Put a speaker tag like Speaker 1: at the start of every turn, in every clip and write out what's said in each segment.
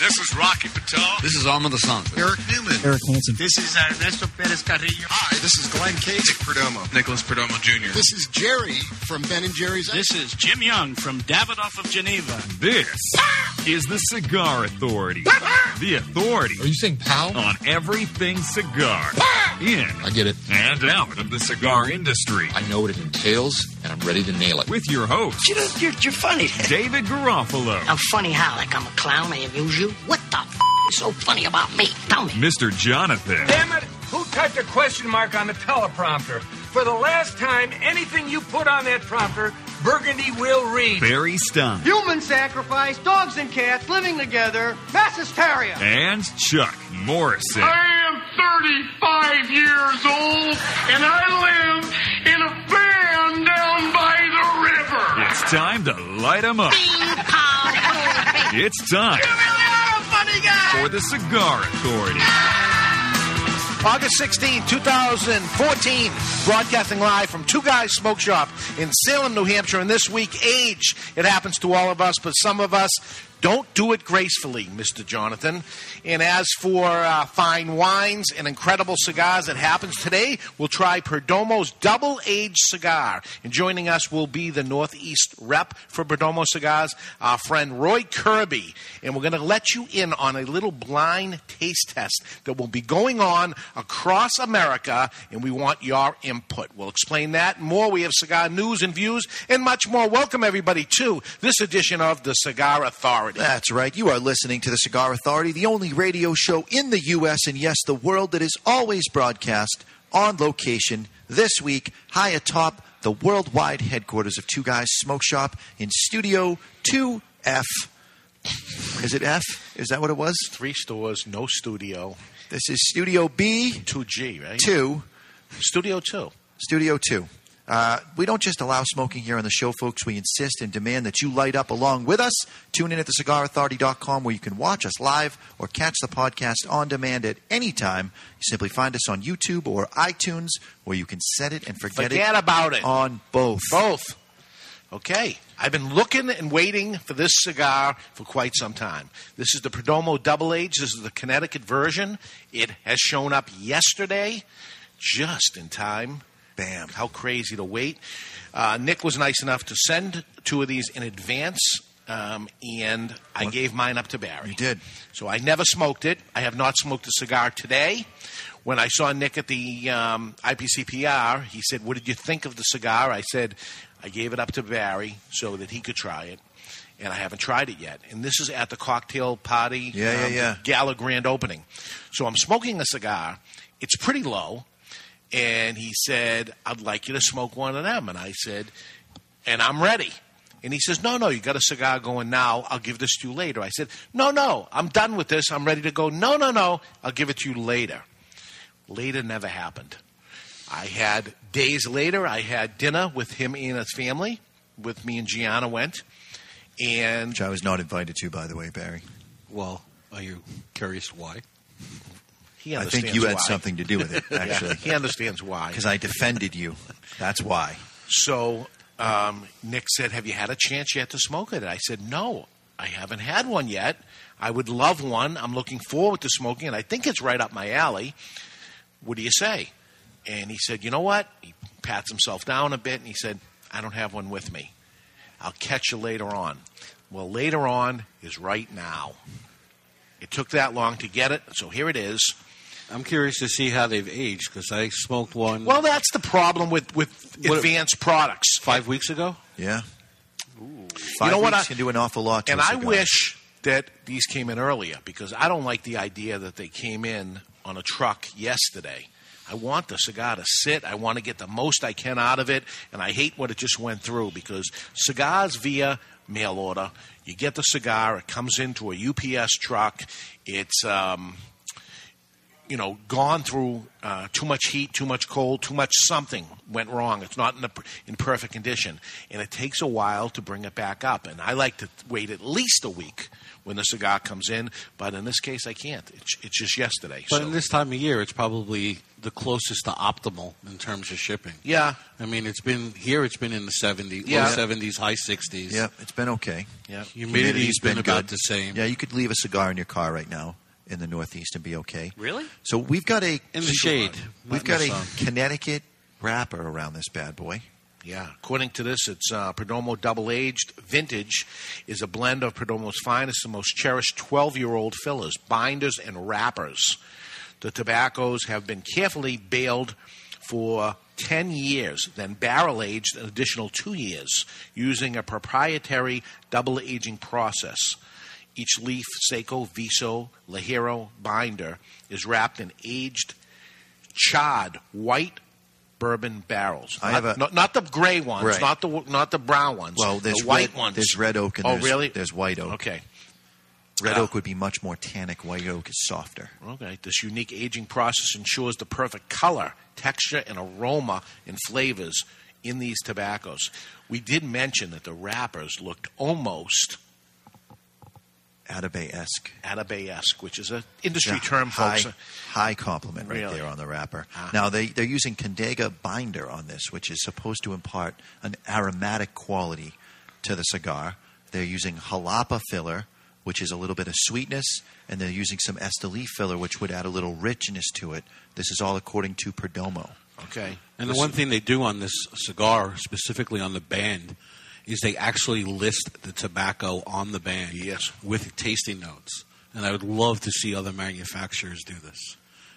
Speaker 1: This is Rocky Patel.
Speaker 2: This is Alma the Sun.
Speaker 1: Eric Newman.
Speaker 3: Eric Hansen.
Speaker 4: This is Ernesto Perez Carrillo.
Speaker 5: Hi, this is Glenn Casey.
Speaker 6: Perdomo. Nicholas Perdomo Jr.
Speaker 7: This is Jerry from Ben and Jerry's.
Speaker 8: This is Jim Young from Davidoff of Geneva.
Speaker 9: This is the Cigar Authority. the authority.
Speaker 10: Are you saying pal?
Speaker 9: On everything cigar. In.
Speaker 10: I get it.
Speaker 9: And out of the cigar industry.
Speaker 10: I know what it entails, and I'm ready to nail it.
Speaker 9: With your host.
Speaker 11: You know, you're, you're funny.
Speaker 9: David Garofalo.
Speaker 11: I'm funny how? Like I'm a clown, I amuse you? What the f- is so funny about me? Tell me.
Speaker 9: Mr. Jonathan.
Speaker 12: Damn it! Who typed a question mark on the teleprompter? For the last time, anything you put on that prompter, Burgundy will read.
Speaker 9: Barry Stein.
Speaker 13: Human sacrifice, dogs and cats living together, mass hysteria.
Speaker 9: And Chuck Morrison.
Speaker 14: I am 35 years old, and I live in a van down by the river.
Speaker 9: It's time to light 'em up. it's time. For the Cigar Authority.
Speaker 15: August 16, 2014, broadcasting live from Two Guys Smoke Shop in Salem, New Hampshire. And this week, age. It happens to all of us, but some of us don't do it gracefully, Mr. Jonathan. And as for uh, fine wines and incredible cigars, it happens today. We'll try Perdomo's double aged cigar. And joining us will be the Northeast rep for Perdomo Cigars, our friend Roy Kirby. And we're going to let you in on a little blind taste test that will be going on across America. And we want your input. We'll explain that and more. We have cigar news and views and much more. Welcome, everybody, to this edition of the Cigar Authority.
Speaker 16: That's right. You are listening to the Cigar Authority, the only radio show in the U.S. and yes, the world that is always broadcast on location this week, high atop the worldwide headquarters of Two Guys Smoke Shop in Studio 2F. Is it F? Is that what it was?
Speaker 15: Three stores, no studio.
Speaker 16: This is Studio B.
Speaker 15: 2G, right?
Speaker 16: 2.
Speaker 15: Studio 2.
Speaker 16: Studio 2. Uh, we don't just allow smoking here on the show, folks. We insist and demand that you light up along with us. Tune in at thecigarauthority.com where you can watch us live or catch the podcast on demand at any time. You simply find us on YouTube or iTunes where you can set it and forget,
Speaker 15: forget
Speaker 16: it
Speaker 15: about it
Speaker 16: on both.
Speaker 15: Both. Okay. I've been looking and waiting for this cigar for quite some time. This is the Perdomo Double Age. This is the Connecticut version. It has shown up yesterday, just in time
Speaker 16: Bam.
Speaker 15: How crazy to wait. Uh, Nick was nice enough to send two of these in advance. Um, and I
Speaker 16: What?
Speaker 15: gave mine up to Barry.
Speaker 16: You did.
Speaker 15: So I never smoked it. I have not smoked a cigar today. When I saw Nick at the um, IPCPR, he said, What did you think of the cigar? I said, I gave it up to Barry so that he could try it. And I haven't tried it yet. And this is at the cocktail party um,
Speaker 16: Yeah, yeah, yeah.
Speaker 15: gala grand opening. So I'm smoking a cigar. It's pretty low. And he said, I'd like you to smoke one of them. And I said, and I'm ready. And he says, No, no, you got a cigar going now. I'll give this to you later. I said, No, no, I'm done with this. I'm ready to go. No, no, no, I'll give it to you later. Later never happened. I had days later, I had dinner with him and his family, with me and Gianna went. And
Speaker 16: Which I was not invited to, by the way, Barry.
Speaker 2: Well, are you curious why?
Speaker 15: he
Speaker 16: I
Speaker 15: understands
Speaker 16: think you had
Speaker 15: why.
Speaker 16: something to do with it,
Speaker 15: Yeah,
Speaker 16: actually,
Speaker 15: he understands why.
Speaker 16: because I defended you. That's why.
Speaker 15: So um, Nick said, Have you had a chance yet to smoke it? And I said, No, I haven't had one yet. I would love one. I'm looking forward to smoking it. I think it's right up my alley. What do you say? And he said, You know what? He pats himself down a bit and he said, I don't have one with me. I'll catch you later on. Well, later on is right now. It took that long to get it, so here it is.
Speaker 2: I'm curious to see how they've aged because I smoked one
Speaker 15: Well, that's the problem with, with
Speaker 2: What-
Speaker 15: advanced products.
Speaker 2: five weeks ago.
Speaker 16: Yeah.
Speaker 15: You
Speaker 16: Five
Speaker 15: know what
Speaker 16: weeks
Speaker 15: I-
Speaker 16: can do an awful lot. To
Speaker 15: and
Speaker 16: a
Speaker 15: I
Speaker 16: cigar.
Speaker 15: wish that these came in earlier because I don't like the idea that they came in on a truck yesterday. I want the cigar to sit. I want to get the most I can out of it, and I hate what it just went through because cigars via mail order, you get the cigar, it comes into a UPS truck, it's um, you know, gone through uh, too much heat, too much cold, too much something went wrong. It's not in, the, in perfect condition, and it takes a while to bring it back up. And I like to wait at least a week when the cigar comes in, but in this case, I can't. It's, it's just yesterday.
Speaker 17: But
Speaker 15: so.
Speaker 17: in this time of year, it's probably the closest to optimal in terms of shipping.
Speaker 15: Yeah.
Speaker 17: I mean, it's been here. It's been in the 70s,
Speaker 16: Yeah.
Speaker 17: low 70s, high 60s.
Speaker 16: Yeah, it's been okay.
Speaker 17: Yeah.
Speaker 16: Humidity's
Speaker 17: Humidity's been, about
Speaker 16: good.
Speaker 17: the same.
Speaker 16: Yeah, you could leave a cigar in your car right now in the Northeast and be okay.
Speaker 17: Really?
Speaker 16: So we've got a
Speaker 17: In the shade, not
Speaker 16: We've
Speaker 17: in
Speaker 16: got
Speaker 17: the
Speaker 16: a
Speaker 17: sun.
Speaker 16: Connecticut wrapper around this bad boy.
Speaker 15: Yeah, according to this, it's uh, Perdomo Double Aged Vintage is a blend of Perdomo's finest and most cherished 12 year old fillers, binders, and wrappers. The tobaccos have been carefully baled for 10 years, then barrel aged an additional two years using a proprietary double aging process. Each leaf, Seiko, Viso, Lajero binder is wrapped in aged, charred white bourbon barrels.
Speaker 16: I
Speaker 15: not,
Speaker 16: have a-
Speaker 15: not, not the gray ones,
Speaker 16: Right.
Speaker 15: not the not the brown ones.
Speaker 16: Well, there's
Speaker 15: the white
Speaker 16: red,
Speaker 15: ones.
Speaker 16: There's red oak and
Speaker 15: oh,
Speaker 16: there's,
Speaker 15: really?
Speaker 16: there's white oak.
Speaker 15: Okay.
Speaker 16: Red
Speaker 17: Uh,
Speaker 15: Ah.
Speaker 16: oak would be much more tannic. White oak is softer.
Speaker 15: Okay. This unique aging process ensures the perfect color, texture, and aroma and flavors in these tobaccos. We did mention that the wrappers looked almost
Speaker 16: Atabay esque.
Speaker 15: Atabay-esque, which is an industry
Speaker 16: Yeah,
Speaker 15: term,
Speaker 16: high,
Speaker 15: folks.
Speaker 16: High compliment right
Speaker 15: Really?
Speaker 16: there on the wrapper.
Speaker 15: Ah.
Speaker 16: Now they they're using Condega binder on this, which is supposed to impart an aromatic quality to the cigar. They're using jalapa filler, which is a little bit of sweetness, and they're using some Esteli filler, which would add a little richness to it. This is all according to Perdomo.
Speaker 15: Okay.
Speaker 17: And the one thing they do on this cigar, specifically on the band, is they actually list the tobacco on the band
Speaker 15: Yes.
Speaker 17: with tasting notes. And I would love to see other manufacturers do this.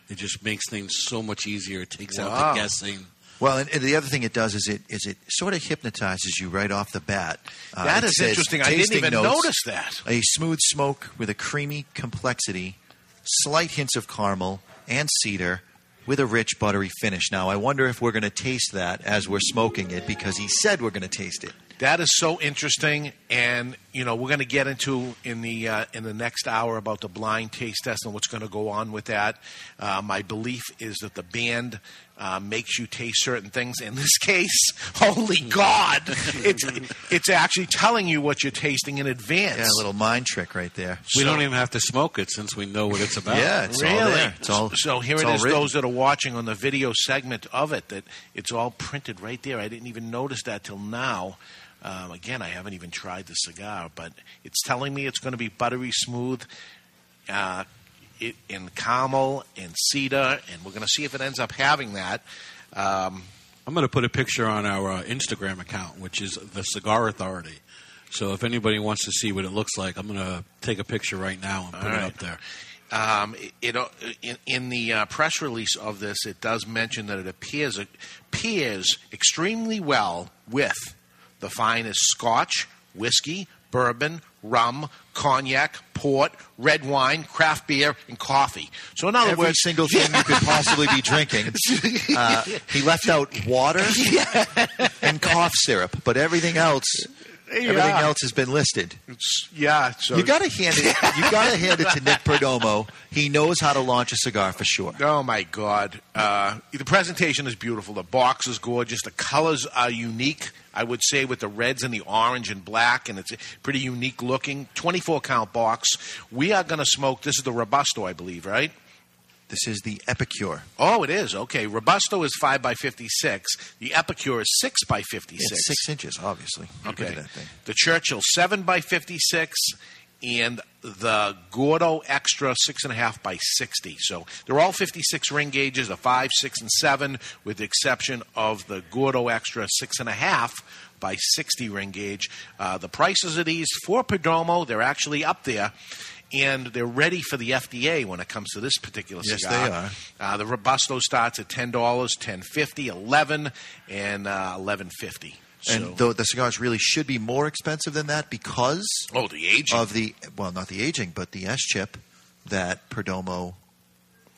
Speaker 17: It just makes things so much easier. It takes out
Speaker 16: Wow.
Speaker 17: the guessing.
Speaker 16: Well, and, and the other thing it does is it is it sort of hypnotizes you right off the bat. Uh,
Speaker 15: That
Speaker 16: it
Speaker 15: is
Speaker 16: says
Speaker 15: interesting. I didn't
Speaker 16: tasting
Speaker 15: even
Speaker 16: notes,
Speaker 15: notice that.
Speaker 16: A smooth smoke with a creamy complexity, slight hints of caramel and cedar, with a rich buttery finish. Now, I wonder if we're going to taste that as we're smoking it because he said we're going to taste it.
Speaker 15: That is so interesting, and you know we're going to get into in the uh, in the next hour about the blind taste test and what's going to go on with that. Uh, my belief is that the band uh, makes you taste certain things. In this case, holy God, it's it's actually telling you what you're tasting in advance.
Speaker 16: Yeah, a little mind trick right there.
Speaker 17: We don't even have to smoke it since we know what it's about.
Speaker 16: Yeah, it's
Speaker 15: really?
Speaker 16: all there. It's all.
Speaker 15: so here
Speaker 16: it's
Speaker 15: it
Speaker 16: all
Speaker 15: is.
Speaker 16: written.
Speaker 15: Those that are watching on the video segment of it, that it's all printed right there. I didn't even notice that till now. Um, again, I haven't even tried the cigar, but it's telling me it's going to be buttery smooth, uh, it, and caramel and cedar, and we're going to see if it ends up having that. Um,
Speaker 17: I'm going to put a picture on our uh, Instagram account, which is the Cigar Authority. So if anybody wants to see what it looks like, I'm going to take a picture right now and put
Speaker 15: All
Speaker 17: it
Speaker 15: right.
Speaker 17: up there.
Speaker 15: um, it, it uh, in, in the uh, press release of this, it does mention that it appears pairs extremely well with the finest Scotch, whiskey, bourbon, rum, cognac, port, red wine, craft beer, and coffee. So in other
Speaker 16: Every
Speaker 15: words,
Speaker 16: single thing you could possibly be drinking. Uh, he left out water and cough syrup, but everything else, everything
Speaker 15: Yeah.
Speaker 16: else has been listed.
Speaker 15: it's- yeah, so
Speaker 16: You gotta hand it. You gotta hand it to Nick Perdomo. He knows how to launch a cigar for sure.
Speaker 15: Oh my God! Uh, the presentation is beautiful. The box is gorgeous. The colors are unique. I would say with the reds and the orange and black, and it's pretty unique looking. Twenty-four count box. We are going to smoke. This is the robusto, I believe, right?
Speaker 16: This is the Epicure.
Speaker 15: Oh, it is. Okay, robusto is five by fifty-six. The epicure is six by fifty-six.
Speaker 16: It's six inches, obviously. Look at
Speaker 15: Okay.
Speaker 16: that thing.
Speaker 15: The Churchill seven by fifty-six, and the Gordo Extra six and a half by sixty. So they're all fifty-six ring gauges, a five, six, and seven, with the exception of the Gordo Extra six and a half by sixty ring gauge. Uh, the prices of these for Perdomo, they're actually up there. And they're ready for the FDA when it comes to this particular
Speaker 16: Yes,
Speaker 15: cigar.
Speaker 16: they are.
Speaker 15: Uh, the Robusto starts at ten dollars, ten fifty, eleven, and uh, eleven fifty.
Speaker 16: And though the cigars really should be more expensive than that because
Speaker 15: Oh, the aging.
Speaker 16: of the well, not the aging, but the S chip that Perdomo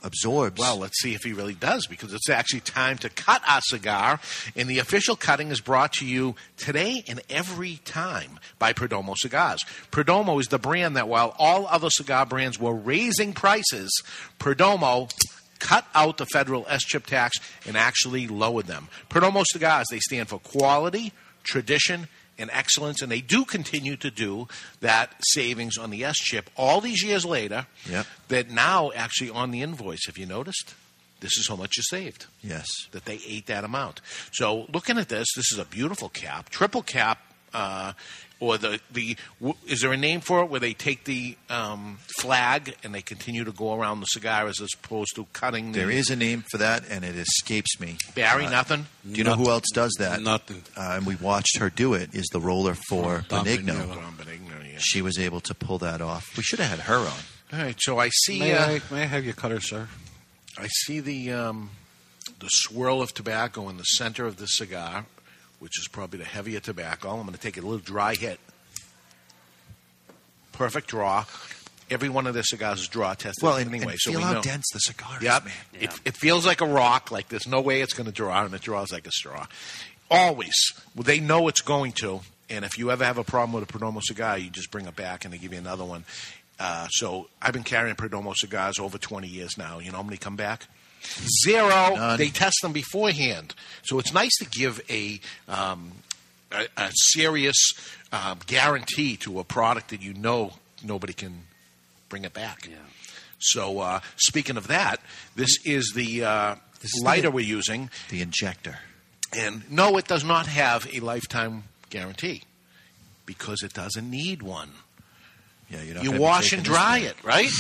Speaker 16: absorbs.
Speaker 15: well, let's see if he really does because it's actually time to cut our cigar. And the official cutting is brought to you today and every time by Perdomo Cigars. Perdomo is the brand that, while all other cigar brands were raising prices, Perdomo cut out the federal S chip tax and actually lower them. Perdomo cigars, they stand for quality, tradition, and excellence, and they do continue to do that savings on the S chip all these years later.
Speaker 16: Yep.
Speaker 15: That now actually on the invoice, have you noticed? This is how much you saved
Speaker 16: Yes.
Speaker 15: that they ate that amount. So looking at this, this is a beautiful cap, triple cap, uh, or the the w- is there a name for it where they take the um, flag and they continue to go around the cigar as opposed to cutting?
Speaker 16: There
Speaker 15: the,
Speaker 16: is a name for that, and it escapes me.
Speaker 15: Barry
Speaker 16: Uh,
Speaker 15: nothing.
Speaker 16: Do you know who else does that?
Speaker 17: Nothing.
Speaker 16: Uh, and we watched her do it. Is the roller for
Speaker 15: Don
Speaker 16: Benigno?
Speaker 15: Benigno.
Speaker 16: She was able to pull that off. We should have had her on.
Speaker 15: All right, so I see.
Speaker 16: May
Speaker 15: uh,
Speaker 16: I-
Speaker 17: may I have your cutter, sir?
Speaker 15: I see the um, the swirl of tobacco in the center of the cigar, which is probably the heavier tobacco. I'm going to take a little dry hit. Perfect draw. Every one of their cigars is draw tested.
Speaker 16: Well, and,
Speaker 15: anyway,
Speaker 16: and
Speaker 15: so
Speaker 16: feel
Speaker 15: we
Speaker 16: how
Speaker 15: know.
Speaker 16: dense the cigar is,
Speaker 15: Yep.
Speaker 16: man.
Speaker 15: It, it feels like a rock. Like there's no way it's going to draw, and it draws like a straw. Always, well, they know it's going to. And if you ever have a problem with a Perdomo cigar, you just bring it back, and they give you another one. Uh, so I've been carrying Perdomo cigars over 20 years now. You know how many come back? Zero. They test them beforehand, so it's nice to give a um, a, a serious um, guarantee to a product that you know nobody can bring it back. So uh, speaking of that, this is the uh,
Speaker 16: the-
Speaker 15: lighter we're using,
Speaker 16: The injector.
Speaker 15: and no, it does not have a lifetime guarantee because it doesn't need one.
Speaker 16: Yeah, you're
Speaker 15: You wash and dry it, right?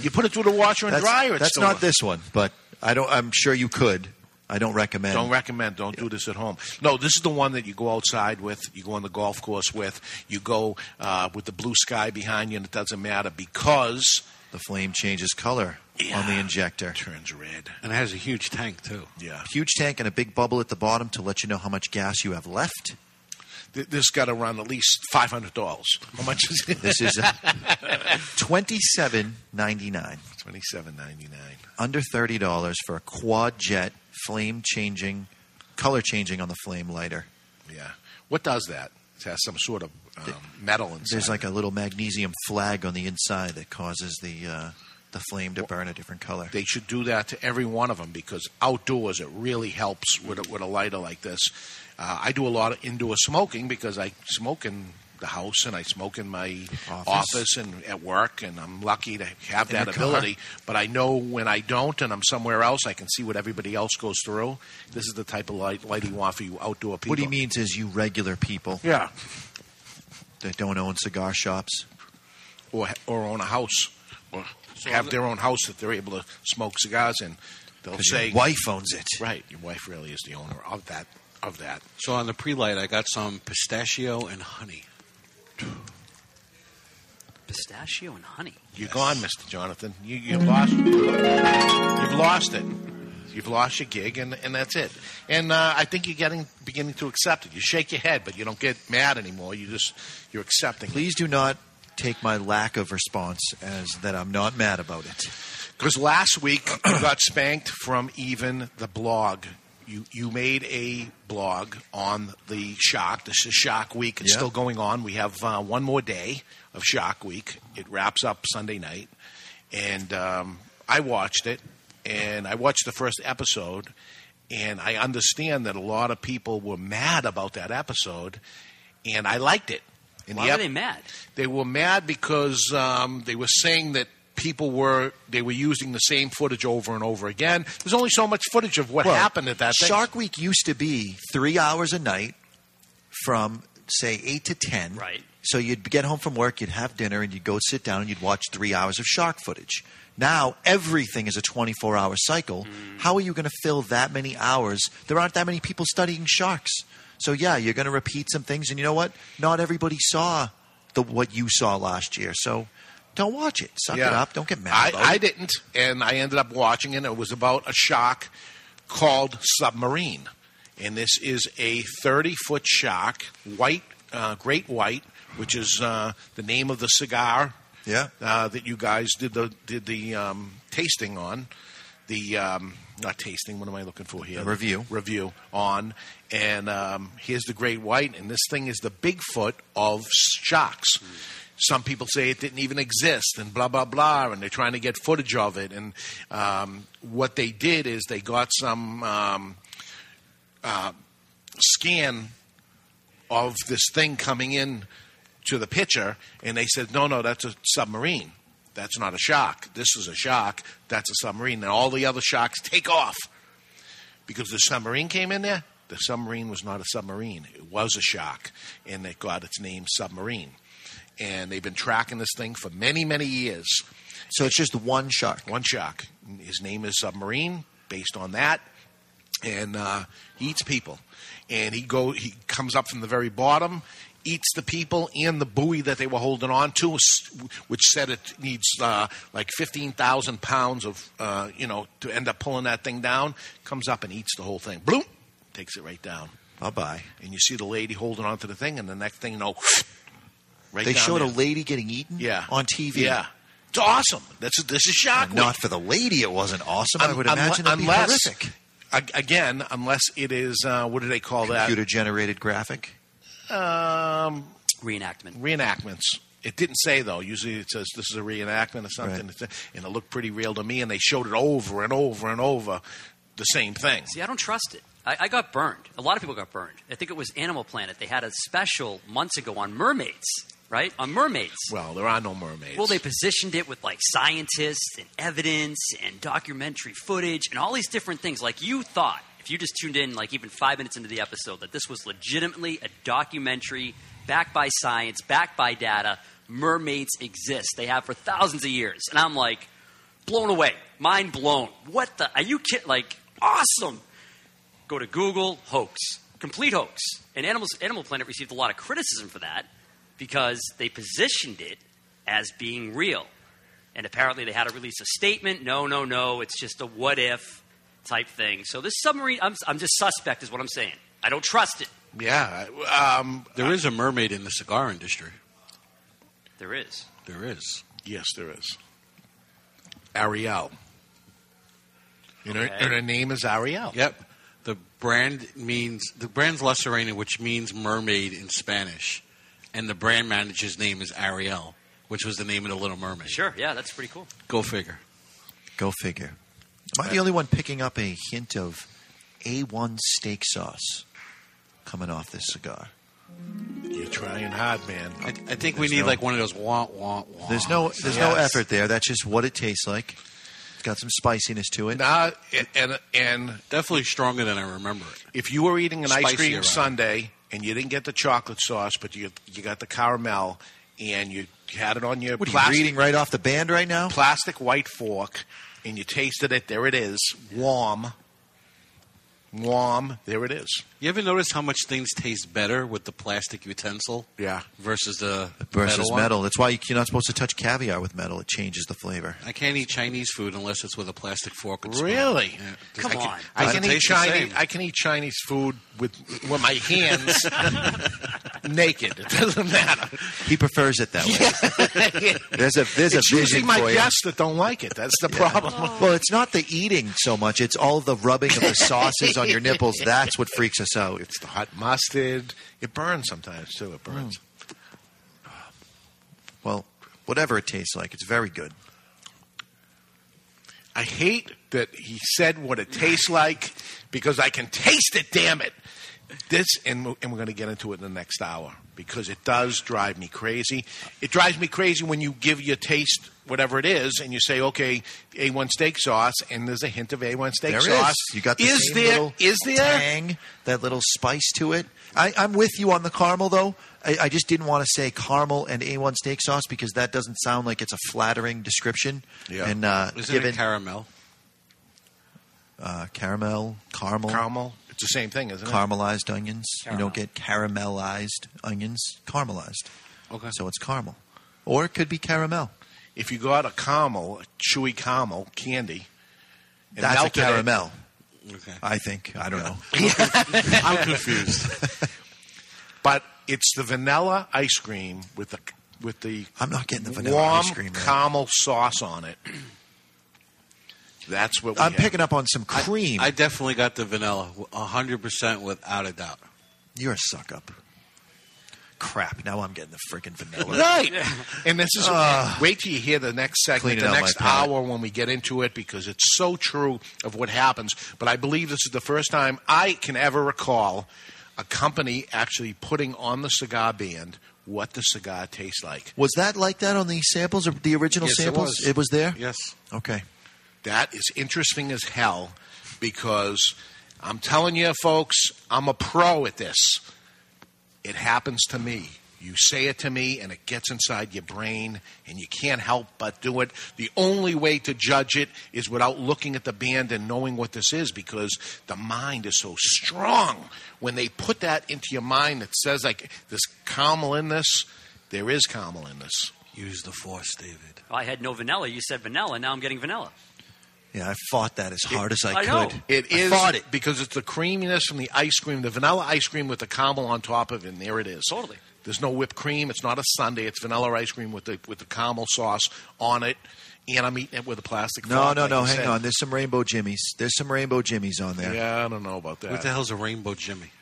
Speaker 15: You put it through the washer and
Speaker 16: That's,
Speaker 15: dryer. It's
Speaker 16: that's
Speaker 15: still
Speaker 16: not
Speaker 15: a-
Speaker 16: this one, but I don't. I'm sure you could. I don't recommend.
Speaker 15: Don't recommend. Don't do this at home. No, this is the one that you go outside with. You go on the golf course with. You go uh, with the blue sky behind you, and it doesn't matter because
Speaker 16: the flame changes color on the injector.
Speaker 15: Turns red.
Speaker 17: And it has a huge tank too.
Speaker 15: Yeah.
Speaker 16: Huge tank and a big bubble at the bottom to let you know how much gas you have left.
Speaker 15: Th- this got to run at least five hundred dollars. How much is it?
Speaker 16: This is twenty-seven ninety-nine.
Speaker 15: Twenty-seven ninety-nine.
Speaker 16: under thirty dollars for a quad jet flame changing, color changing on the flame lighter.
Speaker 15: Yeah. What does that? It has some sort of um, metal inside.
Speaker 16: There's like a little magnesium flag on the inside that causes the uh, the flame to burn a different color.
Speaker 15: They should do that to every one of them because outdoors it really helps with a, with a lighter like this. Uh, I do a lot of indoor smoking because I smoke in the house and I smoke in my office, and at work, and I'm lucky to have
Speaker 16: In
Speaker 15: that
Speaker 16: your car.
Speaker 15: ability. But I know when I don't and I'm somewhere else, I can see what everybody else goes through. This is the type of light, light you want for you outdoor people.
Speaker 16: What he means is you regular people
Speaker 15: Yeah,
Speaker 16: that don't own cigar shops.
Speaker 15: or or own a house, or have their own house that they're able to smoke cigars in. They'll
Speaker 16: 'Cause your
Speaker 15: say
Speaker 16: wife owns it.
Speaker 15: Right, your wife really is the owner of that. Of that,
Speaker 17: So on the pre light, I got some pistachio and honey.
Speaker 18: Pistachio and honey.
Speaker 15: you're gone, Mister Jonathan. You, you've lost. You've lost it. You've lost your gig, and, and that's it. And uh, I think you're getting beginning to accept it. You shake your head, but you don't get mad anymore. You just you're accepting.
Speaker 16: Please do not take my lack of response as that I'm not mad about it.
Speaker 15: Because last week you got spanked from even the blog. You you made a blog on the shock. This is Shock Week. It's
Speaker 16: Yeah.
Speaker 15: still going on. We have uh, one more day of Shock Week. It wraps up Sunday night, and um, I watched it, and I watched the first episode, and I understand that a lot of people were mad about that episode, and I liked it. And
Speaker 18: Why
Speaker 15: the
Speaker 18: were
Speaker 15: ep-
Speaker 18: they mad?
Speaker 15: they were mad because um, they were saying that people were they were using the same footage over and over again. There's only so much footage of what
Speaker 16: Well,
Speaker 15: happened at that thing.
Speaker 16: Shark Week used to be three hours a night from say eight to ten.
Speaker 18: Right.
Speaker 16: So you'd get home from work, you'd have dinner, and you'd go sit down and you'd watch three hours of shark footage. Now everything is a 24 hour cycle.
Speaker 15: Mm.
Speaker 16: How are you going to fill that many hours? There aren't that many people studying sharks. So yeah, you're going to repeat some things, and you know what? Not everybody saw the what you saw last year. So don't watch it. Suck it up. Don't get mad.
Speaker 15: I,
Speaker 16: about
Speaker 15: I
Speaker 16: it.
Speaker 15: didn't, and I ended up watching it. It was about a shark called Submarine, and this is a 30 foot shark, white, uh, great white, which is uh, the name of the cigar
Speaker 16: Yeah.
Speaker 15: uh, that you guys did the did the um, tasting on. the um, not tasting. What am I looking for here?
Speaker 16: A review.
Speaker 15: Review on, and um, here's the great white, and this thing is the Bigfoot of sharks. Some people say it didn't even exist, and blah blah blah, and they're trying to get footage of it. And um, what they did is they got some um, uh, scan of this thing coming in to the picture, and they said, "No, no, that's a submarine. That's not a shark. This is a shark. That's a submarine." And all the other sharks take off because the submarine came in there. The submarine was not a submarine; it was a shark, and it got its name submarine. And they've been tracking this thing for many, many years.
Speaker 16: So it's just one shark.
Speaker 15: One shark. His name is Submarine, based on that, and uh, he eats people. And he go he comes up from the very bottom, eats the people and the buoy that they were holding on to, s- which said it needs uh, like fifteen thousand pounds of uh, you know to end up pulling that thing down. Comes up and eats the whole thing. Bloom, takes it right down.
Speaker 16: Bye bye.
Speaker 15: And you see the lady holding on to the thing, and the next thing you know, right.
Speaker 16: they
Speaker 15: down
Speaker 16: showed
Speaker 15: there.
Speaker 16: a lady getting eaten
Speaker 15: yeah
Speaker 16: on TV.
Speaker 15: Yeah, it's awesome. That's this is shocking.
Speaker 16: Not for the lady, it wasn't awesome. I
Speaker 15: Un-
Speaker 16: would
Speaker 15: unle-
Speaker 16: imagine it'd be
Speaker 15: unless-
Speaker 16: horrific.
Speaker 15: ag- Again, unless it is uh, what do they call
Speaker 16: Computer generated graphic.
Speaker 15: that? Um,
Speaker 18: Reenactment.
Speaker 15: reenactments. It didn't say though. Usually it says this is a reenactment or something, It's- and it looked pretty real to me. And they showed it over and over and over, the same thing.
Speaker 18: See, I don't trust it. I, I got burned. A lot of people got burned. I think it was Animal Planet. They had a special months ago on mermaids, right? On mermaids.
Speaker 15: Well, there are no mermaids.
Speaker 18: Well, they positioned it with like scientists and evidence and documentary footage and all these different things. Like you thought, if you just tuned in, like even five minutes into the episode, that this was legitimately a documentary backed by science, backed by data. Mermaids exist. They have for thousands of years. And I'm like, blown away, mind blown. What the? Are you kidding? Like, awesome. Go to Google, hoax, complete hoax. And Animals, Animal Planet received a lot of criticism for that because they positioned it as being real. And apparently they had to release a statement. No, no, no. It's just a what if type thing. So this submarine, I'm, I'm just suspect, is what I'm saying. I don't trust it.
Speaker 15: Yeah, um,
Speaker 17: there is a mermaid in the cigar industry.
Speaker 18: There is.
Speaker 17: There is.
Speaker 15: Yes, there is. Ariel. You know,
Speaker 17: Okay.
Speaker 15: and her name is Ariel.
Speaker 17: Yep. The brand means the brand's La Serena, which means mermaid in Spanish, and the brand manager's name is Ariel, which was the name of the Little Mermaid.
Speaker 18: Sure. Yeah, that's pretty cool.
Speaker 17: Go figure.
Speaker 16: Go figure. Am I
Speaker 15: Uh,
Speaker 16: the only one picking up a hint of A1 steak sauce coming off this cigar?
Speaker 15: You're trying hard, man.
Speaker 17: I, I think we need like one of those wah wah wah.
Speaker 16: There's no there's no
Speaker 15: Oh, Yes.
Speaker 16: effort there. That's just what it tastes like. It's got some spiciness to it.
Speaker 15: Nah, and, and and
Speaker 17: definitely stronger than I remember it.
Speaker 15: If you were eating an ice
Speaker 17: Spicier,
Speaker 15: cream
Speaker 17: rather.
Speaker 15: sundae and you didn't get the chocolate sauce, but you you got the caramel and you had it on your
Speaker 16: What are you
Speaker 15: plastic,
Speaker 16: reading right off the band right now?
Speaker 15: plastic white fork and you tasted it, there it is, warm, warm, there it is.
Speaker 17: You ever notice how much things taste better with the plastic utensil?
Speaker 15: Yeah.
Speaker 17: Versus the
Speaker 16: Versus
Speaker 17: metal.
Speaker 16: metal.
Speaker 17: one?
Speaker 16: That's why you're not supposed to touch caviar with metal. It changes the flavor.
Speaker 17: I can't eat Chinese food unless it's with a plastic fork. And spoon.
Speaker 15: Really?
Speaker 17: Yeah.
Speaker 18: Come
Speaker 17: I can,
Speaker 18: on.
Speaker 15: I
Speaker 17: doesn't
Speaker 15: can eat
Speaker 17: taste the same.
Speaker 15: Chinese. I can eat Chinese food with with my hands naked. It doesn't matter.
Speaker 16: He prefers it that way. There's a there's
Speaker 15: it's
Speaker 16: a
Speaker 15: usually
Speaker 16: vision
Speaker 15: my
Speaker 16: for you.
Speaker 15: guests that don't like it. That's the problem.
Speaker 17: Oh.
Speaker 16: Well, it's not the eating so much; it's all the rubbing of the sauces on your nipples. That's what freaks us out. It's
Speaker 15: the hot mustard. It burns sometimes too. It burns.
Speaker 16: Hmm. well, whatever it tastes like, it's very good.
Speaker 15: I hate that he said what it tastes like because I can taste it. Damn it! This and we're- and we're going to get into it in the next hour because it does drive me crazy. It drives me crazy when you give your taste whatever it is and you say, okay, A1 steak sauce, and there's a hint of A1 steak
Speaker 16: There is.
Speaker 15: sauce.
Speaker 16: You got the
Speaker 15: is
Speaker 16: same
Speaker 15: there
Speaker 16: little
Speaker 15: is there
Speaker 16: tang, that little spice to it. I, I'm with you on the caramel, though. I, I just didn't want to say caramel and A1 steak sauce because that doesn't sound like it's a flattering description.
Speaker 15: Yeah.
Speaker 16: And uh,
Speaker 17: Isn't
Speaker 16: given
Speaker 17: it caramel?
Speaker 16: uh, caramel, caramel,
Speaker 15: caramel? It's the same thing, isn't it?
Speaker 16: caramelized onions. You
Speaker 18: Caramel.
Speaker 16: don't get caramelized onions. Caramelized.
Speaker 17: Okay.
Speaker 16: So it's caramel, or it could be caramel.
Speaker 15: If you got a caramel, a chewy caramel candy, and
Speaker 16: That's a
Speaker 15: melted it-
Speaker 16: caramel.
Speaker 17: Okay.
Speaker 16: I think. I don't know.
Speaker 17: I'm confused.
Speaker 15: but it's the vanilla ice cream with the with the
Speaker 16: I'm not getting the vanilla
Speaker 15: warm
Speaker 16: ice cream. man.
Speaker 15: caramel sauce on it. That's what we
Speaker 16: I'm
Speaker 15: had.
Speaker 16: picking up on some cream.
Speaker 17: Oh, I definitely got the vanilla, 100% without a doubt.
Speaker 16: You're a suck up. Crap! Now I'm getting the freaking vanilla.
Speaker 15: Right. And this is
Speaker 16: Ah.
Speaker 15: wait till you hear the next
Speaker 16: Clean
Speaker 15: segment,
Speaker 16: it
Speaker 15: the
Speaker 16: out my
Speaker 15: next
Speaker 16: palate.
Speaker 15: hour when we get into it because it's so true of what happens. But I believe this is the first time I can ever recall a company actually putting on the cigar band what the cigar tastes like.
Speaker 16: Was that like that on the samples, or the original
Speaker 15: Yes, it
Speaker 16: samples?
Speaker 15: was.
Speaker 16: there.
Speaker 15: Yes.
Speaker 16: Okay.
Speaker 15: That is interesting as hell because I'm telling you, folks, I'm a pro at this. It happens to me. You say it to me, and it gets inside your brain, and you can't help but do it. The only way to judge it is without looking at the band and knowing what this is because the mind is so strong. When they put that into your mind that says, like, there's caramel in this, there is caramel in this.
Speaker 17: Use the force, David.
Speaker 18: I had no vanilla. You said vanilla. Now I'm getting vanilla.
Speaker 16: Yeah, I fought that as hard as I,
Speaker 18: I
Speaker 16: could.
Speaker 18: know.
Speaker 15: It
Speaker 16: I
Speaker 15: is
Speaker 16: fought it.
Speaker 15: because it's the creaminess from the ice cream, the vanilla ice cream with the caramel on top of it. And there it is.
Speaker 18: Totally.
Speaker 15: There's no whipped cream. It's not a sundae. It's vanilla ice cream with the with the caramel sauce on it, and I'm eating it with a plastic.
Speaker 16: No,
Speaker 15: fork,
Speaker 16: no,
Speaker 15: like
Speaker 16: no.
Speaker 15: you
Speaker 16: Hang
Speaker 15: said.
Speaker 16: on. There's some rainbow jimmies. There's some rainbow jimmies on there.
Speaker 15: Yeah, I don't know about that.
Speaker 17: What the hell's a rainbow Jimmy?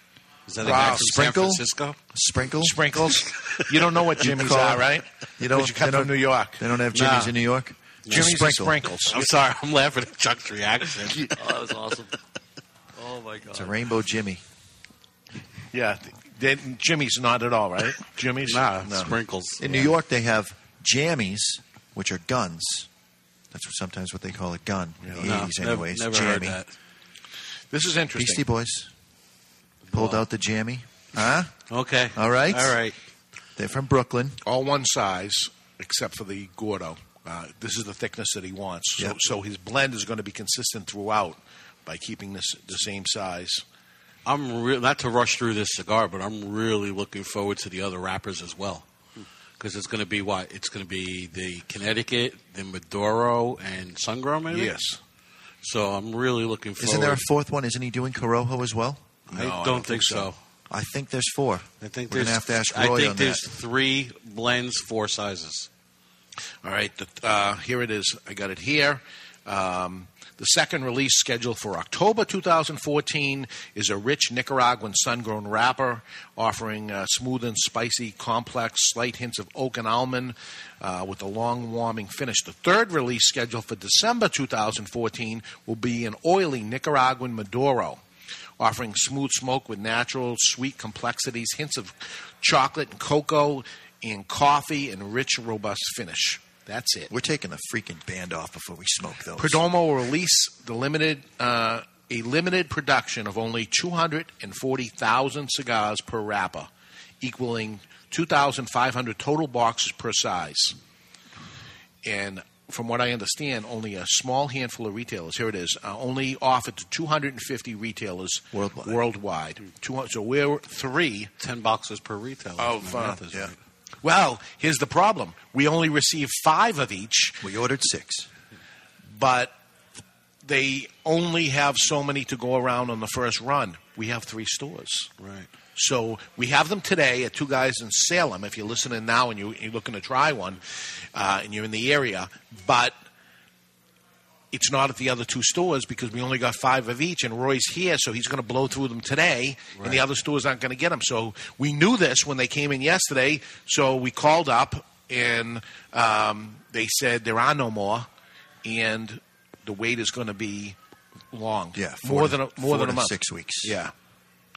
Speaker 17: Is that a
Speaker 15: Wow.
Speaker 17: guy from
Speaker 16: Sprinkle?
Speaker 17: San Francisco?
Speaker 16: Sprinkle.
Speaker 15: Sprinkles. you don't know what Jimmy's
Speaker 16: call-
Speaker 15: are, right?
Speaker 16: You don't.
Speaker 15: 'Cause you come
Speaker 16: they don't-
Speaker 15: from New York.
Speaker 16: They don't have jimmies
Speaker 15: Nah.
Speaker 16: in New York.
Speaker 15: Jimmy's and
Speaker 16: Sprinkle.
Speaker 15: sprinkles.
Speaker 17: I'm sorry. I'm laughing at Chuck's reaction.
Speaker 18: Oh, that was awesome. Oh my god.
Speaker 16: It's a rainbow jimmy.
Speaker 15: Yeah, they, Jimmy's not at all, right? Jimmy's
Speaker 17: Nah,
Speaker 15: No.
Speaker 17: sprinkles.
Speaker 16: In New York, they have jammies, which are guns. That's what, sometimes what they call a gun in the
Speaker 17: No,
Speaker 16: 80s,
Speaker 17: never-
Speaker 16: anyways.
Speaker 17: Never,
Speaker 16: jammy.
Speaker 17: heard that.
Speaker 15: This is interesting.
Speaker 16: Beastie Boys pulled out the jammy. Huh?
Speaker 17: Okay.
Speaker 16: All right.
Speaker 17: All right.
Speaker 16: They're from Brooklyn.
Speaker 15: all one size except for the Gordo. Uh, this is the thickness that he wants. So,
Speaker 16: Yep.
Speaker 15: so his blend is going to be consistent throughout by keeping this the same size.
Speaker 17: I'm re- not to rush through this cigar, but I'm really looking forward to the other wrappers as well.
Speaker 18: Hmm.
Speaker 17: Because it's going to be what? It's going to be the Connecticut, the Maduro, and Sungrown, maybe?
Speaker 15: Yes.
Speaker 17: So I'm really looking forward.
Speaker 16: Isn't there a fourth one? Isn't he doing Corojo as well?
Speaker 17: I,
Speaker 15: No,
Speaker 17: don't think so.
Speaker 16: I think there's four.
Speaker 17: I think
Speaker 16: We're
Speaker 17: there's.
Speaker 16: gonna have to ask
Speaker 17: I
Speaker 16: Roy
Speaker 17: think
Speaker 16: on that.
Speaker 17: there's three blends, four sizes.
Speaker 15: All right. The, uh, here it is. I got it here. Um, the second release scheduled for October 2014 is a rich Nicaraguan sun-grown wrapper offering uh, smooth and spicy, complex, slight hints of oak and almond uh, with a long, warming finish. The third release scheduled for December 2014 will be an oily Nicaraguan Maduro offering smooth smoke with natural sweet complexities, hints of chocolate and cocoa, and coffee, and rich, robust finish. That's it.
Speaker 16: We're taking the freaking band off before we smoke those.
Speaker 15: Perdomo will release the limited, uh, a limited production of only 240,000 cigars per wrapper, equaling 2,500 total boxes per size. And from what I understand, only a small handful of retailers. Here it is. Uh, only offered to 250 retailers
Speaker 16: Worldwide.
Speaker 15: Worldwide. 200, so we're three.
Speaker 17: Ten boxes per retailer. if
Speaker 15: Oh,
Speaker 17: my
Speaker 15: fine.
Speaker 17: math is
Speaker 16: Yeah.
Speaker 17: right.
Speaker 15: Well, here's the problem. We only received five of each,
Speaker 16: We ordered six.
Speaker 15: but they only have so many to go around on the first run. We have three stores.
Speaker 17: Right.
Speaker 15: So we have them today at Two Guys in Salem. If you're listening now and you, you're looking to try one uh, and you're in the area, but it's not at the other two stores because we only got five of each, and Roy's here, so he's going to blow through them today, and the other stores aren't going to get them. So we knew this when they came in yesterday, so we called up and um, they said there are no more, and the wait is going to be long.
Speaker 16: Yeah, four
Speaker 15: more
Speaker 16: to-
Speaker 15: than a, more
Speaker 16: four
Speaker 15: than a
Speaker 16: to
Speaker 15: month,
Speaker 16: six weeks.
Speaker 15: Yeah,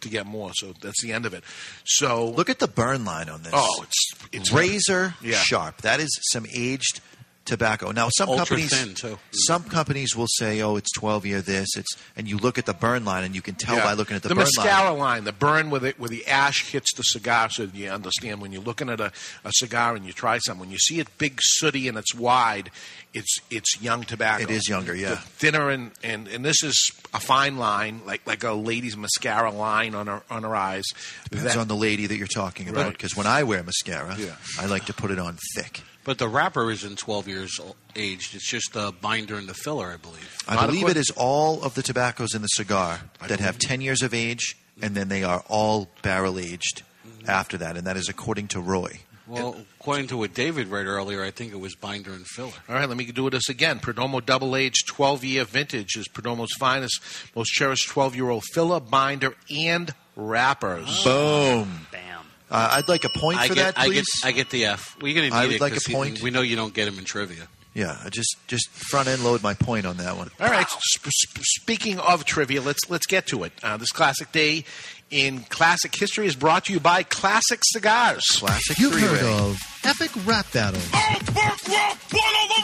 Speaker 15: to get more. So that's the end of it. So
Speaker 16: Look at the burn line on this.
Speaker 15: oh, it's it's
Speaker 16: razor
Speaker 15: Yeah.
Speaker 16: sharp. That is some aged tobacco. Now some
Speaker 17: Ultra
Speaker 16: companies
Speaker 17: thin, too.
Speaker 16: some companies will say, "Oh, it's 12 year this." It's and you look at the burn line and you can tell
Speaker 15: Yeah.
Speaker 16: by looking at the, burn
Speaker 15: mascara
Speaker 16: line.
Speaker 15: line. the burn where the, where the ash hits the cigar, so you understand when you're looking at a, a cigar and you try some. When you see it big, sooty, and it's wide, it's it's young tobacco.
Speaker 16: It is younger, yeah.
Speaker 15: The thinner and, and, and this is a fine line, like like a lady's mascara line on her on her eyes.
Speaker 16: Depends
Speaker 15: That-
Speaker 16: on the lady that you're talking about.
Speaker 15: Right.
Speaker 16: Because when I wear mascara,
Speaker 15: Yeah.
Speaker 16: I like to put it on thick.
Speaker 17: But the wrapper isn't 12 years old, aged. It's just the binder and the filler, I believe.
Speaker 16: I
Speaker 15: Not a
Speaker 16: believe
Speaker 15: quick-
Speaker 16: it is all of the tobaccos in the cigar that have 10 years of age, and then they are all barrel aged after that, and that is according to Roy.
Speaker 17: Well, according to what David read earlier, I think it was binder and filler.
Speaker 15: All right, let me do this again. Perdomo Double Aged 12 Year Vintage is Perdomo's finest, most cherished 12 year old filler, binder, and wrappers.
Speaker 19: Boom. Bam. Uh, I'd like a point
Speaker 17: I
Speaker 19: for
Speaker 17: get,
Speaker 19: that, please.
Speaker 17: I get, I get the F. We're going to need
Speaker 19: I would
Speaker 17: it
Speaker 19: like a
Speaker 17: 'cause he-
Speaker 19: point.
Speaker 17: We know you don't get him in trivia.
Speaker 19: yeah, I just just front end load my point on that one.
Speaker 15: All right. Sp- sp- speaking of trivia, let's let's get to it. Uh, this classic day in classic history is brought to you by Classic Cigars.
Speaker 19: Classic
Speaker 16: You've heard of epic rap battles,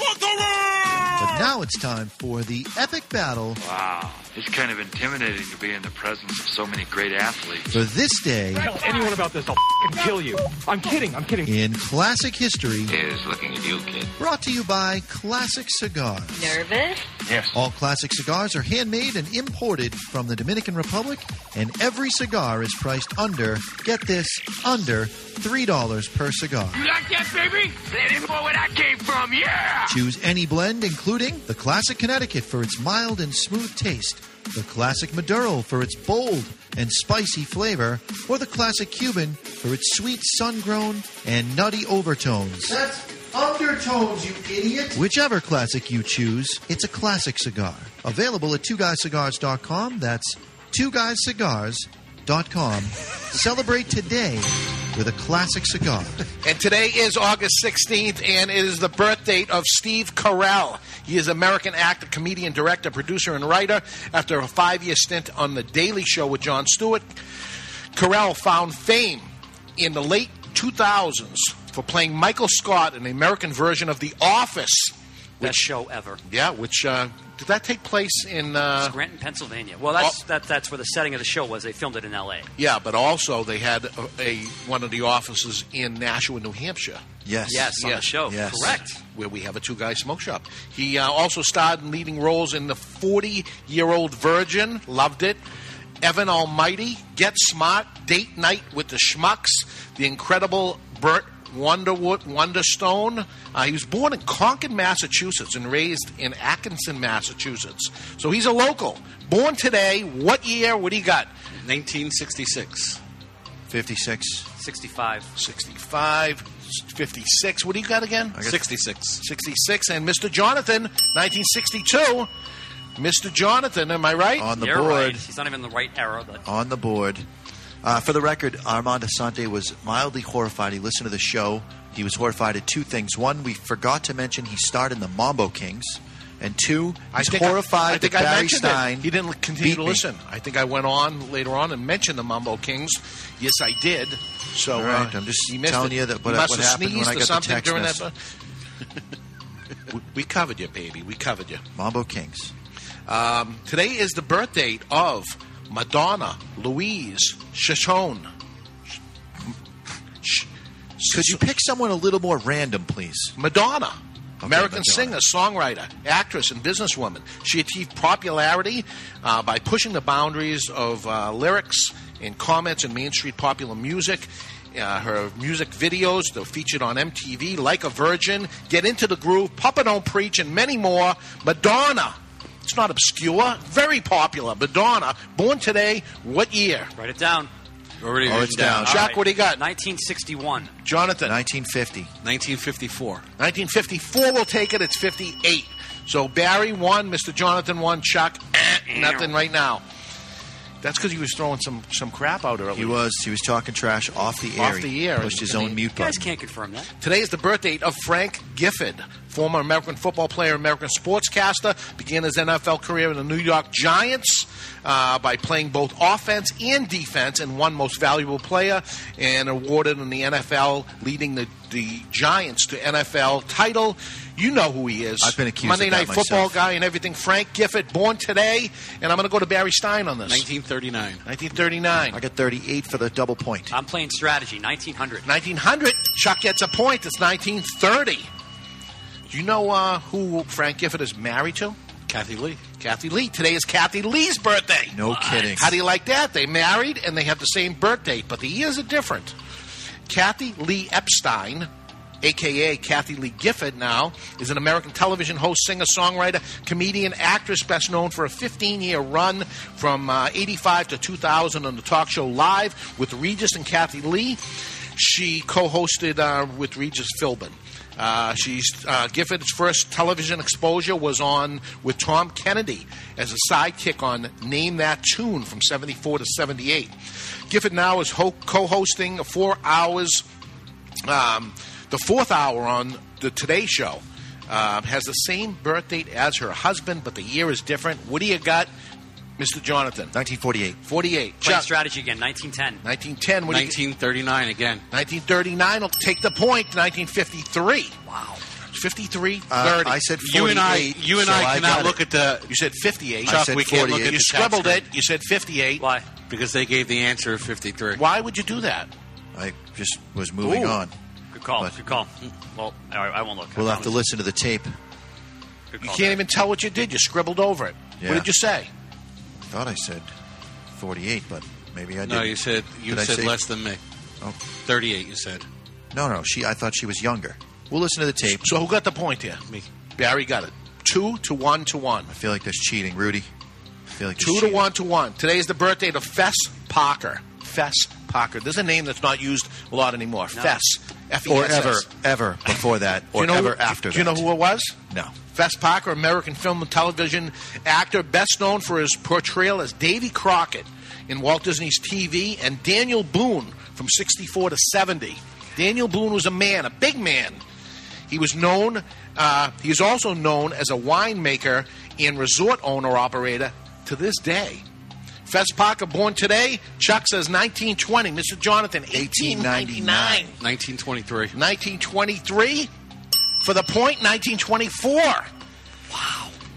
Speaker 16: but now it's time for the epic battle
Speaker 9: Wow. It's kind of intimidating to be in the presence of so many great athletes.
Speaker 16: for this day
Speaker 9: Tell anyone about this, I'll kill you. I'm kidding, I'm kidding.
Speaker 16: in classic history.
Speaker 9: Is looking at you, kid.
Speaker 16: Brought to you by Classic Cigars.
Speaker 20: Nervous?
Speaker 16: Yes. All classic cigars are handmade and imported from the Dominican Republic, and every cigar is priced under, get this, under $3 per cigar.
Speaker 14: You like that, baby? They didn't know where that came from, yeah!
Speaker 16: Choose any blend, including the Classic Connecticut for its mild and smooth taste, the Classic Maduro for its bold and spicy flavor, or the Classic Cuban for its sweet sun grown and nutty overtones.
Speaker 21: That's undertones, you idiot.
Speaker 16: Whichever classic you choose, it's a classic cigar. Available at twoguyscigars.com. That's twoguyscigars.com. Celebrate today with a classic cigar.
Speaker 15: And today is August 16th, and it is the birth date of Steve Carell. He is an American actor, comedian, director, producer, and writer. After a five year stint on The Daily Show with Jon Stewart, Carell found fame in the late 2000s for playing Michael Scott in the American version of The Office.
Speaker 18: Best show ever.
Speaker 15: Yeah, which uh, did that take place in. Uh,
Speaker 18: Scranton, Pennsylvania. Well,
Speaker 19: oh.
Speaker 18: that's that, that's where the setting of the show was. They filmed it in L.A.
Speaker 15: yeah, but also they had a, a one of the offices in Nashua, New Hampshire.
Speaker 19: Yes.
Speaker 18: Yes, on the show. Correct.
Speaker 15: Where we have a two guy smoke shop. He uh, also starred in leading roles in The 40 Year Old Virgin, loved it. Evan Almighty, Get Smart, Date Night with the Schmucks, The Incredible Burt Wonderwood, Wonderstone. Uh, he was born in Concord, Massachusetts, and raised in Atkinson, Massachusetts. So he's a local. Born today, what year? What do you got?
Speaker 17: 1966.
Speaker 19: 56.
Speaker 18: 65.
Speaker 15: 65. 56. What do you got again?
Speaker 17: I got- 66.
Speaker 15: 66. And Mr. Jonathan, 1962. Mr. Jonathan, am I right?
Speaker 19: On the
Speaker 18: You're
Speaker 19: board.
Speaker 18: right. He's not even in the right era, but
Speaker 19: on the board. Uh, for the record, Armand Asante was mildly horrified. He listened to the show. He was horrified at two things. One, we forgot to mention he starred in the Mambo Kings. And two,
Speaker 15: I
Speaker 19: he's
Speaker 15: think
Speaker 19: horrified
Speaker 15: I, I think
Speaker 19: that
Speaker 15: I
Speaker 19: Barry
Speaker 15: mentioned
Speaker 19: Stein.
Speaker 15: It. He didn't continue
Speaker 19: beat
Speaker 15: to
Speaker 19: me.
Speaker 15: listen. I think I went on later on and mentioned the Mambo Kings. Yes, I did. So
Speaker 19: All right,
Speaker 15: uh,
Speaker 19: I'm just
Speaker 15: he missed
Speaker 19: telling
Speaker 15: it.
Speaker 19: you that
Speaker 15: He
Speaker 19: what-
Speaker 15: must
Speaker 19: what
Speaker 15: have
Speaker 19: happened when
Speaker 15: sneezed
Speaker 19: I
Speaker 15: or
Speaker 19: got the
Speaker 15: something
Speaker 19: text
Speaker 15: during
Speaker 19: message.
Speaker 15: that- we, we covered you, baby. We covered you.
Speaker 19: Mambo Kings.
Speaker 15: Um, today is the birth date of Madonna Louise Shoshone.
Speaker 19: Could you pick someone a little more random, please?
Speaker 15: Madonna. American
Speaker 19: Madonna.
Speaker 16: uh,
Speaker 15: singer, songwriter, actress, and businesswoman. She achieved popularity uh, by pushing the boundaries of uh, lyrics and comments in Main Street popular music. Uh, her music videos, they're featured on MTV, Like a Virgin, Get Into the Groove, Papa Don't Preach, and many more. Madonna. It's not obscure, very popular. Madonna, born today, what year?
Speaker 18: write it down.
Speaker 17: Already
Speaker 15: Oh, it's written down. down. Jack, what do you got?
Speaker 18: 1961.
Speaker 15: Jonathan.
Speaker 19: 1950.
Speaker 17: 1954.
Speaker 15: 1954 will take it. It's 58. So Barry won, Mr. Jonathan won, Chuck eh, nothing right now. That's because he was throwing some, some crap out earlier.
Speaker 19: He was he was talking trash off the air.
Speaker 15: Off the
Speaker 19: He
Speaker 15: air.
Speaker 19: Pushed his
Speaker 15: I
Speaker 19: own
Speaker 15: mean-
Speaker 19: mute
Speaker 18: You guys
Speaker 19: button.
Speaker 18: can't confirm that.
Speaker 15: Today is the birth date of Frank Gifford, former American football player, American sportscaster. Began his NFL career in the New York Giants uh, by playing both offense and defense, and won Most Valuable Player, and awarded in the NFL, leading the, the Giants to NFL title. You know who he is.
Speaker 19: I've been accused
Speaker 15: Monday
Speaker 19: of that
Speaker 15: Night Football
Speaker 19: myself.
Speaker 15: guy and everything. Frank Gifford, born today, and I'm going to go to Barry Stein on this.
Speaker 17: 1939.
Speaker 15: 1939.
Speaker 19: I got 38 for the double point.
Speaker 18: I'm playing strategy. 1900.
Speaker 15: 1900. Chuck gets a point. It's 1930. Do you know uh, who Frank Gifford is married to?
Speaker 17: Kathy Lee.
Speaker 15: Kathy Lee. Today is Kathy Lee's birthday.
Speaker 19: No kidding.
Speaker 15: How do you like that? They married and they have the same birthday, but the years are different. Kathy Lee Epstein, aka Kathy Lee Gifford, now is an American television host, singer, songwriter, comedian, actress, best known for a 15-year run from uh, 85 to 2000 on the talk show Live with Regis and Kathy Lee. she co-hosted uh, with Regis Philbin. Uh, she's uh, Gifford's first television exposure was on with Tom Kennedy as a sidekick on Name That Tune from '74 to '78. Gifford now is ho- co-hosting four hours, um, the fourth hour on the Today Show. Uh, has the same birth date as her husband, but the year is different. What do you got, Mr. Jonathan?
Speaker 16: 1948.
Speaker 15: 48.
Speaker 18: Play
Speaker 15: Chuck,
Speaker 18: strategy again, 1910.
Speaker 15: 1910. What do you-
Speaker 17: 1939 again.
Speaker 15: 1939 will take the point. 1953.
Speaker 18: Wow.
Speaker 15: 53,
Speaker 16: Uh,
Speaker 15: 30.
Speaker 16: I said
Speaker 17: You and I-
Speaker 16: 48,
Speaker 17: you and
Speaker 16: so
Speaker 17: I
Speaker 16: I
Speaker 17: cannot
Speaker 16: got
Speaker 17: look
Speaker 16: it.
Speaker 17: at the.
Speaker 15: You said 58.
Speaker 17: Chuck,
Speaker 16: said
Speaker 17: we can't look
Speaker 16: 48.
Speaker 17: at
Speaker 15: You
Speaker 17: the
Speaker 15: scribbled
Speaker 17: tax
Speaker 15: it. You said 58.
Speaker 18: Why?
Speaker 17: because they gave the answer of 53.
Speaker 15: Why would you do that?
Speaker 16: I just was moving
Speaker 15: Ooh.
Speaker 16: on.
Speaker 18: Good call.
Speaker 16: But-
Speaker 18: Good call. Well, all right, I won't look. I
Speaker 16: We'll have to
Speaker 18: promise.
Speaker 16: listen to the tape.
Speaker 18: Good call
Speaker 15: You can't
Speaker 18: there.
Speaker 15: even tell what you did. You scribbled over it.
Speaker 16: Yeah.
Speaker 15: What did you say?
Speaker 16: I thought I said 48, but maybe I didn't.
Speaker 17: No, you said you
Speaker 16: Did I
Speaker 17: said
Speaker 16: say-
Speaker 17: less than me.
Speaker 16: Oh.
Speaker 17: 38. You said
Speaker 16: No, no. She. I thought she was younger. We'll listen to the tape.
Speaker 15: So who got the point here?
Speaker 17: me.
Speaker 15: Barry got it. Two to one to one.
Speaker 16: I feel like that's cheating, Rudy. I feel like that's
Speaker 15: Two to
Speaker 16: cheating.
Speaker 15: one to one. Today's the birthday to Fess Parker. Fess Parker. There's a name that's not used a lot anymore. Fess. E
Speaker 16: Or
Speaker 15: F-E-S-S.
Speaker 16: ever, ever before that,
Speaker 15: Do
Speaker 16: or
Speaker 15: you know
Speaker 16: ever
Speaker 15: who-
Speaker 16: after
Speaker 15: Do you
Speaker 16: that.
Speaker 15: know who it was?
Speaker 16: No.
Speaker 15: Fess Parker, American film and television actor, best known for his portrayal as Davy Crockett in Walt Disney's TV, and Daniel Boone from 64 to 70. Daniel Boone was a man, a big man. He was known, uh, he is also known as a winemaker and resort owner operator to this day. Fess Parker, born today, Chuck says 1920, Mr. Jonathan, 1899.
Speaker 17: 1923.
Speaker 15: 1923 for the point 1924 wow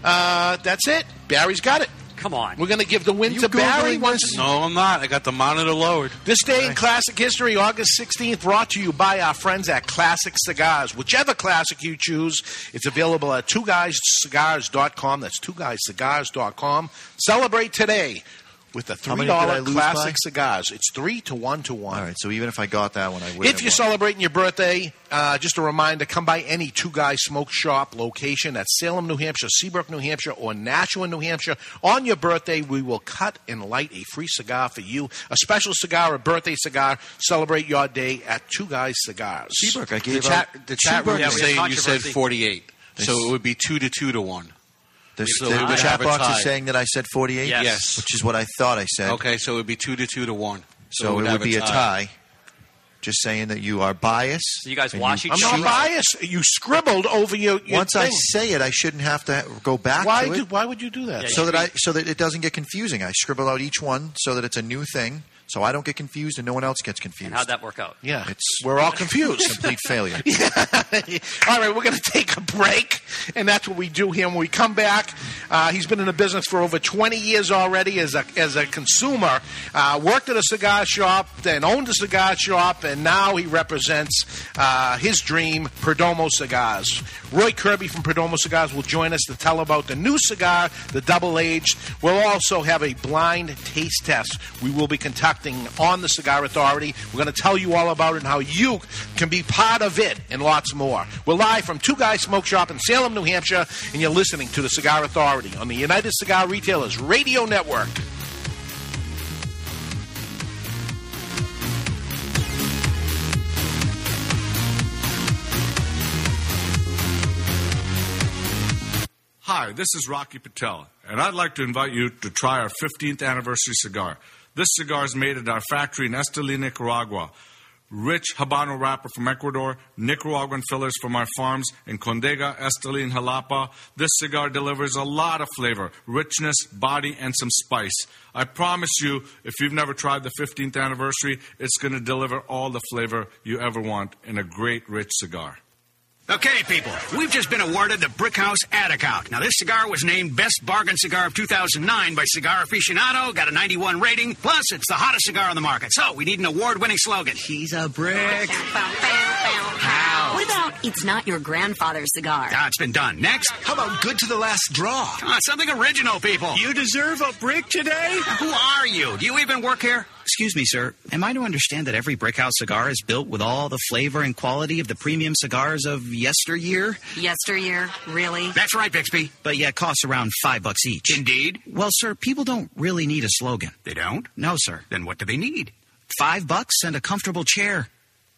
Speaker 15: uh, that's it barry's got it
Speaker 18: Come on.
Speaker 15: we're going to give the win
Speaker 16: You
Speaker 15: to barry
Speaker 16: Googling
Speaker 15: once
Speaker 17: No, I'm not. I got the monitor lowered.
Speaker 15: this day in classic history august 16th brought to you by our friends at classic cigars whichever classic you choose it's available at two guyscigars.com that's two guyscigars.com celebrate today with the
Speaker 16: How
Speaker 15: $3
Speaker 16: many did I lose
Speaker 15: classic
Speaker 16: by?
Speaker 15: cigars it's 3 to 1 to 1
Speaker 16: All right. So even if I got that one, I would.
Speaker 15: If you're celebrating your birthday, uh, just a reminder come by any Two Guys Smoke Shop location at Salem, New Hampshire, Seabrook, New Hampshire, or Nashua, New Hampshire. On your birthday, we will cut and light a free cigar for you, a special cigar, a birthday cigar. Celebrate your day at Two Guys Cigars.
Speaker 16: Seabrook, I
Speaker 17: The
Speaker 16: gave
Speaker 17: chat,
Speaker 16: out.
Speaker 17: the chat room
Speaker 18: Yeah,
Speaker 17: you
Speaker 18: we
Speaker 17: say
Speaker 18: have
Speaker 17: you said
Speaker 18: controversy.
Speaker 17: 48.
Speaker 16: They
Speaker 17: So
Speaker 16: s-
Speaker 17: it would be two to two to one.
Speaker 16: The,
Speaker 17: So
Speaker 16: the
Speaker 17: we would
Speaker 16: chat
Speaker 17: have a
Speaker 16: box is
Speaker 17: tie.
Speaker 16: saying that I said 48,
Speaker 18: Yes.
Speaker 17: Yes.
Speaker 16: which is what I thought I said.
Speaker 17: Okay, so it would be two to two to one.
Speaker 16: So
Speaker 17: we'd
Speaker 16: it
Speaker 17: have
Speaker 16: would be a tie. Just saying that you are biased.
Speaker 18: So you guys
Speaker 16: and
Speaker 18: wash
Speaker 15: I'm
Speaker 18: each
Speaker 15: not
Speaker 18: other.
Speaker 15: biased. You scribbled over your, your
Speaker 16: Once I
Speaker 15: thing.
Speaker 16: say it, I shouldn't have to go back
Speaker 15: why,
Speaker 16: to it.
Speaker 15: do, why would you do that?
Speaker 18: Yeah,
Speaker 16: so that I so that it doesn't get confusing. I scribble out each one so that it's a new thing, so I don't get confused and no one else gets confused.
Speaker 18: And how'd that work out?
Speaker 15: yeah.
Speaker 16: It's-
Speaker 15: we're all confused.
Speaker 16: Complete failure.
Speaker 15: All right, we're going to take a break, and that's what we do here. When we come back, uh, he's been in the business for over 20 years already as a, as a consumer, uh, worked at a cigar shop, then owned a cigar shop, and now he represents uh, his dream, Perdomo Cigars. Roy Kirby from Perdomo Cigars will join us to tell about the new cigar, the Double Aged. We'll also have a blind taste test we will be conducting on the Cigar Authority. We're going to tell you all about it and how you can be part of it and lots more. We're live from Two Guys Smoke Shop in Salem, New Hampshire, and you're listening to the Cigar Authority on the United Cigar Retailers Radio Network.
Speaker 22: Hi, this is Rocky Patel, and I'd like to invite you to try our 15th anniversary cigar. This cigar is made at our factory in Esteli, Nicaragua. Rich Habano wrapper from Ecuador, Nicaraguan fillers from our farms in Condega, Esteli, and Jalapa. This cigar delivers a lot of flavor, richness, body, and some spice. I promise you, if you've never tried the 15th anniversary, it's going to deliver all the flavor you ever want in a great, rich cigar.
Speaker 14: Okay, people, we've just been awarded the Brickhouse Ad account. Now, this cigar was named Best Bargain Cigar of 2009 by Cigar Aficionado, got a 91 rating, plus it's the hottest cigar on the market. So, we need an award winning slogan. She's a brick. How?
Speaker 23: What about It's Not Your Grandfather's Cigar?
Speaker 14: Ah, it's been done. Next. How about good to the last draw? Come on, something original, people. You deserve a brick today? Who are you? Do you even work here?
Speaker 24: Excuse me, sir. Am I to understand that every Brickhouse cigar is built with all the flavor and quality of the premium cigars of yesteryear?
Speaker 23: Yesteryear, really?
Speaker 14: That's right, Bixby.
Speaker 24: But yet costs around five bucks each.
Speaker 14: Indeed.
Speaker 24: Well, sir, people don't really need a slogan.
Speaker 14: They don't?
Speaker 24: No, sir.
Speaker 14: Then what do they need?
Speaker 24: Five bucks and a comfortable chair.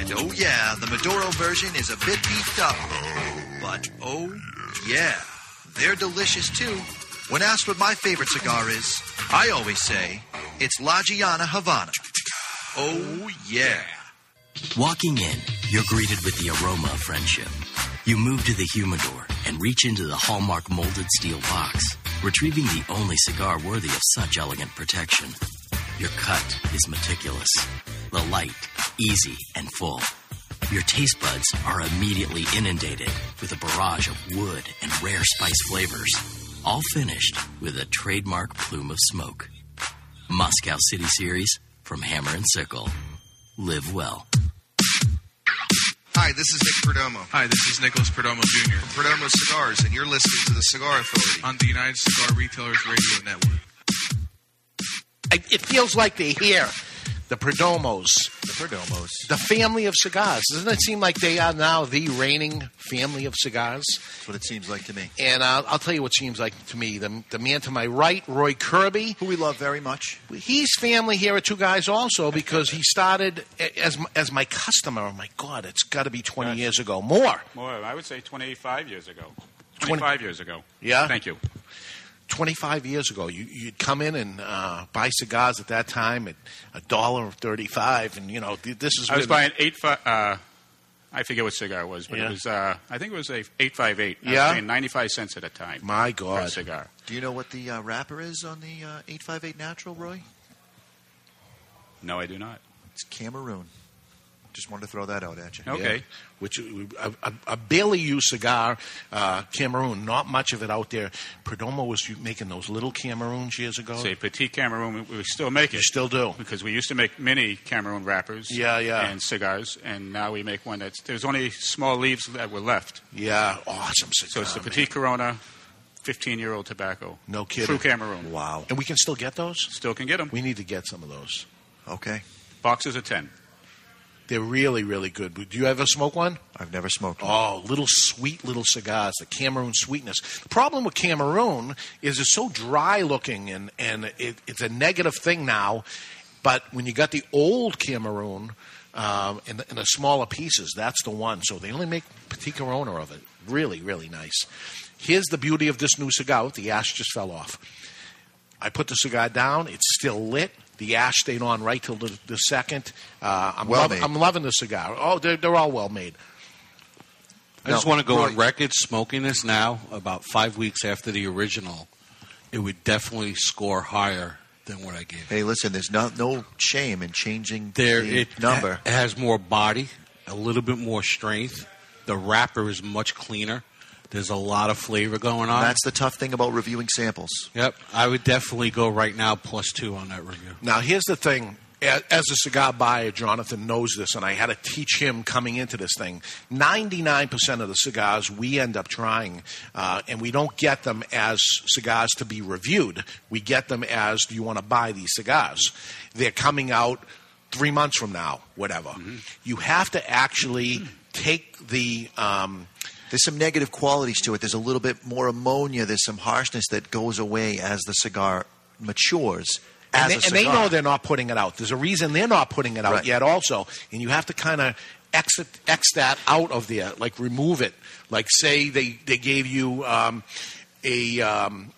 Speaker 16: And oh yeah, the Maduro version is a bit beefed up. But oh yeah, they're delicious too. When asked what my favorite cigar is, I always say it's La Giana Havana. Oh yeah.
Speaker 25: Walking in, you're greeted with the aroma of friendship. You move to the humidor and reach into the Hallmark molded steel box, retrieving the only cigar worthy of such elegant protection. Your cut is meticulous, the light, easy, and full. Your taste buds are immediately inundated with a barrage of wood and rare spice flavors, all finished with a trademark plume of smoke. Moscow City Series from Hammer and Sickle. Live well.
Speaker 6: Hi, this is Nick Perdomo.
Speaker 26: Hi, this is Nicholas Perdomo Jr.
Speaker 6: from Perdomo Cigars, and you're listening to the Cigar Authority.
Speaker 26: on the United Cigar Retailers Radio Network.
Speaker 15: I- It feels like they're here. The Perdomos.
Speaker 16: The Perdomos.
Speaker 15: The family of cigars. Doesn't it seem like they are now the reigning family of cigars? That's
Speaker 16: what it seems like to me.
Speaker 15: And uh, I'll, I'll tell you what seems like to me. The, the man to my right, Roy Kirby. Who
Speaker 16: we love very much.
Speaker 15: He's family here at Two Guys also because he started a- as, m- as my customer. Oh, my God, it's got to be 20 years ago. More.
Speaker 27: More, I would say 25 years ago.
Speaker 15: Twenty-
Speaker 27: 25 years ago.
Speaker 15: Yeah?
Speaker 27: Thank you.
Speaker 15: 25 years ago, you, you'd come in and uh, buy cigars at that time at a dollar thirty-five, and you know th- this is.
Speaker 27: I was
Speaker 15: when-
Speaker 27: buying eight. Fi- uh, I forget what cigar it was, but
Speaker 15: Yeah.
Speaker 27: it was. Uh, I think it was a eight five eight. I was
Speaker 15: Yeah.
Speaker 27: paying ninety five cents at a time.
Speaker 15: My
Speaker 27: for a
Speaker 15: God.
Speaker 27: cigar.
Speaker 16: Do you know what the uh, wrapper is on the uh, 858 Natural, Roy?
Speaker 27: No, I do not.
Speaker 16: It's Cameroon. Just wanted to throw that out at you.
Speaker 15: Yeah, which uh, a, a, a barely used cigar, uh, Cameroon. Not much of it out there. Perdomo was u- making those little Cameroons years ago.
Speaker 27: Say Petit Cameroon. We, we still make it. You
Speaker 15: still do
Speaker 27: because we used to make mini Cameroon wrappers.
Speaker 15: Yeah, yeah.
Speaker 27: And cigars, and now we make one that's there's only small leaves that were left.
Speaker 15: Yeah, awesome
Speaker 27: So it's the Petit Corona, fifteen year old tobacco.
Speaker 15: No kidding.
Speaker 27: True Cameroon.
Speaker 15: Wow. And we can still get those.
Speaker 27: Still can get them.
Speaker 15: We need to get some of those.
Speaker 16: Okay.
Speaker 27: Boxes of ten.
Speaker 15: They're really, really good. Do you ever smoke one?
Speaker 16: I've never smoked
Speaker 15: one. Oh, little sweet little cigars, the Cameroon sweetness. The problem with Cameroon is it's so dry looking, and, and it, it's a negative thing now. But when you got the old Cameroon um, in, the, in the smaller pieces, that's the one. So they only make Petit Corona of it. Really, really nice. Here's the beauty of this new cigar. The ash just fell off. I put the cigar down. It's still lit. The ash stayed on right till the, the second. Uh, I'm,
Speaker 17: Well
Speaker 15: lov-
Speaker 17: made.
Speaker 15: I'm loving the cigar. Oh, they're, they're all well made.
Speaker 17: I just want to go on record smoking this now, about five weeks after the original. It would definitely score higher than what I gave.
Speaker 16: Hey, listen, there's no, no shame in changing
Speaker 17: There,
Speaker 16: the
Speaker 17: it
Speaker 16: number.
Speaker 17: It has more body, a little bit more strength. The wrapper is much cleaner. There's a lot of flavor going on.
Speaker 16: That's the tough thing about reviewing samples.
Speaker 17: yep. I would definitely go right now plus two on that review.
Speaker 15: Now, here's the thing. A- As a cigar buyer, Jonathan knows this, and I had to teach him coming into this thing. 99% of the cigars we end up trying, uh, and we don't get them as cigars to be reviewed. We get them as, do you want to buy these cigars? They're coming out three months from now, whatever. You have to actually take the. Um,
Speaker 16: There's some negative qualities to it. There's a little bit more ammonia. There's some harshness that goes away as the cigar matures. As
Speaker 15: and,
Speaker 16: a
Speaker 15: they, and
Speaker 16: cigar.
Speaker 15: they know they're not putting it out. There's a reason they're not putting it out
Speaker 16: Right.
Speaker 15: yet, also. And you have to kind of exit x that out of there, like remove it. Like say they they gave you um, a um,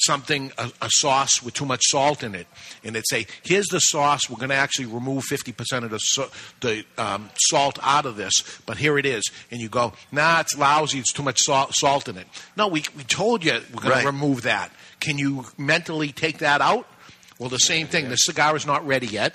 Speaker 15: something a, a sauce with too much salt in it, and they'd say, "Here's the sauce. We're going to actually remove fifty percent of the so- the um, salt out of this, but here it is." And you go, "Nah, it's lousy. It's too much salt, salt in it." No, we we told you we're going
Speaker 16: Right.
Speaker 15: to remove that. Can you mentally take that out? Well, the same thing. The cigar is not ready yet.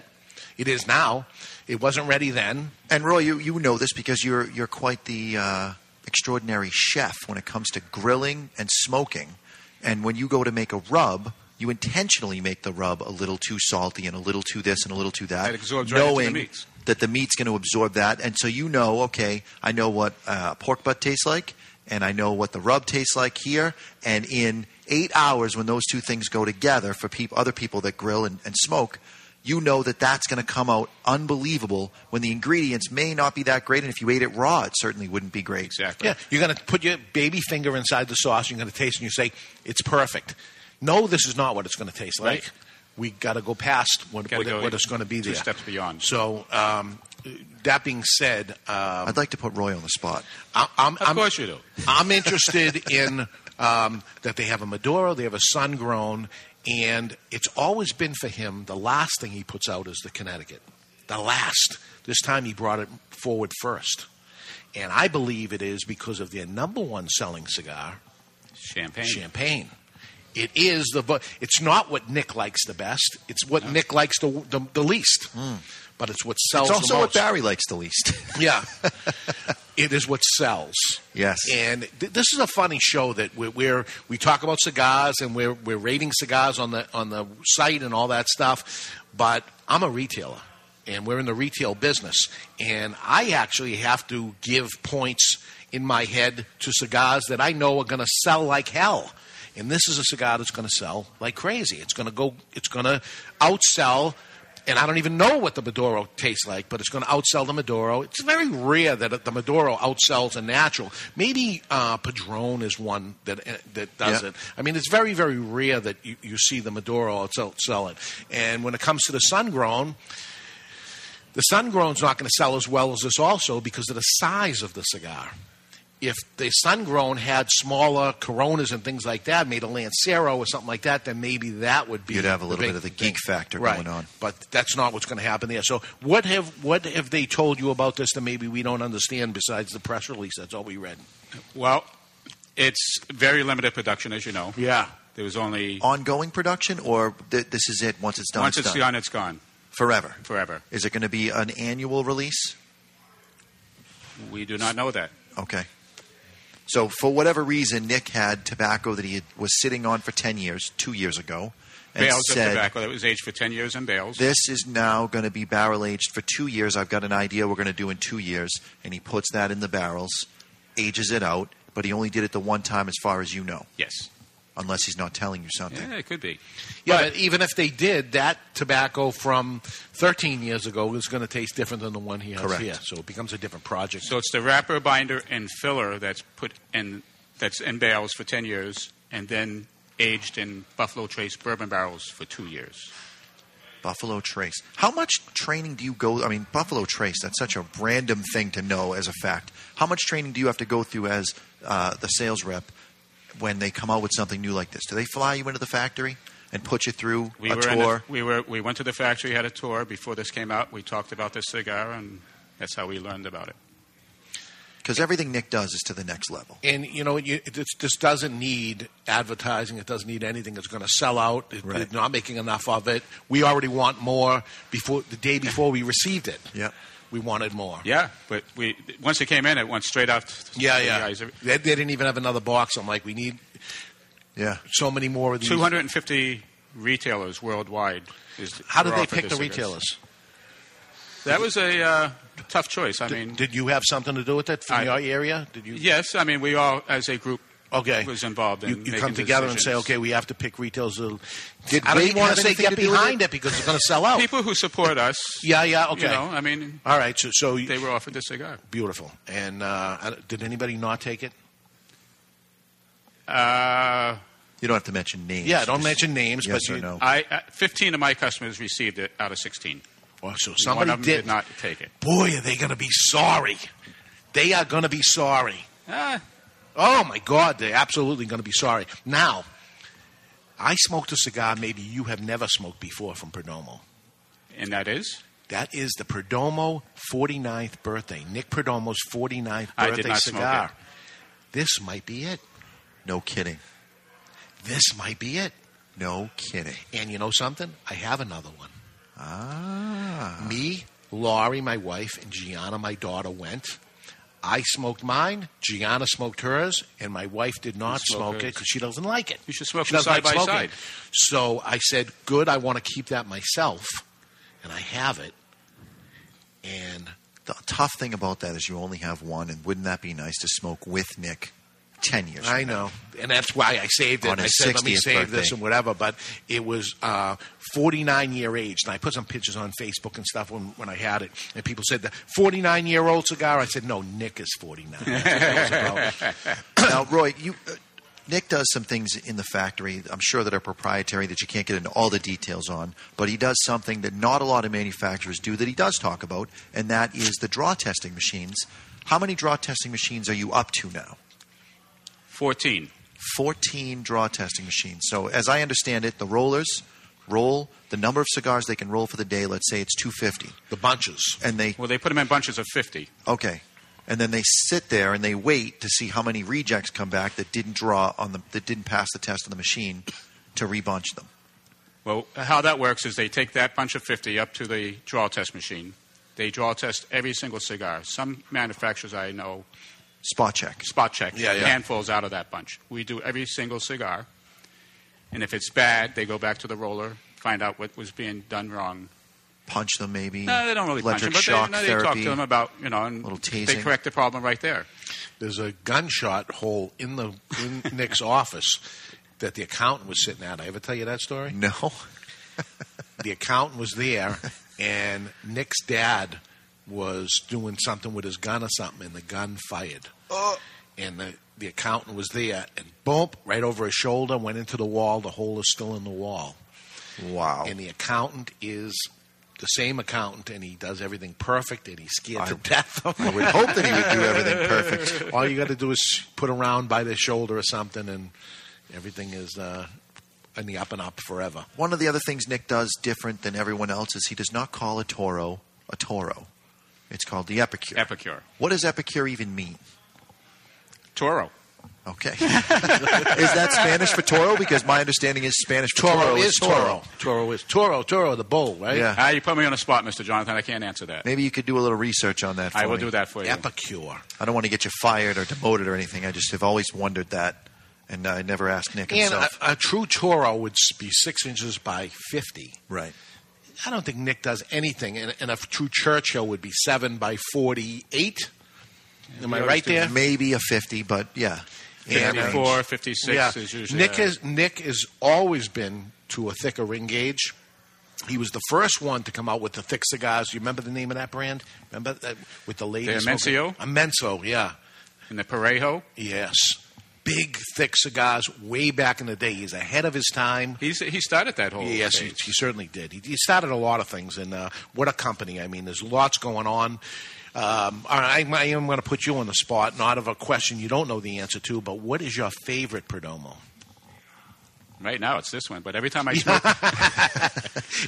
Speaker 15: It is now. It wasn't ready then.
Speaker 16: And Roy, you, you know this because you're you're quite the uh, extraordinary chef when it comes to grilling and smoking. And when you go to make a rub, you intentionally make the rub a little too salty and a little too this and a little too that,
Speaker 27: That absorbs right into the
Speaker 16: knowing
Speaker 27: meats.
Speaker 16: that the meat's going to absorb that. And so you know, okay, I know what uh, pork butt tastes like, and I know what the rub tastes like here. And in eight hours, when those two things go together for peop other people that grill and, and smoke, you know that that's going to come out unbelievable when the ingredients may not be that great. And if you ate it raw, it certainly wouldn't be great.
Speaker 15: Exactly. Yeah, you're going to put your baby finger inside the sauce. You're going to taste, and you say, "It's perfect." No, this is not what it's going to taste like.
Speaker 27: Right.
Speaker 15: We got to go past what,
Speaker 27: Gotta
Speaker 15: what,
Speaker 27: go
Speaker 15: what it's going to be
Speaker 27: two
Speaker 15: there.
Speaker 27: steps beyond.
Speaker 15: So, um, that being said, um,
Speaker 16: I'd like to put Roy on the spot.
Speaker 15: I, I'm,
Speaker 16: Of
Speaker 15: I'm,
Speaker 16: course you do.
Speaker 15: I'm interested in um, that they have a Maduro, they have a sun grown, and it's always been for him the last thing he puts out is the Connecticut. The last. This time he brought it forward first. And I believe it is because of their number one selling cigar,
Speaker 27: Champagne.
Speaker 15: champagne. It is the. vo- It's not what Nick likes the best. It's what Nick likes the, the the least. But it's what sells.
Speaker 16: Hmm. It's also
Speaker 15: the most.
Speaker 16: what Barry likes the least.
Speaker 15: Yeah. it is what sells.
Speaker 16: Yes.
Speaker 15: And th- this is a funny show that we're, we're we talk about cigars and we're we're rating cigars on the on the site and all that stuff, but I'm a retailer and we're in the retail business and I actually have to give points in my head to cigars that I know are going to sell like hell. And this is a cigar that's going to sell like crazy. It's going to go it's going to outsell and I don't even know what the Maduro tastes like, but it's going to outsell the Maduro. It's very rare that the Maduro outsells a natural. Maybe uh, Padron is one that uh, that does
Speaker 16: Yeah.
Speaker 15: it. I mean, it's very very rare that you, you see the Maduro outsell sell it. And when it comes to the sun grown, the sun grown's not going to sell as well as this also because of the size of the cigar if the sun grown had smaller coronas and things like that, made a Lancero or something like that, then maybe that would be.
Speaker 16: You'd have a little
Speaker 15: the big
Speaker 16: bit of the geek factor
Speaker 15: right.
Speaker 16: going on.
Speaker 15: But that's not what's going to happen there. So what have what have they told you about this that maybe we don't understand besides the press release? That's all we read.
Speaker 27: Well, it's very limited production, as you know.
Speaker 15: Yeah.
Speaker 27: There was only
Speaker 16: Ongoing production, or th- this is it? Once it's done,
Speaker 27: once
Speaker 16: it's
Speaker 27: it's
Speaker 16: done.
Speaker 27: gone, it's gone
Speaker 16: forever.
Speaker 27: forever.
Speaker 16: Is it going to be an annual release?
Speaker 27: We do not know that.
Speaker 16: Okay. So for whatever reason, Nick had tobacco that he had, was sitting on for ten years, two years ago, and
Speaker 27: Bales of
Speaker 16: said,
Speaker 27: tobacco that was aged for ten years in bales.
Speaker 16: "This is now going to be barrel aged for two years. I've got an idea we're going to do in two years." And he puts that in the barrels, ages it out, but he only did it the one time, as far as you know,
Speaker 27: yes.
Speaker 16: unless he's not telling you something.
Speaker 27: Yeah, it could be.
Speaker 15: Yeah, but, even if they did, that tobacco from 13 years ago is going to taste different than the one he has
Speaker 27: Correct.
Speaker 15: here. So it becomes a different project.
Speaker 27: So it's the wrapper, binder, and filler that's put in that's in barrels for ten years, and then aged in Buffalo Trace bourbon barrels for two years.
Speaker 16: Buffalo Trace. How much training do you go? I mean, Buffalo Trace. That's such a random thing to know as a fact. How much training do you have to go through as uh, the sales rep when they come out with something new like this? Do they fly you into the factory and put you through
Speaker 27: We
Speaker 16: a
Speaker 27: were in
Speaker 16: tour?
Speaker 27: we were we went to the factory, had a tour before this came out. We talked about this cigar, and that's how we learned about it.
Speaker 16: Because everything Nick does is to the next level.
Speaker 15: And you know, you, it just- just doesn't need advertising. It doesn't need anything. It's going to sell out. It,
Speaker 16: Right.
Speaker 15: They're not making enough of it. We already want more. Before the day before we received it,
Speaker 16: yeah,
Speaker 15: we wanted more.
Speaker 27: Yeah, but we once it came in, it went straight out. to
Speaker 15: Yeah,
Speaker 27: the
Speaker 15: yeah.
Speaker 27: guys.
Speaker 15: They, they didn't even have another box. I'm like, we need
Speaker 16: yeah
Speaker 15: so many more of these.
Speaker 27: 250 retailers worldwide. Is,
Speaker 15: How did
Speaker 27: were
Speaker 15: they
Speaker 27: offered
Speaker 15: pick
Speaker 27: this
Speaker 15: the
Speaker 27: cigarette.
Speaker 15: retailers?
Speaker 27: That was a uh, tough choice. I mean,
Speaker 15: Did you have something to do with it from
Speaker 27: I-
Speaker 15: your area? Did you?
Speaker 27: yes, I mean we all as a group
Speaker 15: Okay.
Speaker 27: was involved in
Speaker 15: You, you
Speaker 27: making
Speaker 15: come together and
Speaker 27: decisions.
Speaker 15: say, okay, we have to pick retailers. that'll- I don't
Speaker 16: Wade
Speaker 15: even want
Speaker 16: have
Speaker 15: to say
Speaker 16: anything
Speaker 15: get
Speaker 16: to do with
Speaker 15: behind it? because it's going to sell out.
Speaker 27: People who support us.
Speaker 15: Yeah, yeah, okay.
Speaker 27: You know, I mean,
Speaker 15: All right, so, so
Speaker 27: they were offered this cigar.
Speaker 15: Beautiful. And uh, I don't- did anybody not take it?
Speaker 27: Uh,
Speaker 16: You don't have to mention names.
Speaker 15: Yeah, don't
Speaker 16: Just
Speaker 15: mention names,
Speaker 16: Yes
Speaker 15: but
Speaker 16: or
Speaker 15: you-
Speaker 16: no.
Speaker 27: I uh, 15 of my customers received it out of 16.
Speaker 15: Well, so
Speaker 27: One
Speaker 15: somebody
Speaker 27: of them
Speaker 15: did.
Speaker 27: did not take it.
Speaker 15: Boy, are they going to be sorry. They are going to be sorry.
Speaker 27: Ah,
Speaker 15: Oh my God, they're absolutely going to be sorry. Now, I smoked a cigar maybe you have never smoked before from Perdomo.
Speaker 27: And that is?
Speaker 15: That is the Perdomo 49th birthday. Nick Perdomo's 49th birthday
Speaker 27: I did not smoke
Speaker 15: cigar.
Speaker 27: it.
Speaker 15: This might be it.
Speaker 16: No kidding.
Speaker 15: This might be it.
Speaker 16: No kidding.
Speaker 15: And you know something? I have another one.
Speaker 16: Ah.
Speaker 15: Me, Laurie, my wife, and Gianna, my daughter, went. I smoked mine. Gianna smoked hers, and my wife did not
Speaker 27: You smoke
Speaker 15: smoke it
Speaker 27: hers.
Speaker 15: because she doesn't like it.
Speaker 27: You should smoke
Speaker 15: She
Speaker 27: them
Speaker 15: doesn't
Speaker 27: side
Speaker 15: like
Speaker 27: by side.
Speaker 15: smoking. So I said, "Good, I want to keep that myself," and I have it. And
Speaker 16: The tough thing about that is you only have one, and wouldn't that be nice to smoke with Nick ten years?
Speaker 15: I
Speaker 16: from now?
Speaker 15: know, and that's why I saved it.
Speaker 16: On
Speaker 15: I
Speaker 16: his
Speaker 15: said, "Let me
Speaker 16: 60th
Speaker 15: save this
Speaker 16: birthday.
Speaker 15: and whatever." But it was uh, 49 year age, and I put some pictures on Facebook and stuff when, when I had it, and people said the 49 year old cigar. I said, "No, Nick is 49." That's what that was about.
Speaker 16: now, Roy, you uh, Nick does some things in the factory. I'm sure that are proprietary that you can't get into all the details on, but he does something that not a lot of manufacturers do that he does talk about, and that is the draw testing machines. How many draw testing machines are you up to now?
Speaker 27: 14.
Speaker 16: 14 draw testing machines. So, as I understand it, the rollers roll the number of cigars they can roll for the day. Let's say it's 250.
Speaker 15: The bunches.
Speaker 16: And they
Speaker 27: Well, they put them in bunches of 50.
Speaker 16: Okay. And then they sit there and they wait to see how many rejects come back that didn't draw on the that didn't pass the test on the machine to rebunch them.
Speaker 27: Well, how that works is they take that bunch of 50 up to the draw test machine. They draw test every single cigar. Some manufacturers I know
Speaker 16: Spot check.
Speaker 27: spot check
Speaker 16: Yeah, yeah.
Speaker 27: handfuls out of that bunch. We do every single cigar. And if it's bad, they go back to the roller, find out what was being done wrong.
Speaker 16: Punch them maybe.
Speaker 27: No, they don't really
Speaker 16: Electric
Speaker 27: punch
Speaker 16: shock
Speaker 27: them, but they, no, they
Speaker 16: therapy.
Speaker 27: talk to them about, you know, and
Speaker 16: Little
Speaker 27: they
Speaker 16: tasing.
Speaker 27: correct the problem right there.
Speaker 15: There's a gunshot hole in the in Nick's office that the accountant was sitting at. I ever tell you that story?
Speaker 16: No.
Speaker 15: the accountant was there, and Nick's dad was doing something with his gun or something, and the gun fired. And the, the accountant was there, and boom, right over his shoulder, went into the wall. The hole is still in the wall.
Speaker 16: Wow.
Speaker 15: And the accountant is the same accountant, and he does everything perfect, and he's scared to
Speaker 16: I-
Speaker 15: death of
Speaker 16: I would
Speaker 15: it.
Speaker 16: hope that he would do everything perfect.
Speaker 15: All you got to do is put around by the shoulder or something, and everything is uh, in the up and up forever.
Speaker 16: One of the other things Nick does different than everyone else is he does not call a toro a toro. It's called the epicure.
Speaker 27: Epicure.
Speaker 16: What does epicure even mean?
Speaker 27: Toro.
Speaker 16: Okay. is that Spanish for toro? Because my understanding is Spanish for
Speaker 15: Toro,
Speaker 16: toro
Speaker 15: is Toro. Toro is Toro. Toro, the bull, right?
Speaker 16: Yeah.
Speaker 27: Ah, you put me on the spot, Mr. Jonathan. I can't answer that.
Speaker 16: Maybe you could do a little research on that for
Speaker 27: I will
Speaker 16: me.
Speaker 27: do that for you.
Speaker 15: Epicure.
Speaker 16: I don't want to get you fired or demoted or anything. I just have always wondered that, and I never asked Nick
Speaker 15: And a,
Speaker 16: himself.
Speaker 15: a true Toro would be six inches by 50.
Speaker 16: right.
Speaker 15: I don't think Nick does anything. And, and a true Churchill would be seven by 48. Am I right there?
Speaker 16: Maybe a fifty, but yeah,
Speaker 15: Yeah,
Speaker 27: 54, 56
Speaker 15: uh, yeah.
Speaker 27: is usually.
Speaker 15: Nick
Speaker 27: a-
Speaker 15: has Nick has always been to a thicker ring gauge. He was the first one to come out with the thick cigars. You remember the name of that brand? Remember that with the ladies?
Speaker 27: Amencio?
Speaker 15: Amenso, yeah.
Speaker 27: in the Parejo.
Speaker 15: Yes. Big, thick cigars way back in the day. He's ahead of his time.
Speaker 27: He's, he started that whole
Speaker 15: Yes, he,
Speaker 27: phase.
Speaker 15: he certainly did. He, he started a lot of things, and uh, what a company! I mean, there's lots going on. Um, all right, I, I am going to put you on the spot, not of a question you don't know the answer to, but what is your favorite Perdomo?
Speaker 27: Right now, it's this one. But every time I smoke,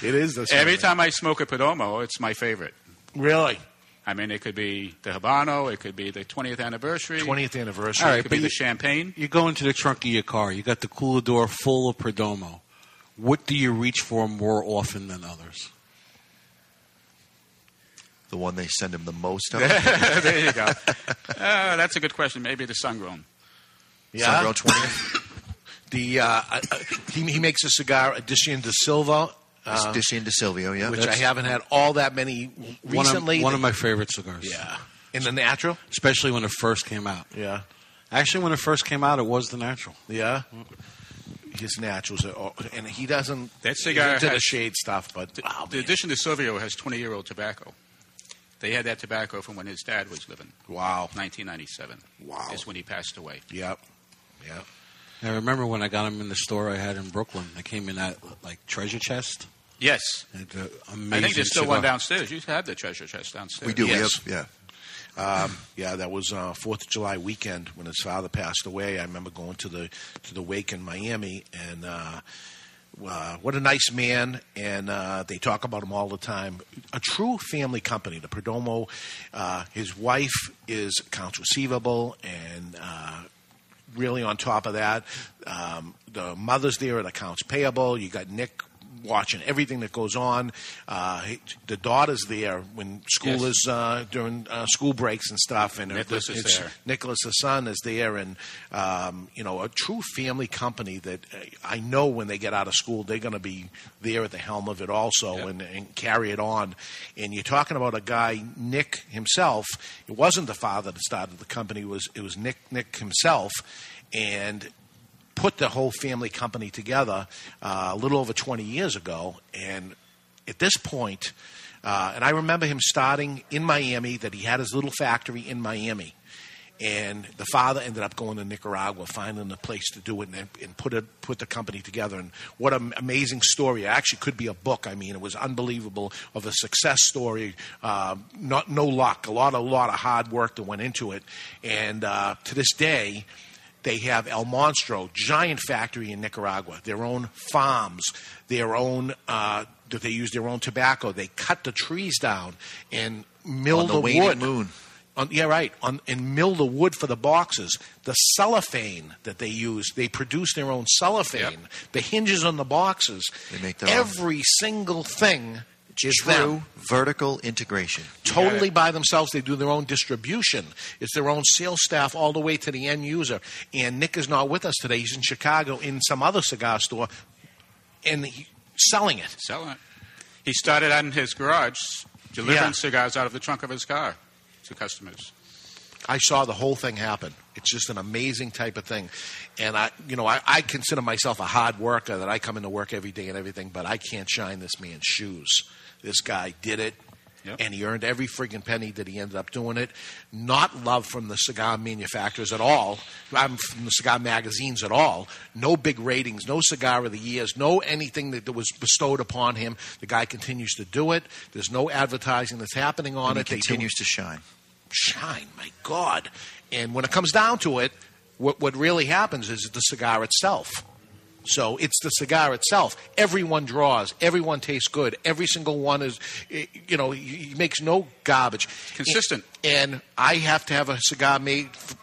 Speaker 15: It is this.
Speaker 27: every time I smoke a Podomo, it's my favorite.
Speaker 15: really,
Speaker 27: I mean, it could be the Habano, it could be the 20th anniversary,
Speaker 15: twentieth anniversary.
Speaker 17: All
Speaker 27: it
Speaker 17: right,
Speaker 27: could
Speaker 17: but
Speaker 27: be the
Speaker 17: you-
Speaker 27: champagne.
Speaker 17: You go into the trunk of your car. You got the cooler door full of Perdomo. What do you reach for more often than others?
Speaker 16: the one they send him the most of.
Speaker 27: there you go. Uh, that's a good question. Maybe the Sungrown.
Speaker 15: Yeah,
Speaker 16: Sungrow 20th.
Speaker 15: the uh, uh, he, he makes a cigar, Edition de Silva,
Speaker 16: It's
Speaker 15: uh,
Speaker 16: Dishing to Silvio, yeah.
Speaker 15: which I
Speaker 17: that's-
Speaker 15: haven't had all that many
Speaker 17: One of-
Speaker 15: recently.
Speaker 17: one of, my favorite cigars.
Speaker 15: yeah, in the natural.
Speaker 17: especially when it first came out.
Speaker 15: Yeah,
Speaker 17: Actually, when it first came out, it was the natural.
Speaker 15: Yeah. His naturals are, all, and he doesn't.
Speaker 27: That cigar
Speaker 15: into the
Speaker 27: has-
Speaker 15: shade stuff, but
Speaker 27: The,
Speaker 15: wow,
Speaker 27: the
Speaker 15: man.
Speaker 27: addition to Silvio has 20 year old tobacco. They had that tobacco from when his dad was living,
Speaker 15: wow,
Speaker 27: 1997.
Speaker 15: Wow.
Speaker 27: Is when he passed away.
Speaker 15: yep, yep.
Speaker 17: I remember when I got them in the store I had in Brooklyn. They came in that like treasure chest.
Speaker 27: Yes.
Speaker 17: And, uh, amazing
Speaker 27: I think there's still
Speaker 17: cigar.
Speaker 27: one downstairs. You have the treasure chest downstairs.
Speaker 16: we do.
Speaker 15: Yes.
Speaker 16: We have,
Speaker 15: Um, yeah, that was uh, Fourth of July weekend when his father passed away. I remember going to the to the wake in Miami, and uh, uh, what a nice man. And uh, they talk about him all the time. A true family company. The Perdomo, uh, his wife is accounts receivable, and uh, really on top of that. Um, the mother's there at accounts payable. You got Nick watching everything that goes on. Uh, he- the daughter's there when school
Speaker 22: Yes.
Speaker 15: is uh, during uh, school breaks and stuff. And
Speaker 22: Nicholas is
Speaker 15: it's-
Speaker 22: there.
Speaker 15: Nicholas, the son, is there, and um, you know, a true family company that uh, I know when they get out of school, they're going to be there at the helm of it also and, and carry it on. And you're talking about a guy, Nick himself. It wasn't the father that started the company; it was it was Nick Nick himself, and put the whole family company together uh, a little over 20 years ago. And at this point, uh, and I remember him starting in Miami, that he had his little factory in Miami. And the father ended up going to Nicaragua, finding a place to do it, and, and put it put the company together. And what an amazing story! It actually could be a book. I mean, it was unbelievable of a success story. Uh, not no luck, a lot a lot of hard work that went into it. And uh, to this day, they have El Monstro, giant factory in Nicaragua, their own farms, their own, uh, that they use their own tobacco. They cut the trees down and mill
Speaker 16: On the waning
Speaker 15: wood. On, yeah, right. On, and mill the wood for the boxes. The cellophane that they use, they produce their own cellophane. The hinges on the boxes. They make
Speaker 16: their own.
Speaker 15: Every single thing is them
Speaker 16: True vertical integration.
Speaker 15: totally by themselves. They do their own distribution. It's their own sales staff all the way to the end user. And Nick is not with us today. He's in Chicago in some other cigar store, and he, selling it.
Speaker 27: Selling it. He started out in his garage delivering
Speaker 15: Yeah.
Speaker 27: cigars out of the trunk of his car to customers.
Speaker 15: I saw the whole thing happen. It's just an amazing type of thing. And I, you know, I, I consider myself a hard worker that I come into work every day and everything, but I can't shine this man's shoes. This guy did it. And he earned every friggin' penny that he ended up doing it. Not love from the cigar manufacturers at all. I'm from the cigar magazines at all. No big ratings, no cigar of the years, no anything that was bestowed upon him. The guy continues to do it. There's no advertising that's happening
Speaker 16: And
Speaker 15: on
Speaker 16: he
Speaker 15: it. They do-
Speaker 16: continues to shine.
Speaker 15: shine, my God. And when it comes down to it, what, what really happens is the cigar itself. So it's the cigar itself. Everyone draws. Everyone tastes good. Every single one is, eh, you know, he he makes no garbage. Consistent. And I have to have a cigar made. f-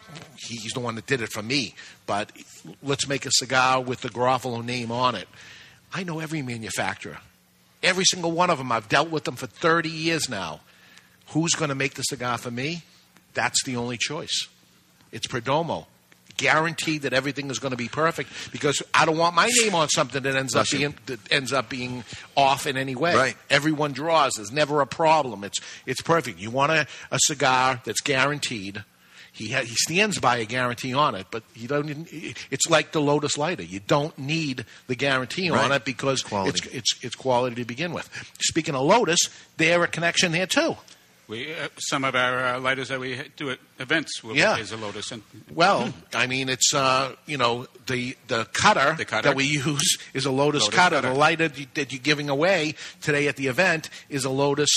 Speaker 15: He's the one that did it for me. But let's make a cigar with the Garofalo name on it. I know every manufacturer. Every single one of them. I've dealt with them for 30 years now. Who's going to make the cigar for me? That's the only choice. It's Perdomo. Guaranteed that everything is going to be perfect because I don't want my name on something that ends up
Speaker 16: Bless you.
Speaker 15: being that ends up being off in any way.
Speaker 16: Right.
Speaker 15: Everyone draws. There's never a problem. It's it's perfect. You want a, a cigar that's guaranteed. He ha- he stands by a guarantee on it, but you don't. Even, it's like the Lotus lighter. You don't need the guarantee on
Speaker 16: Right.
Speaker 15: it because
Speaker 16: Quality.
Speaker 15: it's it's it's quality to begin with. Speaking of Lotus, they're a connection there too.
Speaker 27: We, uh, some of our uh, lighters that we do at events will
Speaker 15: Yeah.
Speaker 27: is a Lotus. And
Speaker 15: Well, I mean, it's uh, you know the the cutter,
Speaker 27: cutter.
Speaker 15: that we use is a Lotus,
Speaker 27: Lotus
Speaker 15: cutter.
Speaker 27: cutter.
Speaker 15: The lighter that you- that you're giving away today at the event is a Lotus.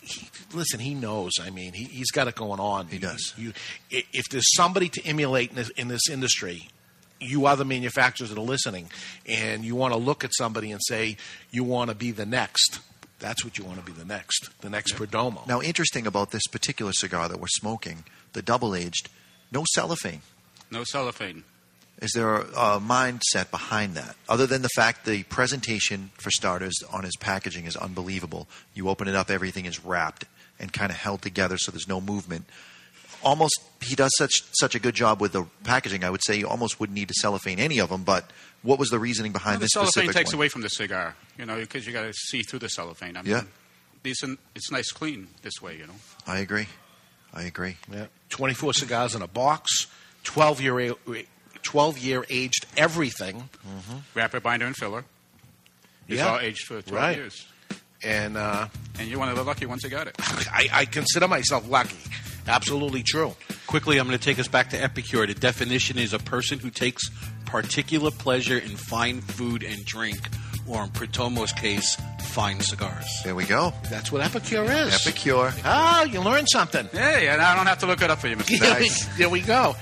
Speaker 15: He, listen, he knows. I mean, he, he's got it going on. He does. You, i- if there's somebody to emulate in this, in this industry, you other manufacturers that are listening, and you want to look at somebody and say you want to be the next. That's what you want to be the next, the next Perdomo.
Speaker 16: Now, interesting about this particular cigar that we're smoking, the double aged, no cellophane.
Speaker 27: no cellophane.
Speaker 16: Is there a, a mindset behind that? Other than the fact the presentation, for starters, on his packaging is unbelievable. You open it up, everything is wrapped and kind of held together, so there's no movement. Almost, he does such such a good job with the packaging. I would say you almost wouldn't need to cellophane any of them. But what was the reasoning behind
Speaker 27: Well, the
Speaker 16: this
Speaker 27: cellophane
Speaker 16: specific
Speaker 27: takes
Speaker 16: one?
Speaker 27: away from the cigar, you know, because you got to see through the cellophane. I mean,
Speaker 16: Yeah.
Speaker 27: decent. It's nice, clean this way, you know.
Speaker 16: I agree. I agree.
Speaker 15: Yeah. 24 cigars in a box, 12 year 12 year aged everything.
Speaker 27: Wrapper, binder, and filler. It's
Speaker 15: Mm-hmm. Yeah.
Speaker 27: all aged for 12
Speaker 15: Right.
Speaker 27: years.
Speaker 15: And uh,
Speaker 27: And you're one of the lucky ones that got it.
Speaker 15: I, I consider myself lucky. Absolutely true.
Speaker 17: Quickly, I'm going to take us back to Epicure. The definition is a person who takes particular pleasure in fine food and drink or in Pritomo's case, fine cigars.
Speaker 16: There we go.
Speaker 15: That's what Epicure is.
Speaker 16: Epicure.
Speaker 15: Oh, you learned something.
Speaker 27: Yeah, yeah. I don't have to look it up for you, Mr. Nice.
Speaker 15: there we go.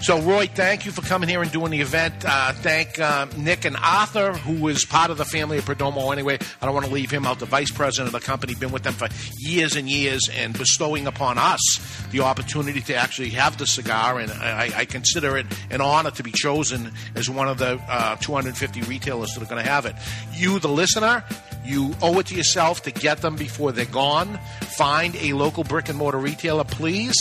Speaker 15: So, Roy, thank you for coming here and doing the event. Uh, thank uh, Nick and Arthur, who was part of the family of Perdomo anyway. I don't want to leave him out. The vice president of the company, been with them for years and years, and bestowing upon us the opportunity to actually have the cigar. And I, I consider it an honor to be chosen as one of the uh, 250 retailers that are going to have it. You, the listener, you owe it to yourself to get them before they're gone. Find a local brick and mortar retailer, please,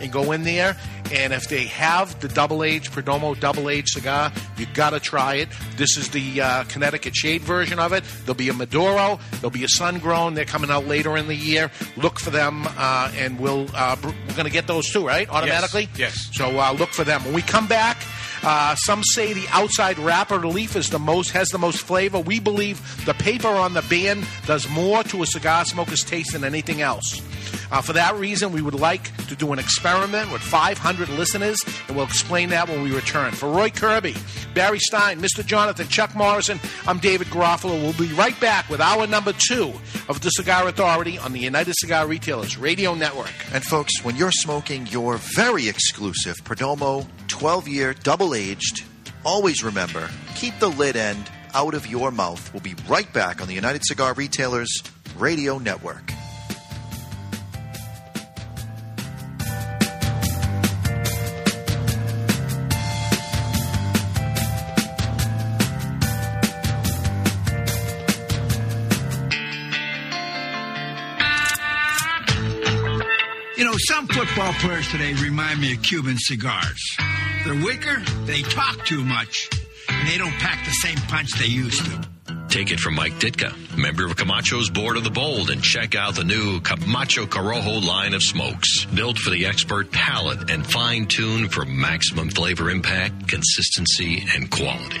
Speaker 15: and go in there. And if they have the double age Perdomo double age cigar, you gotta try it. This is the uh, Connecticut shade version of it. There'll be a Maduro, there'll be a sun grown. They're coming out later in the year. Look for them, uh, and we'll uh, br- we're gonna get those too, right? Automatically.
Speaker 27: Yes.
Speaker 15: So uh, look for them when we come back. Uh, some say the outside wrapper leaf is the most has the most flavor. We believe the paper on the band does more to a cigar smoker's taste than anything else. Uh, for that reason, we would like to do an experiment with 500 listeners, and we'll explain that when we return. For Roy Kirby, Barry Stein, Mr. Jonathan, Chuck Morrison, I'm David Garofalo. We'll be right back with hour number two of the Cigar Authority on the United Cigar Retailers Radio Network.
Speaker 16: And folks, when you're smoking your very exclusive Perdomo 12 year double aged, always remember keep the lid end out of your mouth. We'll be right back on the United Cigar Retailers Radio Network.
Speaker 28: You know, some football players today remind me of Cuban cigars. They're weaker, they talk too much, and they don't pack the same punch they used to.
Speaker 23: Take it from Mike Ditka, member of Camacho's Board of the Bold, and check out the new Camacho Corojo line of smokes. Built for the expert palate and fine tuned for maximum flavor impact, consistency, and quality.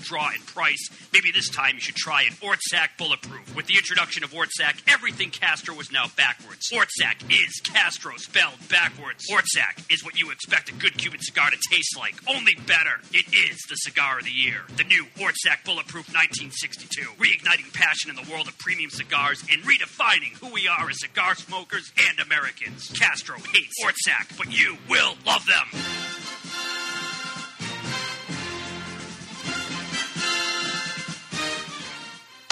Speaker 29: draw, and price, maybe this time you should try an Ortsac Bulletproof. With the introduction of Ortsac, everything Castro was now backwards. Ortsac is Castro spelled backwards. Ortsac is what you expect a good Cuban cigar to taste like, only better. It is the cigar of the year. The new Ortsac Bulletproof 1962, reigniting passion in the world of premium cigars and redefining who we are as cigar smokers and Americans. Castro hates Ortsac, but you will love them.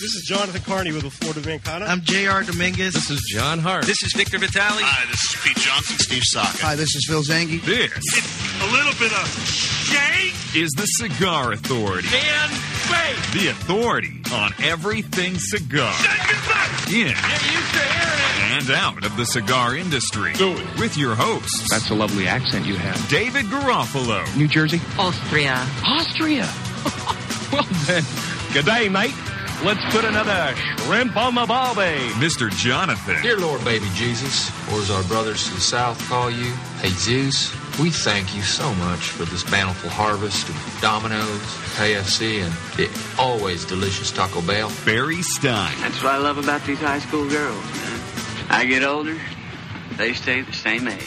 Speaker 30: This is Jonathan Carney with the Florida Vancana.
Speaker 31: I'm J.R. Dominguez. This is John Hart.
Speaker 32: This is Victor Vitale. Hi, this is Pete Johnson. Steve Sock.
Speaker 31: Hi, this is Phil Zangi.
Speaker 9: This
Speaker 32: It's a little bit of shake
Speaker 9: is the Cigar Authority,
Speaker 32: and bake.
Speaker 9: the authority on everything cigar. In and out of the cigar industry. Do it. With your hosts. That's a lovely accent you have. David Garofalo. New Jersey.
Speaker 33: Austria. Austria.
Speaker 9: Well then, good day, mate. Let's put another shrimp on the barbie. Mr. Jonathan.
Speaker 34: Dear Lord, baby Jesus, or as our brothers to the south call you, Jesus,
Speaker 9: We thank you so much for this bountiful harvest of Domino's, KFC, and the always delicious Taco Bell.
Speaker 35: Barry Stein.
Speaker 18: That's what I love about these high school girls, man. I get older, they stay the same age.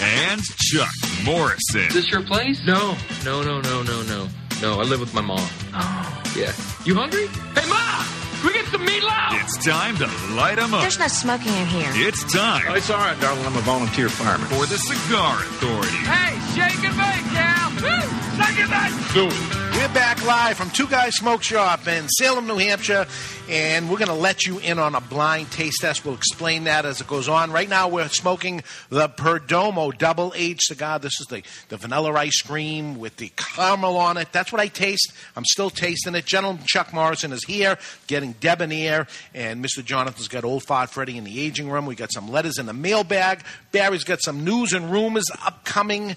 Speaker 35: And Chuck Morrison.
Speaker 9: Is this your place? No, no, no, no, no, no. No, I live with my mom. Oh. Yeah. You hungry? Hey, Ma! We get some meatloaf!
Speaker 35: It's time to light 'em up.
Speaker 14: There's no smoking in here.
Speaker 35: It's time. it's all right, darling. I'm a volunteer fireman. For the Cigar Authority.
Speaker 18: Hey, shake and bake, gal! Woo! Shake and bake!
Speaker 35: Do it.
Speaker 15: We're back live from Two Guys Smoke Shop in Salem, New Hampshire, and we're going to let you in on a blind taste test. We'll explain that as it goes on. Right now, we're smoking the Perdomo Double Aged cigar. This is the, the vanilla ice cream with the caramel on it. That's what I taste. I'm still tasting it. Gentleman Chuck Morrison is here, getting debonair, and Mr. Jonathan's got Old Fart Freddy in the aging room. We got some letters in the mailbag. Barry's got some news and rumors upcoming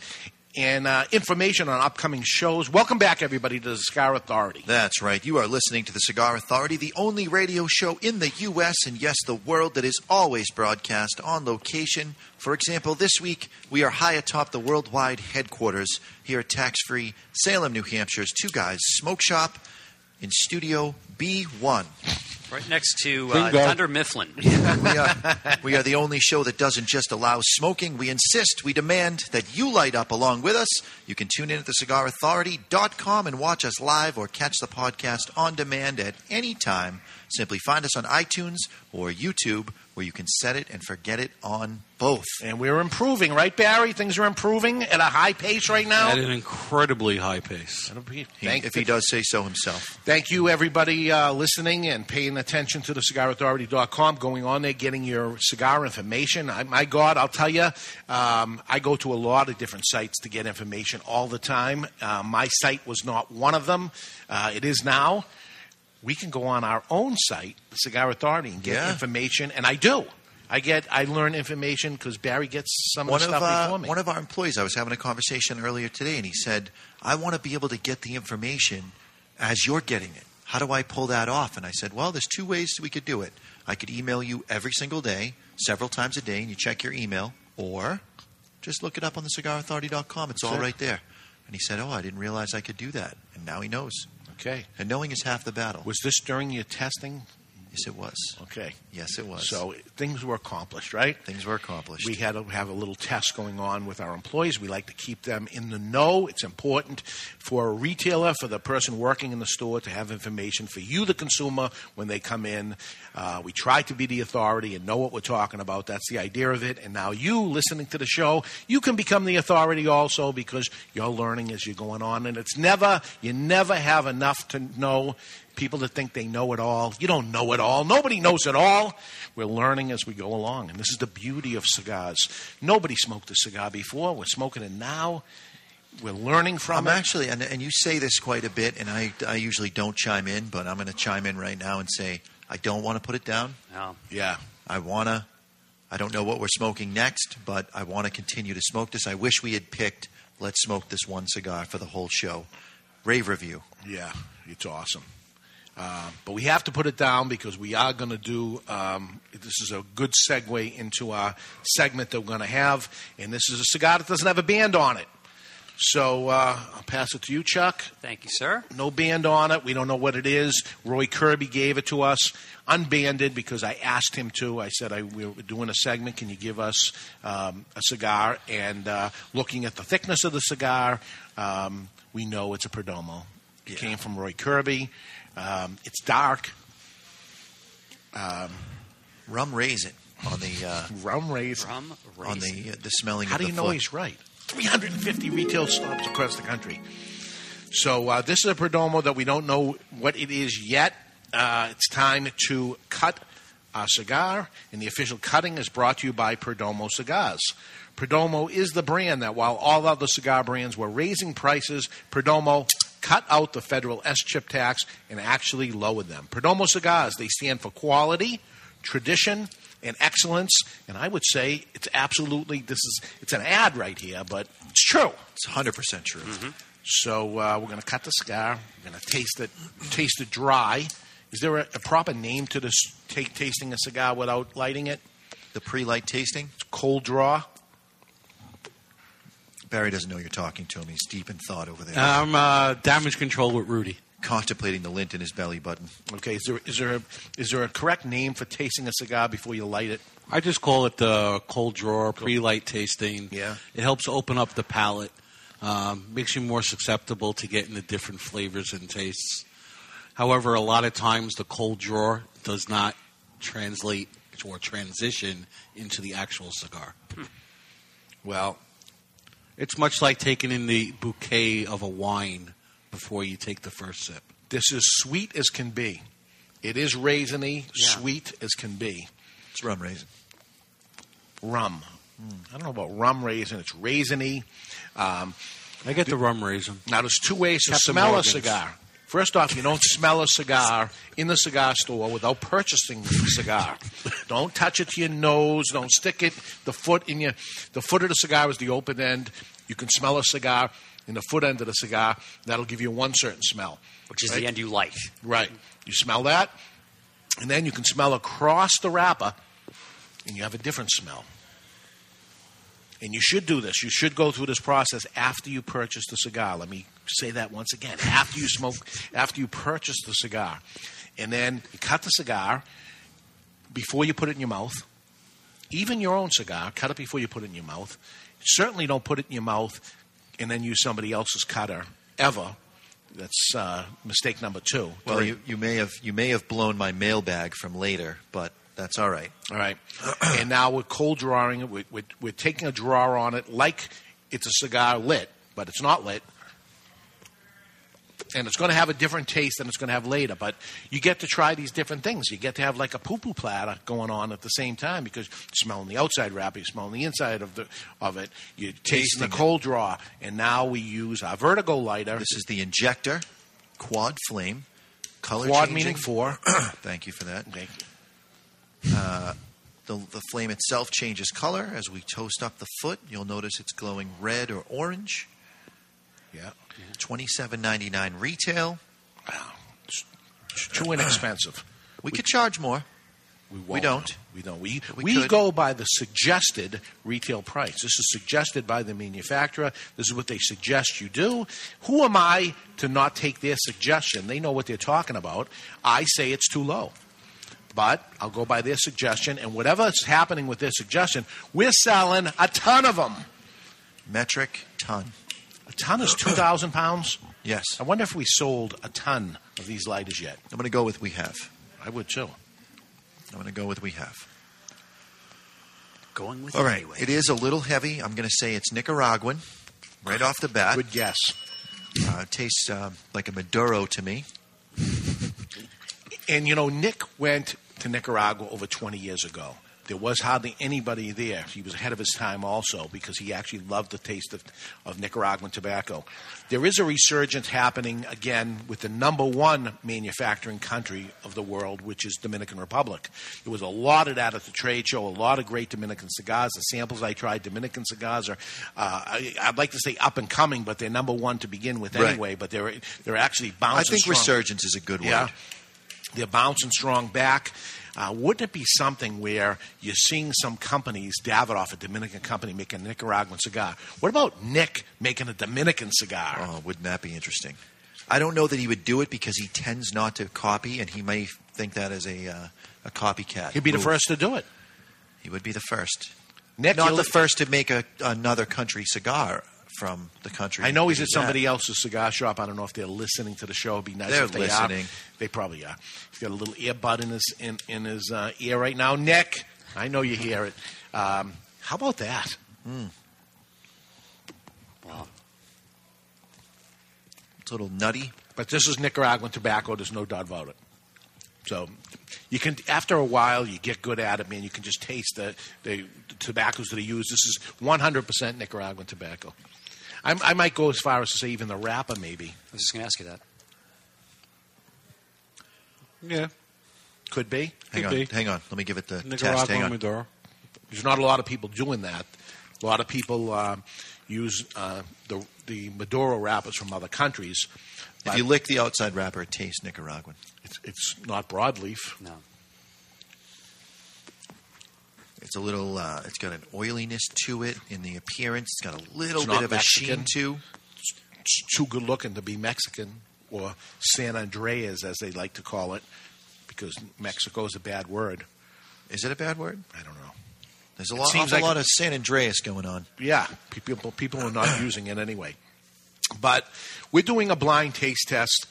Speaker 15: and uh, information on upcoming shows. Welcome back, everybody, to the Cigar Authority.
Speaker 16: That's right. You are listening to the Cigar Authority, the only radio show in the U.S. and yes, the world that is always broadcast on location. For example, this week we are high atop the worldwide headquarters here at tax free Salem, New Hampshire's Two Guys Smoke Shop in Studio B1.
Speaker 36: Right next to uh,
Speaker 16: Bingo.
Speaker 36: Dunder Mifflin.
Speaker 16: we, are, we are the only show that doesn't just allow smoking. We insist, we demand that you light up along with us. You can tune in at thecigarauthority.com and watch us live or catch the podcast on demand at any time. Simply find us on iTunes or YouTube where you can set it and forget it on both.
Speaker 15: And we're improving, right, Barry? Things are improving at a high pace right now.
Speaker 17: At an incredibly high pace.
Speaker 15: Thank-
Speaker 16: if he does say so himself.
Speaker 15: Thank you, everybody, uh, listening and paying attention to the thecigarauthority.com, going on there, getting your cigar information. I, my God, I'll tell you, um, I go to a lot of different sites to get information all the time. Uh, my site was not one of them, uh, it is now. We can go on our own site, the Cigar Authority, and get
Speaker 16: Yeah.
Speaker 15: information, and I do. I get, I learn information because Barry gets some
Speaker 16: one
Speaker 15: of the
Speaker 16: of
Speaker 15: stuff
Speaker 16: uh,
Speaker 15: before me.
Speaker 16: one of our employees. I was having a conversation earlier today, and he said, "I want to be able to get the information as you're getting it. How do I pull that off?" And I said, "Well, there's two ways we could do it. I could email you every single day, several times a day, and you check your email, or just look it up on thecigarauthority.com. It's all
Speaker 15: That's
Speaker 16: right
Speaker 15: it.
Speaker 16: there." And he said, "Oh, I didn't realize I could do that, and now he knows."
Speaker 15: Okay.
Speaker 16: And knowing is half the battle.
Speaker 15: Was this during your testing?
Speaker 16: Yes, it was.
Speaker 15: Okay.
Speaker 16: Yes, it was.
Speaker 15: So things were accomplished, right?
Speaker 16: Things were accomplished.
Speaker 15: We had to have a little test going on with our employees. We like to keep them in the know. It's important for a retailer, for the person working in the store, to have information for you, the consumer, when they come in. Uh, we try to be the authority and know what we're talking about. That's the idea of it. And now you, listening to the show, you can become the authority also because you're learning as you're going on. And it's never, you never have enough to know. People that think they know it all. You don't know it all. Nobody knows it all. We're learning as we go along. And this is the beauty of cigars. Nobody smoked a cigar before. We're smoking it now. We're learning from
Speaker 16: I'm
Speaker 15: it.
Speaker 16: actually, and, and you say this quite a bit, and I, I usually don't chime in, but I'm going to chime in right now and say I don't want to put it down.
Speaker 36: No.
Speaker 15: Yeah.
Speaker 16: I want to. I don't know what we're smoking next, but I want to continue to smoke this. I wish we had picked. Let's smoke this one cigar for the whole show. Rave review.
Speaker 15: Yeah, it's awesome. Uh, but we have to put it down because we are going to do. Um, this is a good segue into our segment that we're going to have, and this is a cigar that doesn't have a band on it. So uh, I'll pass it to you, Chuck.
Speaker 36: Thank you, sir.
Speaker 15: No band on it. We don't know what it is. Roy Kirby gave it to us, unbanded, because I asked him to. I said, I, we were doing a segment. Can you give us um, a cigar? And uh, looking at the thickness of the cigar, um, we know it's a Perdomo. It came from Roy Kirby. Um, it's dark. Um,
Speaker 16: rum raisin on the uh,
Speaker 15: rum raisin
Speaker 36: rum
Speaker 16: on the uh, the smelling.
Speaker 15: How
Speaker 16: of
Speaker 15: do
Speaker 16: the
Speaker 15: you know
Speaker 16: foot.
Speaker 15: he's right? 350 retail stops across the country. So uh, this is a Perdomo that we don't know what it is yet. Uh, it's time to cut our cigar, and the official cutting is brought to you by Perdomo Cigars. Perdomo is the brand that, while all other cigar brands were raising prices, Perdomo cut out the federal S chip tax and actually lowered them. Perdomo cigars, they stand for quality, tradition, and excellence. And I would say it's absolutely this is it's an ad right here, but it's true. Mm-hmm.
Speaker 16: It's hundred percent true.
Speaker 15: So uh, we're going to cut the cigar. We're going to taste it. Taste it dry. Is there a, a proper name to this? Take tasting a cigar without lighting it.
Speaker 16: The pre-light tasting.
Speaker 15: Cold draw.
Speaker 16: Barry doesn't know you're talking to him. He's deep in thought over there.
Speaker 17: I'm uh, damage control with Rudy.
Speaker 16: Contemplating the lint in his belly button.
Speaker 15: Okay, is there is there a, is there a correct name for tasting a cigar before you light it?
Speaker 17: I just call it the cold drawer, pre-light tasting.
Speaker 15: Yeah.
Speaker 17: It helps open up the palate, um, makes you more susceptible to getting the different flavors and tastes. However, a lot of times the cold drawer does not translate or transition into the actual cigar.
Speaker 15: Well,
Speaker 17: it's much like taking in the bouquet of a wine before you take the first sip.
Speaker 15: This is sweet as can be. It is raisiny, sweet as can be.
Speaker 16: It's rum raisin.
Speaker 15: Rum. I don't know about rum raisin. It's raisiny. Um,
Speaker 17: I get the rum raisin.
Speaker 15: Now, there's two ways to
Speaker 17: Captain
Speaker 15: smell
Speaker 17: Morgan's.
Speaker 15: a cigar. First off, you don't smell a cigar in the cigar store without purchasing the cigar. don't touch it to your nose. Don't stick it. The foot in your the foot of the cigar is the open end. You can smell a cigar in the foot end of the cigar. That'll give you one certain smell,
Speaker 18: which is the end you like.
Speaker 15: Right. You smell that, and then you can smell across the wrapper, and you have a different smell. And you should do this. You should go through this process after you purchase the cigar. Let me say that once again. After you smoke, after you purchase the cigar, and then you cut the cigar before you put it in your mouth. Even your own cigar, cut it before you put it in your mouth. Certainly, don't put it in your mouth and then use somebody else's cutter ever. That's uh, mistake number two.
Speaker 16: Well,
Speaker 15: Three.
Speaker 16: you, you may have you may have blown my mailbag from later, but that's all right.
Speaker 15: All right. and now we're cold drawing it. We're, we're, we're taking a drawer on it like it's a cigar lit, but it's not lit. And it's going to have a different taste than it's going to have later. But you get to try these different things. You get to have like a poo poo platter going on at the same time because you're smelling the outside wrapper, you're smelling the inside of the of it, you're tasting,
Speaker 16: Tasting
Speaker 15: the cold draw. And now we use our vertigo lighter. This
Speaker 16: is the injector, quad flame, color
Speaker 15: Quad
Speaker 16: changing.
Speaker 15: meaning four.
Speaker 16: Thank you for that. Uh, the, the flame itself changes color as we toast up the foot. You'll notice it's glowing red or orange.
Speaker 15: Yeah.
Speaker 16: Twenty seven ninety nine retail.
Speaker 15: It's too inexpensive.
Speaker 16: We, could charge more.
Speaker 15: We,
Speaker 16: We don't.
Speaker 15: We don't. We,
Speaker 16: We
Speaker 15: we,
Speaker 16: could.
Speaker 15: go by the suggested retail price. This is suggested by the manufacturer. This is what they suggest you do. Who am I to not take their suggestion? They know what they're talking about. I say it's too low. But I'll go by their suggestion, and whatever's happening with their suggestion, we're selling a ton of them.
Speaker 16: Metric ton.
Speaker 15: A ton is 2,000 pounds?
Speaker 16: Yes.
Speaker 15: I wonder if we sold a ton of these lighters yet.
Speaker 16: I'm going to go with we have.
Speaker 15: I would too.
Speaker 16: I'm going to go with we have.
Speaker 18: Going with
Speaker 16: All
Speaker 18: it
Speaker 16: right.
Speaker 18: anyway.
Speaker 16: It is a little heavy. I'm going to say it's Nicaraguan right off the bat. Good
Speaker 15: guess.
Speaker 16: Uh, it tastes um, like a Maduro to me.
Speaker 15: And you know, Nick went to Nicaragua over 20 years ago. There was hardly anybody there. He was ahead of his time also because he actually loved the taste of, of Nicaraguan tobacco. There is a resurgence happening again with the number one manufacturing country of the world, which is Dominican Republic. There was a lot of that at the trade show, a lot of great Dominican cigars. The samples I tried, Dominican cigars are, uh, I, I'd like to say up and coming, but they're number one to begin with
Speaker 16: Right.
Speaker 15: anyway. But they're, they're actually bouncing
Speaker 16: I think
Speaker 15: strong.
Speaker 16: resurgence is a good word.
Speaker 15: Yeah. They're bouncing strong back. Uh, wouldn't it be something where you're seeing some companies, Davidoff, a Dominican company, making a Nicaraguan cigar? What about Nick making a Dominican cigar?
Speaker 16: Oh, wouldn't that be interesting? I don't know that he would do it because he tends not to copy, and he may think that as a uh, a copycat.
Speaker 15: He'd be the
Speaker 16: move.
Speaker 15: first to do it.
Speaker 16: He would be the first.
Speaker 15: Nick,
Speaker 16: not
Speaker 15: you'll-
Speaker 16: the first to make a, another country cigar from the country.
Speaker 15: I know he's
Speaker 16: that
Speaker 15: at
Speaker 16: did that.
Speaker 15: somebody else's cigar shop. I don't know if they're listening to the show. It'd be nice
Speaker 16: They're
Speaker 15: if they
Speaker 16: listening.
Speaker 15: are. They probably are. He's got a little earbud in his in, in his uh, ear right now. Nick, I know you hear it. Um, how about that?
Speaker 16: Hmm.
Speaker 15: Wow.
Speaker 16: It's a little nutty.
Speaker 15: But this is Nicaraguan tobacco. There's no doubt about it. So you can, after a while, you get good at it, man. You can just taste the, the, the tobaccos that are used. This is 100% Nicaraguan tobacco. i I might go as far as to say even the wrapper, maybe.
Speaker 18: I was just going to ask you that.
Speaker 17: Yeah.
Speaker 15: Could be.
Speaker 16: Hang on, hang on. Let me give it the test. Hang on.
Speaker 15: There's not a lot of people doing that. A lot of people um, use uh, the, the Maduro wrappers from other countries.
Speaker 16: If you lick the outside wrapper, it tastes Nicaraguan.
Speaker 15: It's, it's not broadleaf.
Speaker 18: No.
Speaker 16: It's a little. Uh, it's got an oiliness to it in the appearance. It's got a little
Speaker 15: It's
Speaker 16: bit
Speaker 15: not
Speaker 16: of a sheen
Speaker 15: Mexican.
Speaker 16: to.
Speaker 15: It's too good looking to be Mexican or San Andreas, as they like to call it, because Mexico is a bad word.
Speaker 16: Is it a bad word?
Speaker 15: I don't know.
Speaker 16: There's a
Speaker 15: It
Speaker 16: lot,
Speaker 15: seems
Speaker 16: awful
Speaker 15: like-
Speaker 16: lot of San Andreas going on.
Speaker 15: Yeah, pe- people people are not using it anyway. But we're doing a blind taste test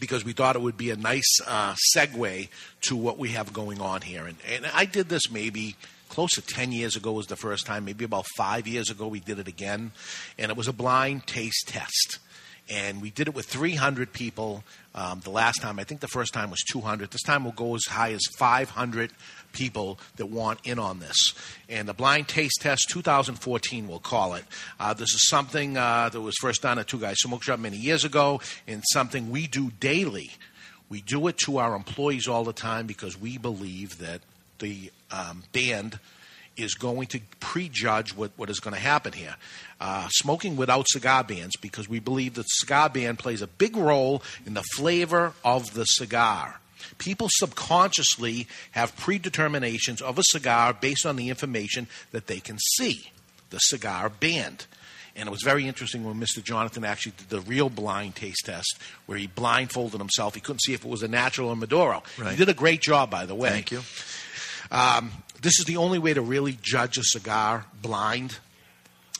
Speaker 15: because we thought it would be a nice uh, segue to what we have going on here. And, and I did this maybe close to 10 years ago was the first time. Maybe about five years ago we did it again. And it was a blind taste test. And we did it with 300 people um, the last time. I think the first time was 200. This time we'll go as high as 500 people that want in on this. And the Blind Taste Test 2014, we'll call it. Uh, this is something uh, that was first done at Two Guys Smoke Shop many years ago, and something we do daily. We do it to our employees all the time because we believe that the um, band is going to prejudge what, what is going to happen here. Uh, smoking without cigar bands because we believe that cigar band plays a big role in the flavor of the cigar. People subconsciously have predeterminations of a cigar based on the information that they can see, the cigar band. And it was very interesting when Mr. Jonathan actually did the real blind taste test, where he blindfolded himself. He couldn't see if it was a natural or Maduro.
Speaker 16: Right.
Speaker 15: He did a great job, by the way.
Speaker 16: Thank you.
Speaker 15: Um, this is the only way to really judge a cigar blind.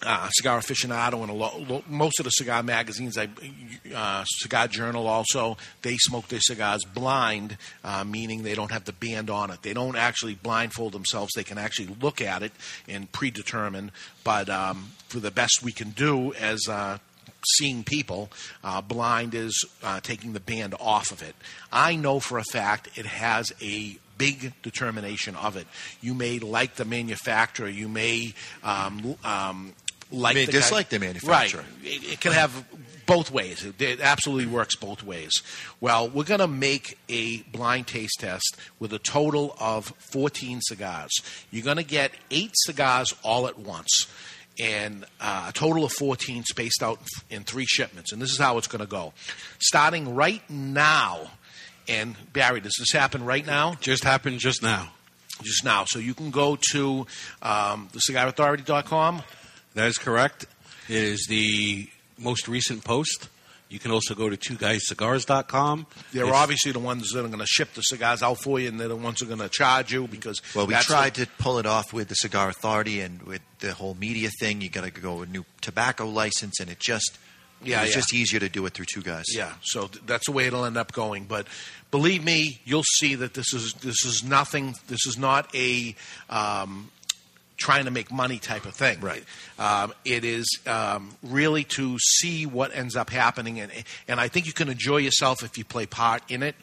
Speaker 15: Uh, cigar aficionado and a lo- lo- most of the cigar magazines, I, uh, Cigar Journal also, they smoke their cigars blind, uh, meaning they don't have the band on it. They don't actually blindfold themselves. They can actually look at it and predetermine. But um, for the best we can do as uh, seeing people, uh, blind is uh, taking the band off of it. I know for a fact it has a big determination of it. You may like the manufacturer, you may um, um, like
Speaker 16: You may
Speaker 15: guy-
Speaker 16: dislike the manufacturer.
Speaker 15: Right. It, it can have both ways. It, it absolutely works both ways. Well, we're going to make a blind taste test with a total of 14 cigars. You're going to get eight cigars all at once and uh, a total of 14 spaced out in three shipments. And this is how it's going to go. Starting right now, and Barry, does this happen right now?
Speaker 17: Just happened just now.
Speaker 15: Just now. So you can go to um, thecigarauthority.com.
Speaker 17: That is correct. It is the most recent post. You can also go to two guyscigars.com.
Speaker 15: They're obviously the ones that are going to ship the cigars out for you, and they're the ones who are going to charge you because
Speaker 16: Well, we
Speaker 15: that's the-
Speaker 16: tried to pull it off with the Cigar Authority and with the whole media thing. You got to go a new tobacco license, and it just
Speaker 15: Yeah,
Speaker 16: it was
Speaker 15: yeah.
Speaker 16: just easier to do it through two guys.
Speaker 15: Yeah, so th- that's the way it'll end up going. But believe me, you'll see that this is this is nothing. This is not a um, trying to make money type of thing. Right. Um, it is um, really to see what ends up happening, and and I think you can enjoy yourself if you play part in it.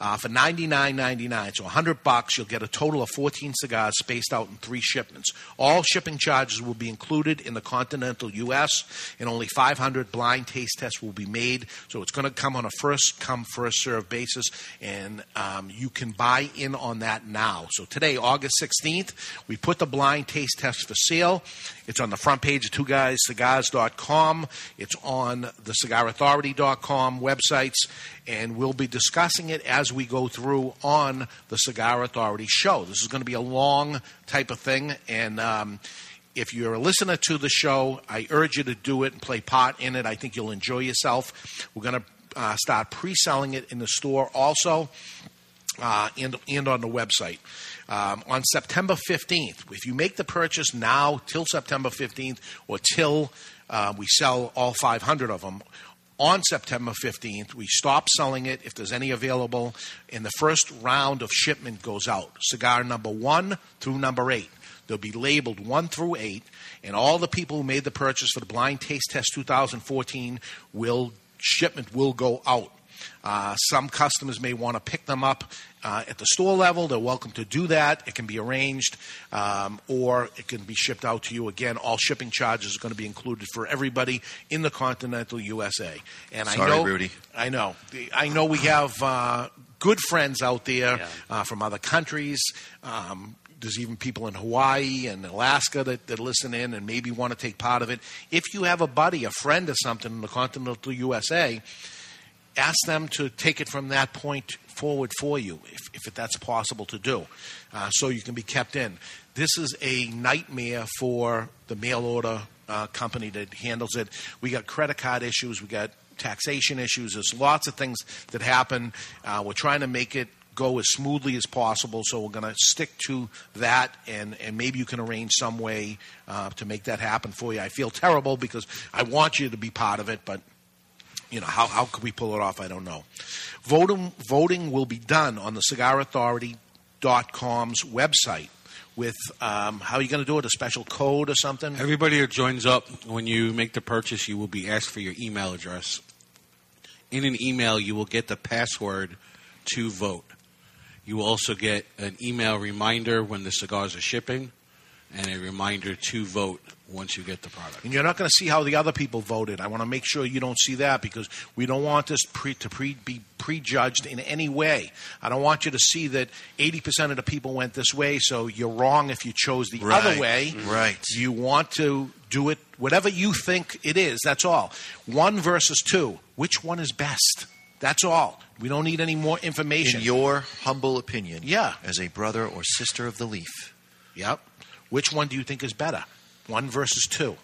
Speaker 15: Uh, for ninety nine ninety nine, so hundred bucks, you'll get a total of fourteen cigars spaced out in three shipments. All shipping charges will be included in the continental U.S. and only five hundred blind taste tests will be made. So it's going to come on a first come first serve basis, and um, you can buy in on that now. So today, August sixteenth, we put the blind taste test for sale. It's on the front page of Two Guys Cigars.com. It's on the CigarAuthority.com websites, and we'll be discussing it as we go through on the Cigar Authority show. This is going to be a long type of thing, and um, if you're a listener to the show, I urge you to do it and play part in it. I think you'll enjoy yourself. We're going to uh, start pre-selling it in the store also uh, and, and on the website. Um, on September 15th, if you make the purchase now till September 15th or till uh, we sell all 500 of them, on September 15th, we stop selling it if there's any available, and the first round of shipment goes out cigar number one through number eight. They'll be labeled one through eight, and all the people who made the purchase for the blind taste test 2014 will shipment will go out. Uh, some customers may want to pick them up uh, at the store level. They're welcome to do that. It can be arranged, um, or it can be shipped out to you. Again, all shipping charges are going to be included for everybody in the continental USA. And
Speaker 16: Sorry,
Speaker 15: I know,
Speaker 16: Rudy.
Speaker 15: I know. The- I know we have uh, good friends out there uh, from other countries. Um, there's even people in Hawaii and Alaska that, that listen in and maybe want to take part of it. If you have a buddy, a friend, or something in the continental USA, ask them to take it from that point forward for you, if, if that's possible to do, uh, so you can be kept in. This is a nightmare for the mail order uh, company that handles it. We got credit card issues, we got taxation issues. There's lots of things that happen. Uh, we're trying to make it go as smoothly as possible, so we're going to stick to that, and, and maybe you can arrange some way uh, to make that happen for you. I feel terrible because I want you to be part of it, but you know how, how could we pull it off? I don't know. Voting voting will be done on the cigarauthority.com's website. With um, how are you going to do it? A special code or something?
Speaker 17: Everybody who joins up, when you make the purchase, you will be asked for your email address. In an email, you will get the password to vote. You will also get an email reminder when the cigars are shipping and a reminder to vote once you get the product.
Speaker 15: And you're not going to see how the other people voted. I want to make sure you don't see that because we don't want this pre- to pre- be prejudged in any way. I don't want you to see that 80% of the people went this way, so you're wrong if you chose the
Speaker 37: Right.
Speaker 15: other way.
Speaker 37: Right.
Speaker 15: You want to do it whatever you think it is. That's all. One versus two. Which one is best? That's all. We don't need any more information.
Speaker 16: In your humble opinion,
Speaker 15: yeah.
Speaker 16: as a brother or sister of the leaf.
Speaker 15: Yep. Which one do you think is better? One versus two.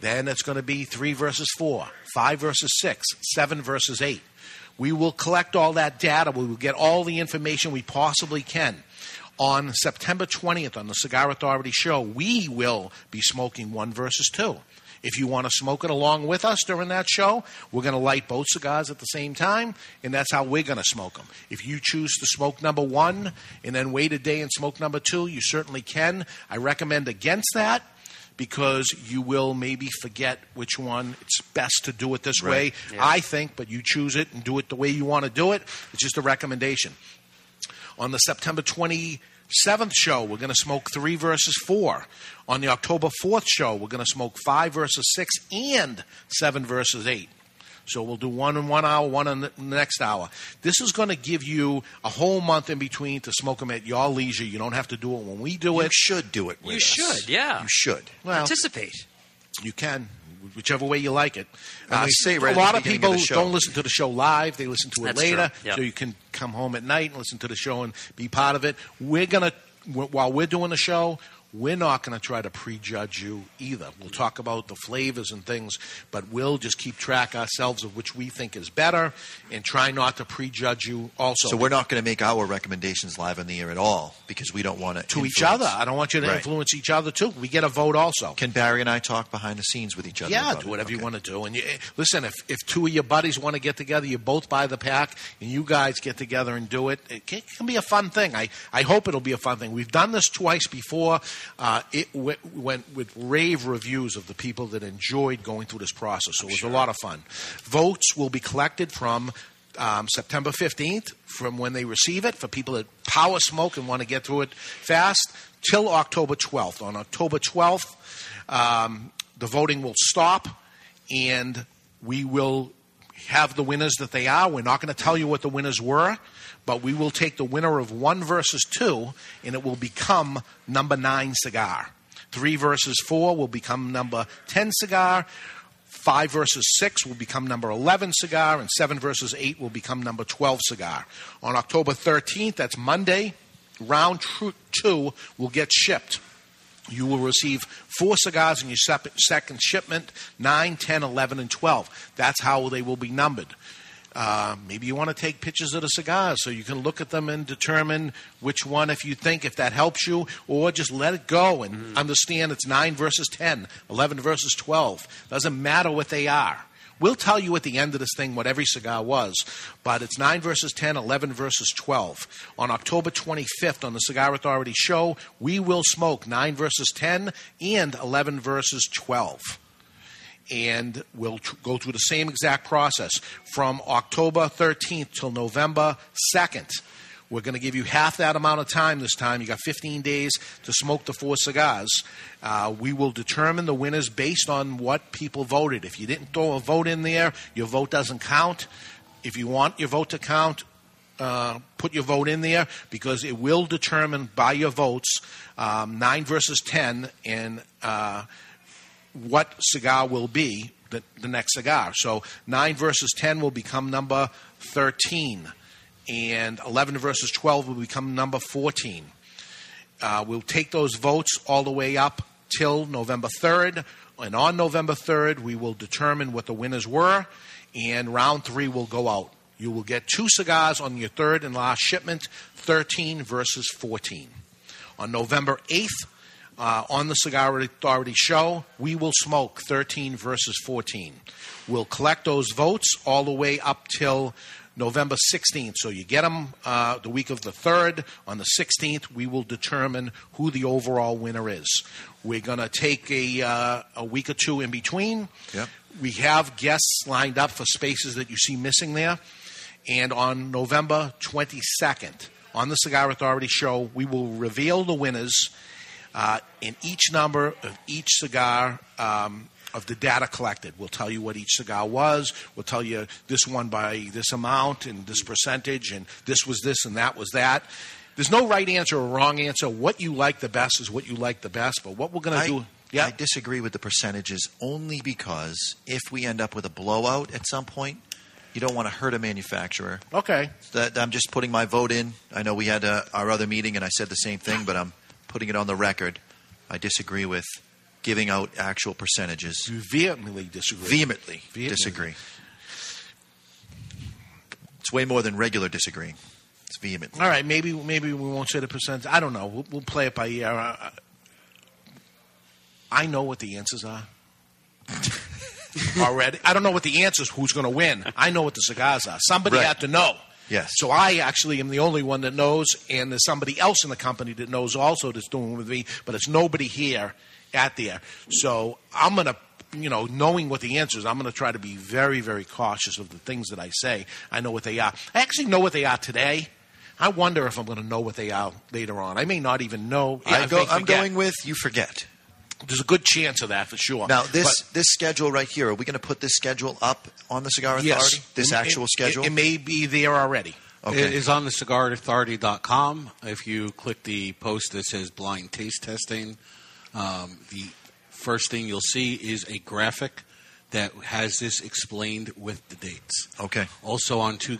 Speaker 15: Then it's going to be three versus four, five versus six, seven versus eight. We will collect all that data. We will get all the information we possibly can. On September 20th, on the Cigar Authority show, we will be smoking one versus two. If you want to smoke it along with us during that show, we're going to light both cigars at the same time, and that's how we're going to smoke them. If you choose to smoke number one and then wait a day and smoke number two, you certainly can. I recommend against that because you will maybe forget which one it's best to do it this
Speaker 37: Right.
Speaker 15: way.
Speaker 37: Yeah.
Speaker 15: I think, but you choose it and do it the way you want to do it. It's just a recommendation. On the September 27th show, we're going to smoke three versus four. On the October 4th show, we're going to smoke five versus six and seven versus eight. So we'll do one in one hour, one in the next hour. This is going to give you a whole month in between to smoke them at your leisure. You don't have to do it when we do it. You
Speaker 16: should do it
Speaker 18: You should, yeah.
Speaker 16: You should.
Speaker 15: Well,
Speaker 18: Participate.
Speaker 15: You can, whichever way you like it. Uh,
Speaker 16: And we say right at
Speaker 15: a
Speaker 16: the
Speaker 15: lot of
Speaker 16: beginning of
Speaker 15: people
Speaker 16: the show-
Speaker 15: don't listen to the show live; they listen to it
Speaker 16: That's
Speaker 15: later,
Speaker 16: true. Yep.
Speaker 15: so you can come home at night and listen to the show and be part of it. We're gonna wh- while we're doing the show. We're not going to try to prejudge you either. We'll talk about the flavors and things, but we'll just keep track ourselves of which we think is better and try not to prejudge you also.
Speaker 16: So we're not going to make our recommendations live on the air at all because we don't want to
Speaker 15: to each other. I don't want you to influence each other too. We get a vote also.
Speaker 16: Can Barry and I talk behind the scenes with each other?
Speaker 15: Yeah,
Speaker 16: about
Speaker 15: do
Speaker 16: it?
Speaker 15: whatever you want to do. And you, eh, listen, if, if two of your buddies want to get together, you both buy the pack, and you guys get together and do it. It can, can be a fun thing. I, I hope it'll be a fun thing. We've done this twice before. Uh, it w- went with rave reviews of the people that enjoyed going through this process. So it was a lot of fun. Votes will be collected from um, September 15th from when they receive it for people that power smoke and want to get through it fast till October 12th. On October 12th, um, the voting will stop and we will have the winners that they are. We're not going to tell you what the winners were, but we will take the winner of one versus two and it will become number nine cigar. Three versus four will become number 10 cigar. Five versus six will become number 11 cigar, and seven versus eight will become number 12 cigar. On October 13th, that's Monday, round tru- two will get shipped. You will receive four cigars in your sep- second shipment 9, 10, 11, and 12. That's how they will be numbered. Uh, maybe you want to take pictures of the cigars so you can look at them and determine which one, if you think, if that helps you, or just let it go and understand it's 9 versus 10, 11 versus 12. Doesn't matter what they are. We'll tell you at the end of this thing what every cigar was, but it's 9 versus 10, 11 versus 12. On October 25th on the Cigar Authority show, we will smoke 9 versus 10 and 11 versus 12 and we'll tr- go through the same exact process from October 13th till November 2nd. We're going to give you half that amount of time this time. You got 15 days to smoke the four cigars. Uh, we will determine the winners based on what people voted. If you didn't throw a vote in there, your vote doesn't count. If you want your vote to count, uh, put your vote in there because it will determine by your votes um, nine versus ten and uh, what cigar will be the, the next cigar. So nine versus ten will become number thirteen, and 11 versus 12 will become number 14. Uh, we'll take those votes all the way up till November 3rd. And on November 3rd, we will determine what the winners were, and round three will go out. You will get two cigars on your third and last shipment 13 versus 14. On November 8th, uh, on the Cigar Authority show, we will smoke 13 versus 14. We'll collect those votes all the way up till November 16th. So you get them uh, the week of the 3rd. On the 16th, we will determine who the overall winner is. We're going to take a, uh, a week or two in between.
Speaker 16: Yep.
Speaker 15: We have guests lined up for spaces that you see missing there. And on November 22nd, on the Cigar Authority show, we will reveal the winners uh, in each number of each cigar um, of the data collected. We'll tell you what each cigar was. We'll tell you this one by this amount and this percentage, and this was this and that was that. There's no right answer or wrong answer. What you like the best is what you like the best. But what we're going to do.
Speaker 16: I disagree with the percentages only because if we end up with a blowout at some point, you don't want to hurt a manufacturer.
Speaker 15: Okay.
Speaker 16: That I'm just putting my vote in. I know we had uh, our other meeting and I said the same thing, but I'm putting it on the record. I disagree with giving out actual percentages. You
Speaker 15: vehemently disagree.
Speaker 16: Vehemently,
Speaker 15: Vehemently.
Speaker 16: disagree. It's way more than regular disagreeing. It's vehement.
Speaker 15: All right, maybe maybe we won't say the percent. I don't know. We'll, we'll play it by ear. Uh, I know what the answers are already. I don't know what the answers. Who's going to win? I know what the cigars are. Somebody
Speaker 16: Right.
Speaker 15: had to know.
Speaker 16: Yes.
Speaker 15: So I actually am the only one that knows, and there's somebody else in the company that knows also that's doing it with me, but it's nobody here at there. So I'm going to, you know, knowing what the answers, I'm going to try to be very, very cautious of the things that I say. I know what they are. I actually know what they are today. I wonder if I'm going to know what they are later on. I may not even know.
Speaker 16: I go- I'm going
Speaker 15: with
Speaker 16: you forget.
Speaker 15: There's a good chance of that for sure.
Speaker 16: Now this
Speaker 15: But-
Speaker 16: this schedule right here. Are we going to put this schedule up on the Cigar Authority?
Speaker 15: Yes.
Speaker 16: This
Speaker 15: It-
Speaker 16: actual
Speaker 15: it-
Speaker 16: schedule.
Speaker 15: it may be there already.
Speaker 16: Okay.
Speaker 17: It is on the cigarauthority.com. If you click the post that says blind taste testing, um, the first thing you'll see is a graphic that has this explained with the dates.
Speaker 16: Okay.
Speaker 17: Also on two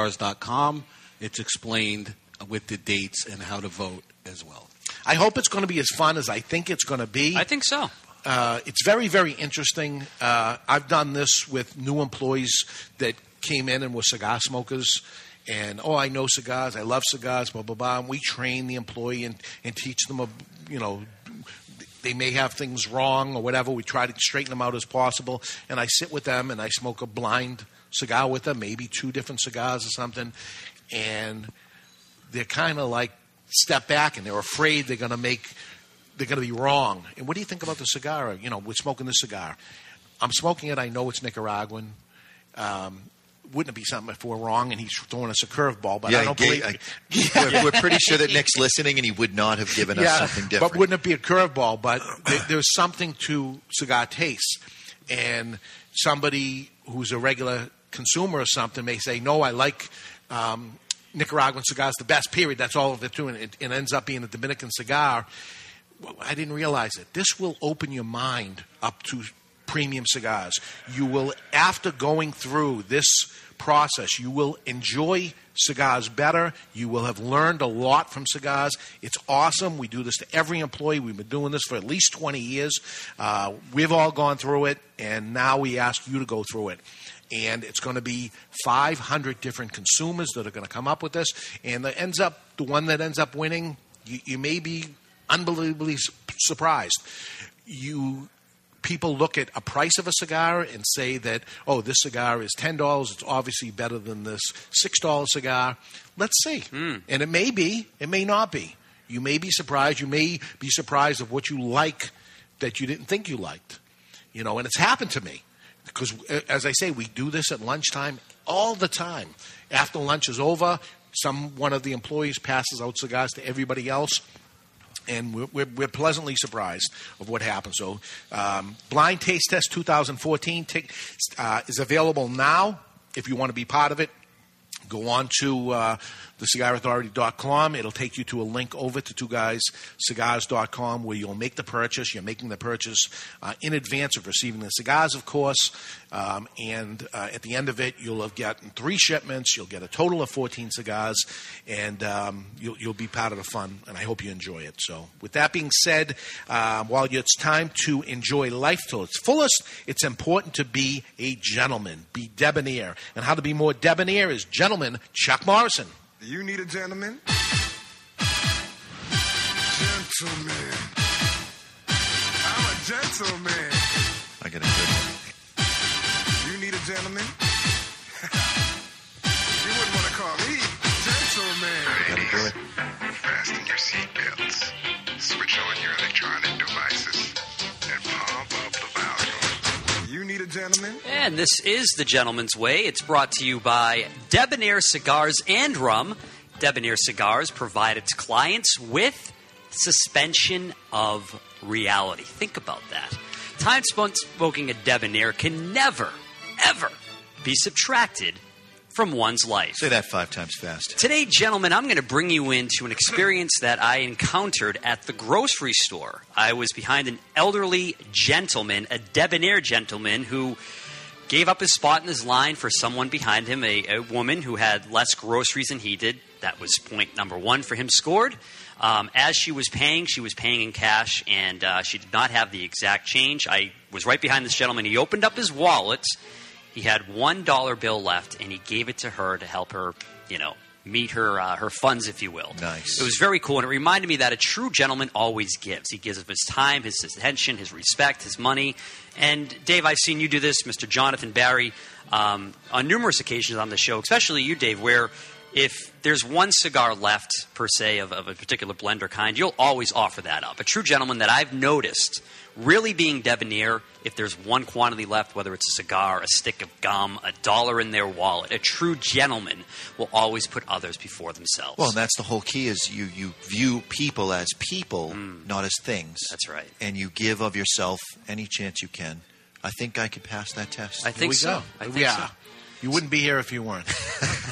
Speaker 17: twoguyscigars.com, it's explained with the dates and how to vote as well.
Speaker 15: I hope it's going to be as fun as I think it's going to be. I
Speaker 18: think so.
Speaker 15: Uh, it's very, very interesting. Uh, I've done this with new employees that came in and were cigar smokers. And oh, I know cigars. I love cigars. Blah blah blah. And we train the employee and, and teach them, a, you know, they may have things wrong or whatever. We try to straighten them out as possible. And I sit with them and I smoke a blind cigar with them, maybe two different cigars or something. And they're kind of like step back and they're afraid they're going to make they're going to be wrong. And what do you think about the cigar? You know, we're smoking this cigar. I'm smoking it. I know it's Nicaraguan. Um, wouldn't it be something if we're wrong and he's throwing us a curveball? But
Speaker 16: yeah,
Speaker 15: I don't
Speaker 16: gave-
Speaker 15: believe.
Speaker 16: I- we're, we're pretty sure that Nick's listening, and he would not have given us something different.
Speaker 15: But wouldn't it be a curveball? But there, there's something to cigar taste, and somebody who's a regular consumer or something may say, "No, I like." Um, Nicaraguan cigars, the best period. That's all of it too, and it, it ends up being a Dominican cigar. Well, I didn't realize it. This will open your mind up to premium cigars. You will, after going through this process, you will enjoy cigars better. You will have learned a lot from cigars. It's awesome. We do this to every employee. We've been doing this for at least 20 years. Uh, we've all gone through it, and now we ask you to go through it. And it's going to be 500 different consumers that are going to come up with this. And that ends up the one that ends up winning, you, you may be unbelievably s- surprised. You people look at a price of a cigar and say that oh this cigar is ten dollars it's obviously better than this six dollar cigar let's see and it may be it may not be you may be surprised you may be surprised of what you like that you didn't think you liked you know and it's happened to me because uh, as i say we do this at lunchtime all the time after lunch is over some one of the employees passes out cigars to everybody else and we're, we're, we're pleasantly surprised of what happened. So, um, Blind Taste Test 2014 tick, uh, is available now. If you want to be part of it, go on to uh, thecigarauthority.com. It'll take you to a link over to two guys cigars.com where you'll make the purchase. You're making the purchase uh, in advance of receiving the cigars, of course. Um, and uh, at the end of it, you'll have gotten three shipments. You'll get a total of 14 cigars, and um, you'll, you'll be part of the fun. And I hope you enjoy it. So, with that being said, um, while it's time to enjoy life to its fullest, it's important to be a gentleman, be debonair. And how to be more debonair is gentleman Chuck Morrison.
Speaker 38: Do you need a gentleman? Gentleman. I'm a gentleman.
Speaker 16: I get a good one.
Speaker 38: You need a gentleman? you wouldn't want to call me gentleman.
Speaker 16: Gotta do it.
Speaker 38: Fasten your seatbelts. Switch on your electronic devices. And pump up the volume. You need a gentleman?
Speaker 18: And this is The Gentleman's Way. It's brought to you by Debonair Cigars and Rum. Debonair Cigars provide its clients with suspension of reality. Think about that. Time spent smoking a debonair can never, ever be subtracted from one's life.
Speaker 16: Say that five times fast.
Speaker 18: Today, gentlemen, I'm going to bring you into an experience that I encountered at the grocery store. I was behind an elderly gentleman, a debonair gentleman, who gave up his spot in his line for someone behind him, a, a woman who had less groceries than he did. That was point number one for him scored. Um, as she was paying, she was paying in cash, and uh, she did not have the exact change. I was right behind this gentleman. He opened up his wallet. He had one dollar bill left, and he gave it to her to help her, you know, meet her uh, her funds, if you will.
Speaker 16: Nice.
Speaker 18: It was very cool, and it reminded me that a true gentleman always gives. He gives of his time, his attention, his respect, his money. And Dave, I've seen you do this, Mr. Jonathan Barry, um, on numerous occasions on the show, especially you, Dave, where if there's one cigar left per se of, of a particular blend or kind, you'll always offer that up. A true gentleman that I've noticed really being debonair, if there's one quantity left, whether it's a cigar, a stick of gum, a dollar in their wallet, a true gentleman will always put others before themselves.
Speaker 16: Well, and that's the whole key is you, you view people as people, not as things.
Speaker 18: Mm. That's right.
Speaker 16: And you give of yourself any chance you can. I think I could pass that test.
Speaker 18: I think so. I think
Speaker 15: yeah.
Speaker 18: so.
Speaker 15: You wouldn't be here if you weren't.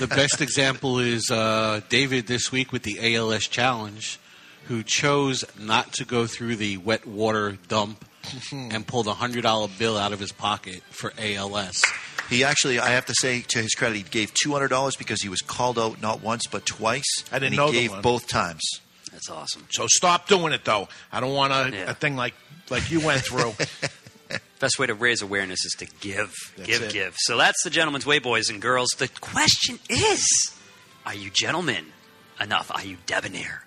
Speaker 17: the best example is uh, David this week with the ALS challenge, who chose not to go through the wet water dump and pulled a hundred dollar bill out of his pocket for ALS.
Speaker 16: He actually, I have to say, to his credit, he gave two hundred dollars because he was called out not once but twice.
Speaker 15: I didn't
Speaker 16: and he
Speaker 15: know the
Speaker 16: gave
Speaker 15: one.
Speaker 16: both times.
Speaker 18: That's awesome.
Speaker 15: So stop doing it, though. I don't want a, a thing like like you went through.
Speaker 18: Best way to raise awareness is to give,
Speaker 15: That's
Speaker 18: give,
Speaker 15: it.
Speaker 18: give. So that's the gentleman's way, boys and girls. The question is: Are you gentlemen enough? Are you debonair?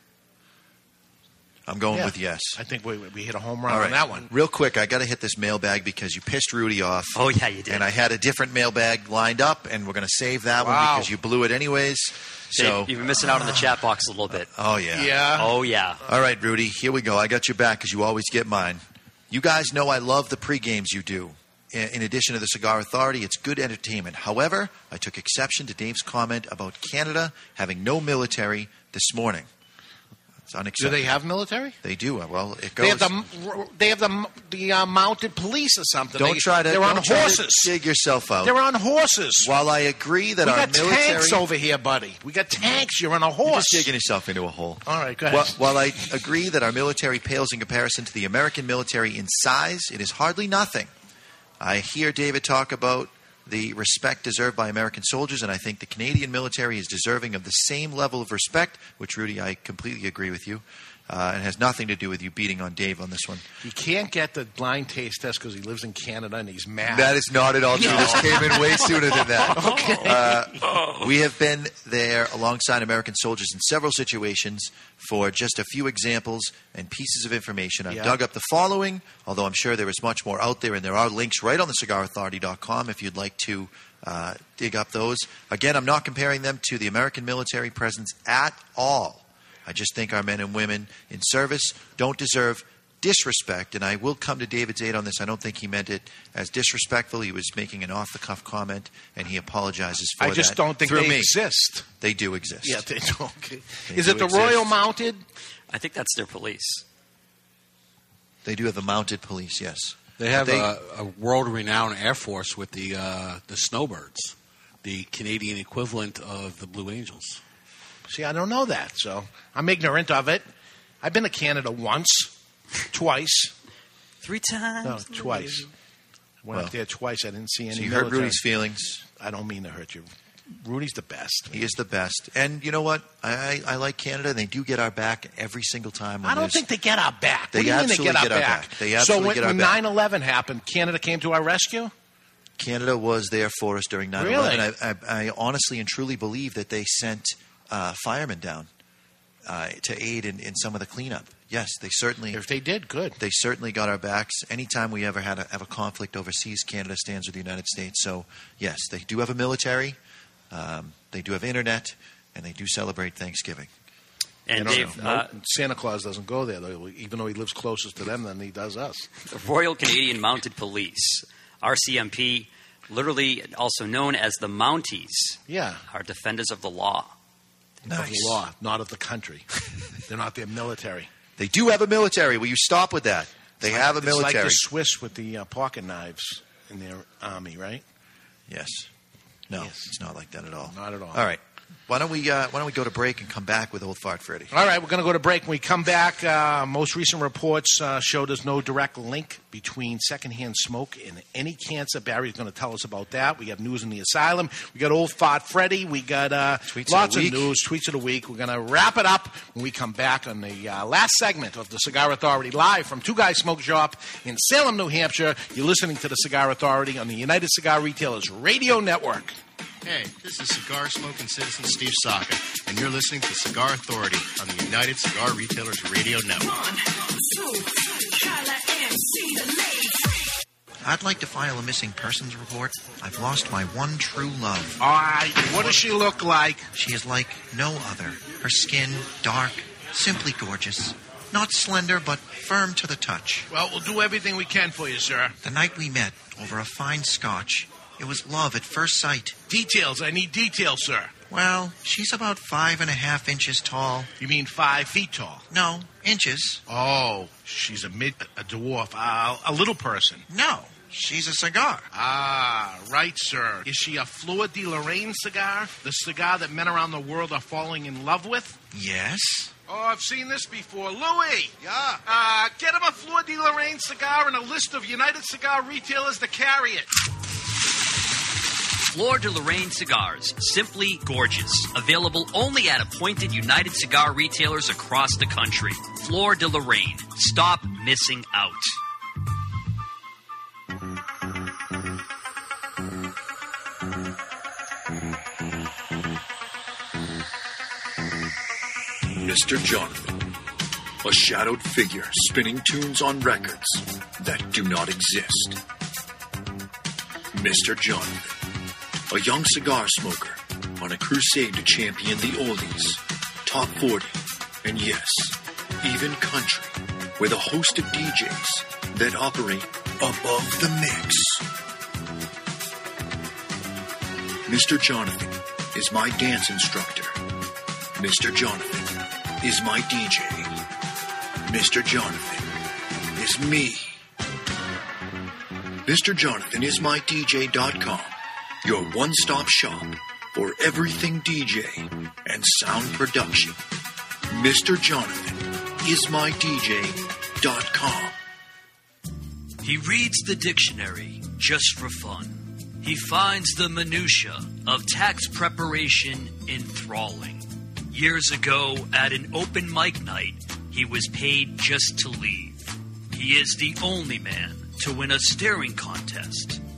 Speaker 16: I'm going
Speaker 15: Yeah.
Speaker 16: with yes.
Speaker 15: I think we, we hit a home run
Speaker 16: All
Speaker 15: on
Speaker 16: right.
Speaker 15: that one.
Speaker 16: Real quick, I got to hit this mailbag because you pissed Rudy off.
Speaker 18: Oh yeah, you did.
Speaker 16: And I had a different mailbag lined up, and we're going to save that
Speaker 18: Wow.
Speaker 16: one because you blew it anyways. So
Speaker 18: Dave, you've been missing out on the chat box a little bit.
Speaker 16: Oh yeah.
Speaker 15: Yeah.
Speaker 18: Oh yeah.
Speaker 16: All right, Rudy, here we go. I got your back because you always get mine. You guys know I love the pre-games you do. In in addition to the Cigar Authority, it's good entertainment. However, I took exception to Dave's comment about Canada having no military this morning. It's
Speaker 15: Do
Speaker 16: unacceptable.
Speaker 15: they have military?
Speaker 16: They do. Well, it goes.
Speaker 15: They have the m- they have the m- the uh, mounted police or something.
Speaker 16: don't
Speaker 15: They-
Speaker 16: try to.
Speaker 15: They're
Speaker 16: don't
Speaker 15: on
Speaker 16: try to
Speaker 15: horses.
Speaker 16: dig yourself out.
Speaker 15: They're on horses.
Speaker 16: While I agree that
Speaker 15: we
Speaker 16: our
Speaker 15: got
Speaker 16: military
Speaker 15: tanks over here, buddy. We got tanks. You're on a
Speaker 16: You're
Speaker 15: horse.
Speaker 16: just digging yourself into a hole.
Speaker 15: All right, go ahead.
Speaker 16: While, while I agree that our military pales in comparison to the American military in size, it is hardly nothing. I hear David talk about the respect deserved by American soldiers, and I think the Canadian military is deserving of the same level of respect, which, Rudy, I completely agree with you, uh, and has nothing to do with you beating on Dave on this one.
Speaker 15: He can't get the blind taste test because he lives in Canada and he's mad.
Speaker 16: That is not at all true.
Speaker 15: No.
Speaker 16: This came in way sooner than that.
Speaker 15: Okay.
Speaker 16: Uh, we have been there alongside American soldiers in several situations. For just a few examples and pieces of information, I've
Speaker 24: Yeah.
Speaker 16: dug up the following, although I'm sure there is much more out there, and there are links right on thecigarauthority.com if you'd like to uh, dig up those. Again, I'm not comparing them to the American military presence at all. I just think our men and women in service don't deserve disrespect, and I will come to David's aid on this. I don't think he meant it as disrespectful. He was making an off the cuff comment, and he apologizes for
Speaker 15: I
Speaker 16: that.
Speaker 15: just don't think
Speaker 16: through
Speaker 15: they
Speaker 16: me.
Speaker 15: exist.
Speaker 16: They do exist.
Speaker 15: Yeah, they don't.
Speaker 16: They
Speaker 15: is
Speaker 16: do
Speaker 15: it the
Speaker 16: exist.
Speaker 15: Royal Mounted?
Speaker 18: I think that's their police.
Speaker 16: They do have the mounted police. Yes,
Speaker 17: They have
Speaker 16: But
Speaker 17: a, a world-renowned air force with the uh, the Snowbirds, the Canadian equivalent of the Blue Angels.
Speaker 15: See, I don't know that, so I'm ignorant of it. I've been to Canada once, twice.
Speaker 18: Three times?
Speaker 15: No, Oh, twice. Went
Speaker 16: Well.
Speaker 15: up there twice. I didn't see any.
Speaker 16: So you hurt
Speaker 15: military.
Speaker 16: Rudy's feelings.
Speaker 15: I don't mean to hurt you. Rudy's the best.
Speaker 16: He is the best. And you know what? I, I I like Canada, and they do get our back every single time. when
Speaker 15: I don't
Speaker 16: there's-
Speaker 15: think they get our back.
Speaker 16: They
Speaker 15: what do you mean
Speaker 16: absolutely
Speaker 15: they
Speaker 16: get
Speaker 15: get
Speaker 16: our
Speaker 15: our back?
Speaker 16: back. They absolutely
Speaker 15: so when,
Speaker 16: get our
Speaker 15: when
Speaker 16: back.
Speaker 15: 9/11 happened, Canada came to our rescue.
Speaker 16: Canada was there for us during 9 11. I, I, I honestly and truly believe that they sent uh, firemen down uh, to aid in, in some of the cleanup. Yes, they certainly. If
Speaker 15: they did, good.
Speaker 16: They certainly got our backs. Anytime we ever had a, have a conflict overseas, Canada stands with the United States. So, yes, they do have a military, um, they do have internet, and they do celebrate Thanksgiving.
Speaker 15: You
Speaker 16: And
Speaker 15: know,
Speaker 16: Dave,
Speaker 15: no,
Speaker 16: uh,
Speaker 15: Santa Claus doesn't go there, though, even though he lives closest to them than he does us.
Speaker 18: the Royal Canadian Mounted Police, RCMP, literally also known as the Mounties,
Speaker 15: Yeah,
Speaker 18: are defenders of the law.
Speaker 15: of the law, not of the country. They're not their military.
Speaker 16: They do have a military. Will you stop with that? They have a
Speaker 15: It's like
Speaker 16: military.
Speaker 15: the Swiss with the uh, pocket knives in their army, right?
Speaker 16: Yes. No, it's not like that at all.
Speaker 15: Not at all.
Speaker 16: All right. Why don't we uh, Why don't we go to break and come back with old fart Freddy?
Speaker 15: All right, we're going to go to break. When we come back, uh, most recent reports uh, show there's no direct link between secondhand smoke and any cancer. Barry's going to tell us about that. We have news in the asylum. We got old fart Freddy. We got uh,
Speaker 16: Tweets of
Speaker 15: lots
Speaker 16: the week.
Speaker 15: news, tweets of the week. We're going to wrap it up when we come back on the uh, last segment of the Cigar Authority live from Two Guys Smoke Shop in Salem, New Hampshire. You're listening to the Cigar Authority on the United Cigar Retailers Radio Network.
Speaker 24: Hey, this is cigar smoking citizen Steve Saka, and you're listening to Cigar Authority on the United Cigar Retailers Radio Network.
Speaker 16: I'd like to file a missing persons report. I've lost my one true love.
Speaker 15: All right, what does she look like?
Speaker 16: She is like no other. Her skin, dark, simply gorgeous. Not slender, but firm to the touch.
Speaker 15: Well, we'll do everything we can for you, sir.
Speaker 16: The night we met over a fine scotch, it was love at first sight.
Speaker 15: Details, I need details, sir.
Speaker 16: Well, she's about five and a half inches tall.
Speaker 15: You mean five feet tall?
Speaker 16: No, inches.
Speaker 15: Oh, she's a mid, a dwarf, uh, a little person.
Speaker 16: No, she's a cigar.
Speaker 15: Ah, right, sir. Is she a Fleur de Lorraine cigar? The cigar that men around the world are falling in love with?
Speaker 16: Yes?
Speaker 15: Oh, I've seen this before. Louis! Yeah? Uh, get him a Fleur de Lorraine cigar and a list of United Cigar retailers to carry it.
Speaker 18: Flor de Lorraine cigars, simply gorgeous. Available only at appointed United Cigar retailers across the country. Flor de Lorraine. Stop missing out.
Speaker 14: Mr. Jonathan. A shadowed figure spinning tunes on records that do not exist. Mr. Jonathan. A young cigar smoker on a crusade to champion the oldies, top 40, and yes, even country, with a host of DJs that operate above the mix. Mr. Jonathan is my dance instructor. Mr. Jonathan is my DJ. Mr. Jonathan is me. Mr. Jonathan is my DJ.com, your one stop shop for everything DJ and sound production. Mr. Jonathan is my DJ.com.
Speaker 12: He reads the dictionary just for fun. He finds the minutiae of tax preparation enthralling. Years ago, at an open mic night, he was paid just to leave. He is the only man to win a staring contest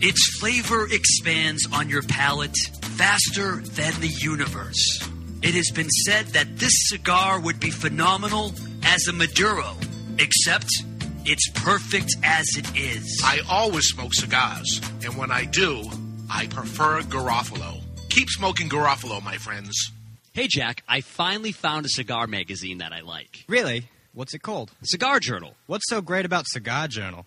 Speaker 12: Its flavor expands on your palate faster than the universe. It has been said that this cigar would be phenomenal as a Maduro, except it's perfect as it is.
Speaker 15: I always smoke cigars, and when I do, I prefer Garofalo. Keep smoking Garofalo, my friends.
Speaker 18: Hey, Jack, I finally found a cigar magazine that I like.
Speaker 6: Really? What's it called?
Speaker 18: Cigar Journal.
Speaker 6: What's so great about Cigar Journal?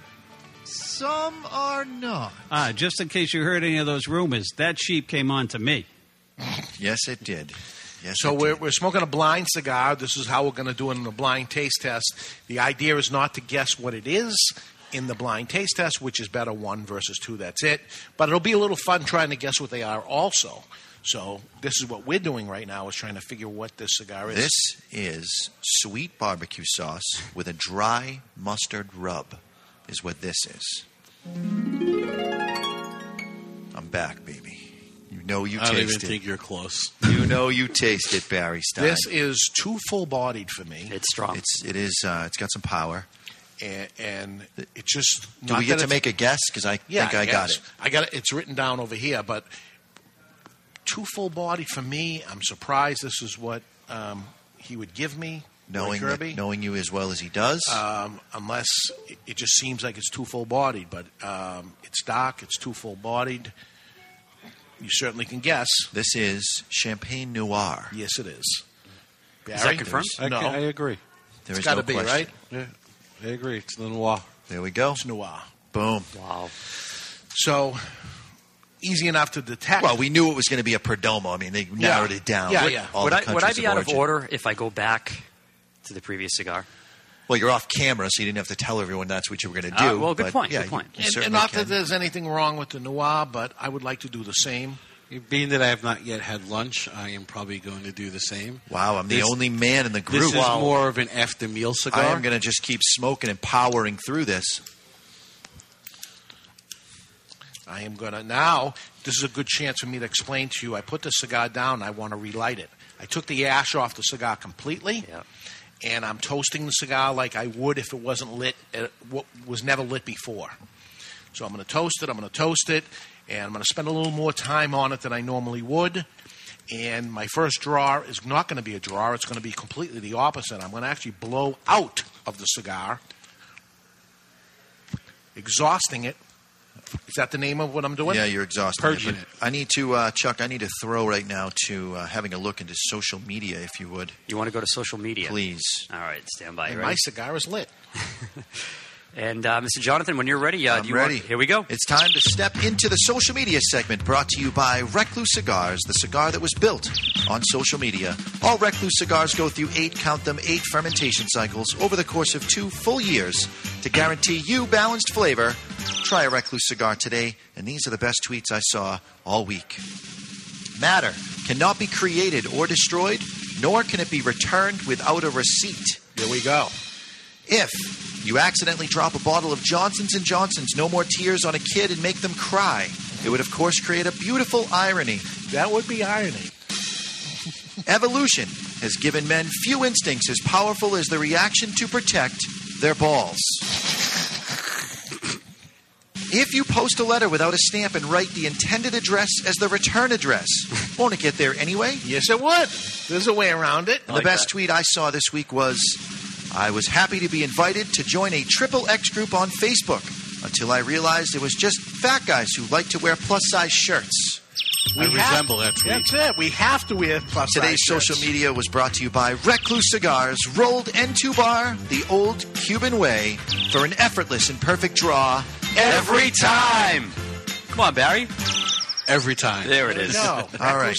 Speaker 16: some are not.
Speaker 28: Ah, just in case you heard any of those rumors, that sheep came on to me.
Speaker 16: Yes, it did. Yes,
Speaker 15: so we're, we're smoking a blind cigar. This is how we're going to do it in the blind taste test. The idea is not to guess what it is in the blind taste test, which is better one versus two. That's it. But it'll be a little fun trying to guess what they are also. So this is what we're doing right now is trying to figure what this cigar is.
Speaker 16: This is sweet barbecue sauce with a dry mustard rub, is what this is. I'm back, baby. You know you
Speaker 17: I don't
Speaker 16: taste
Speaker 17: even
Speaker 16: it.
Speaker 17: think you're close.
Speaker 16: You know you taste it, Barry Stein.
Speaker 15: This is too full bodied for me.
Speaker 18: It's strong.
Speaker 16: It's it is. Uh, it's got some power.
Speaker 15: And, and it just.
Speaker 16: Do
Speaker 15: not
Speaker 16: we get
Speaker 15: that
Speaker 16: to
Speaker 15: it's-
Speaker 16: make a guess? Because I
Speaker 15: Yeah,
Speaker 16: think I got
Speaker 15: guess.
Speaker 16: it.
Speaker 15: I got it. It's written down over here, but too full bodied for me. I'm surprised this is what um, he would give me. Roy
Speaker 16: Knowing that-
Speaker 15: Kirby.
Speaker 16: knowing you as well as he does.
Speaker 15: Um, unless it, it just seems like it's too full bodied, but um, it's dark, it's too full bodied. You certainly can guess.
Speaker 16: This is Champagne Noir.
Speaker 15: Yes, it is. Barry?
Speaker 17: I,
Speaker 15: No.
Speaker 17: ca- I agree.
Speaker 16: There It's is gotta no be, question. right?
Speaker 17: Yeah, I agree. It's the noir.
Speaker 16: There we go. It's
Speaker 15: noir.
Speaker 16: Boom.
Speaker 18: Wow.
Speaker 15: So easy enough to detect.
Speaker 16: Well, we knew it was going to be a Perdomo. I mean, they narrowed it down.
Speaker 18: Would,
Speaker 16: with All
Speaker 18: would
Speaker 16: the
Speaker 18: I, would I
Speaker 16: countries
Speaker 18: be out of
Speaker 16: origin.
Speaker 18: order if I go back to the previous cigar?
Speaker 16: Well, you're off camera, so you didn't have to tell everyone that's what you were going to
Speaker 18: Ah,
Speaker 16: do.
Speaker 18: well, good
Speaker 16: but,
Speaker 18: point,
Speaker 16: Yeah,
Speaker 18: good point.
Speaker 16: You, you
Speaker 15: And,
Speaker 16: certainly
Speaker 15: and not
Speaker 16: can.
Speaker 15: that there's anything wrong with the noir, but I would like to do the same.
Speaker 17: Being that I have not yet had lunch, I am probably going to do the same.
Speaker 16: Wow, I'm the
Speaker 17: This-
Speaker 16: only man in the group.
Speaker 17: This is more of an after meal cigar.
Speaker 16: I am going to just keep smoking and powering through this.
Speaker 15: I am going to now. This is a good chance for me to explain to you. I put the cigar down. I want to relight it. I took the ash off the cigar completely, and I'm toasting the cigar like I would if it wasn't lit. It wa- was never lit before. So I'm going to toast it. I'm going to toast it, and I'm going to spend a little more time on it than I normally would. And my first draw is not going to be a draw. It's going to be completely the opposite. I'm going to actually blow out of the cigar, exhausting it. Is that the name of what I'm doing?
Speaker 16: Yeah, you're exhausted.
Speaker 15: Purging it.
Speaker 16: I need to, uh, Chuck. I need to throw right now to uh, having a look into social media, if you would.
Speaker 18: You want to go to social media?
Speaker 16: Please.
Speaker 18: All right, stand by.
Speaker 15: And
Speaker 18: You
Speaker 15: my
Speaker 18: ready?
Speaker 15: cigar is lit.
Speaker 18: And uh, Mr. Jonathan, when you're ready, uh,
Speaker 16: I'm
Speaker 18: do you
Speaker 16: ready.
Speaker 18: Want, here we go.
Speaker 16: It's time to step into the social media segment brought to you by Recluse Cigars, the cigar that was built on social media. All Recluse cigars go through eight, count them, eight fermentation cycles over the course of two full years to guarantee you balanced flavor. Try a Recluse cigar today, and these are the best tweets I saw all week. Matter cannot be created or destroyed, nor can it be returned without a receipt.
Speaker 15: Here we go.
Speaker 16: If you accidentally drop a bottle of Johnson's and Johnson's No More Tears on a kid and make them cry, it would of course create a beautiful irony.
Speaker 15: That would be irony.
Speaker 16: Evolution has given men few instincts as powerful as the reaction to protect their balls. If you post a letter without a stamp and write the intended address as the return address, won't it get there anyway?
Speaker 15: Yes, it would. There's a way around it.
Speaker 16: the best tweet I saw this week was I was happy to be invited to join a triple X group on Facebook until I realized it was just fat guys who like to wear plus size shirts.
Speaker 15: We have- That's it. We have to wear plus
Speaker 16: Today's
Speaker 15: size shirts.
Speaker 16: social media was brought to you by Recluse Cigars, Rolled and Two Bar, the old Cuban way, for an effortless and perfect draw every time.
Speaker 18: Come on, Barry.
Speaker 17: Every time.
Speaker 18: There it is.
Speaker 16: All right.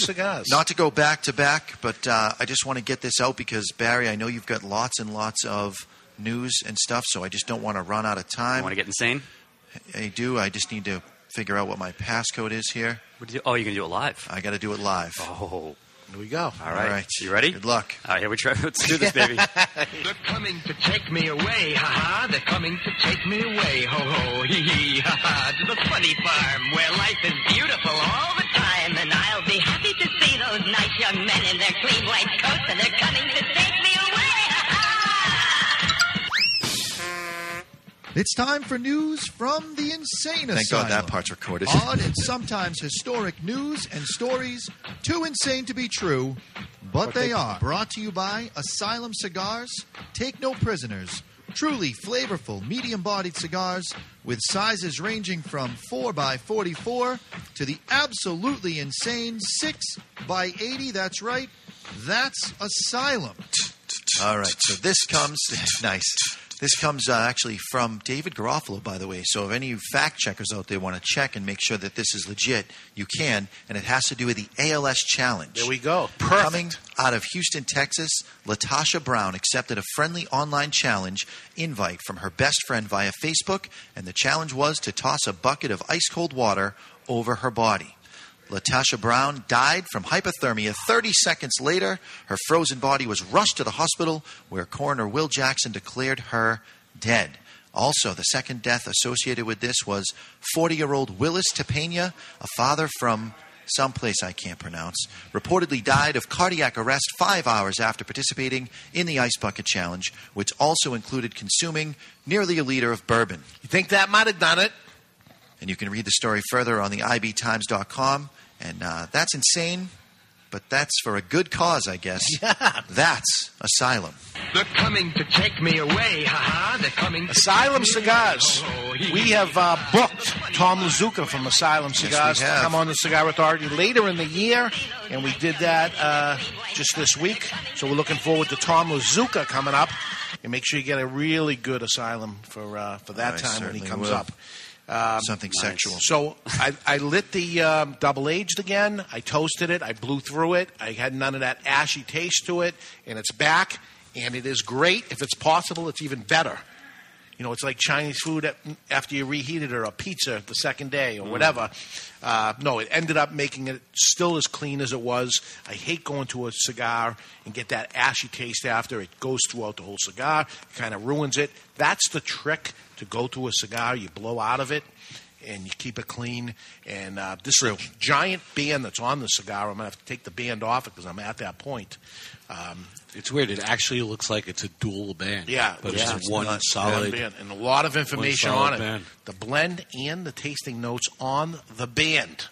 Speaker 16: Not to go back to back, but uh, I just want to get this out because, Barry, I know you've got lots and lots of news and stuff, so I just don't want to run out of time.
Speaker 18: Want to get insane?
Speaker 16: I do. I just need to figure out what my passcode is here.
Speaker 18: What do you, oh, you're gonna do it live.
Speaker 16: I got to do it live.
Speaker 18: Oh,
Speaker 15: here we go.
Speaker 18: All right.
Speaker 16: All right.
Speaker 18: You ready?
Speaker 16: Good luck.
Speaker 18: All right, here we try. Let's do this, baby.
Speaker 23: They're coming to take me away, ha ha. They're coming to take me away, ho ho, hee hee, ha ha. To the funny farm where life is beautiful all the time. And I'll be happy to see those nice young men in their clean white coats, and they're coming to take me away.
Speaker 16: It's time for news from the insane
Speaker 31: Thank
Speaker 16: asylum.
Speaker 31: God that part's recorded.
Speaker 16: Odd and sometimes historic news and stories too insane to be true, but, they, are. Brought to you by Asylum Cigars. Take no prisoners. Truly flavorful, medium-bodied cigars with sizes ranging from 4x44 to the absolutely insane 6x80. That's right. That's Asylum. All right. So this comes nice. This comes uh, actually from David Garofalo, by the way. So if any fact checkers out there want to check and make sure that this is legit, you can. And it has to do with the ALS challenge.
Speaker 15: There we go.
Speaker 16: Coming out of Houston, Texas, Latasha Brown accepted a friendly online challenge invite from her best friend via Facebook, and the challenge was to toss a bucket of ice cold water over her body. Latasha Brown died from hypothermia 30 seconds later. Her frozen body was rushed to the hospital where coroner Will Jackson declared her dead. Also, the second death associated with this was 40 year old Willis Tepena, a father from someplace I can't pronounce, reportedly died of cardiac arrest five hours after participating in the Ice Bucket Challenge, which also included consuming nearly a liter of bourbon.
Speaker 15: You think that might have done it?
Speaker 16: And you can read the story further on the ibtimes.com. And uh, that's insane, but that's for a good cause, I guess. That's asylum.
Speaker 23: They're coming to take me away, ha ha. They're coming.
Speaker 15: Asylum Cigars. We have uh, booked Tom Luzuka from Asylum Cigars
Speaker 16: have.
Speaker 15: to come on the Cigar Authority later in the year, and we did that uh, just this week. So we're looking forward to Tom Luzuka coming up, and make sure you get a really good Asylum for uh, for that
Speaker 16: I
Speaker 15: time when he
Speaker 16: certainly
Speaker 15: comes
Speaker 16: will.
Speaker 15: up. Um,
Speaker 16: Something sexual.
Speaker 15: So I, I lit the um, double aged again. I toasted it. I blew through it. I had none of that ashy taste to it, and it's back. And it is great. If it's possible, it's even better. You know, it's like Chinese food at- after you reheat it, or a pizza the second day, or
Speaker 37: Mm.
Speaker 15: whatever. Uh, no, it ended up making it still as clean as it was. I hate going to a cigar and get that ashy taste after. It goes throughout the whole cigar, it kind of ruins it. That's the trick to go to a cigar. You blow out of it and you keep it clean. And uh, this giant band that's on the cigar, I'm going to have to take the band off it because I'm at that point. Um,
Speaker 17: It's weird. It actually looks like it's a dual band.
Speaker 15: yeah,
Speaker 17: but
Speaker 15: yeah.
Speaker 17: it's just one solid.
Speaker 15: band and a lot of information
Speaker 17: one
Speaker 15: on
Speaker 17: solid
Speaker 15: it.
Speaker 17: band.
Speaker 15: The blend and the tasting notes on the band.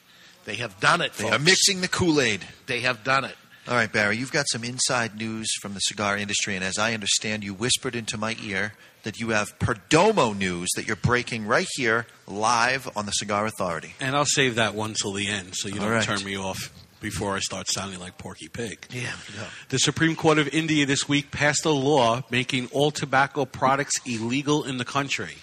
Speaker 15: They have done it.
Speaker 16: They are
Speaker 15: folks.
Speaker 16: mixing the Kool Aid.
Speaker 15: They have done it.
Speaker 16: All right, Barry, you've got some inside news from the cigar industry, and as I understand, you whispered into my ear that you have Perdomo news that you're breaking right here live on the Cigar Authority.
Speaker 17: And I'll save that one till the end, so you
Speaker 16: All
Speaker 17: don't
Speaker 16: right.
Speaker 17: turn me off before I start sounding like Porky Pig.
Speaker 15: Yeah.
Speaker 17: The Supreme Court of India this week passed a law making all tobacco products illegal in the country.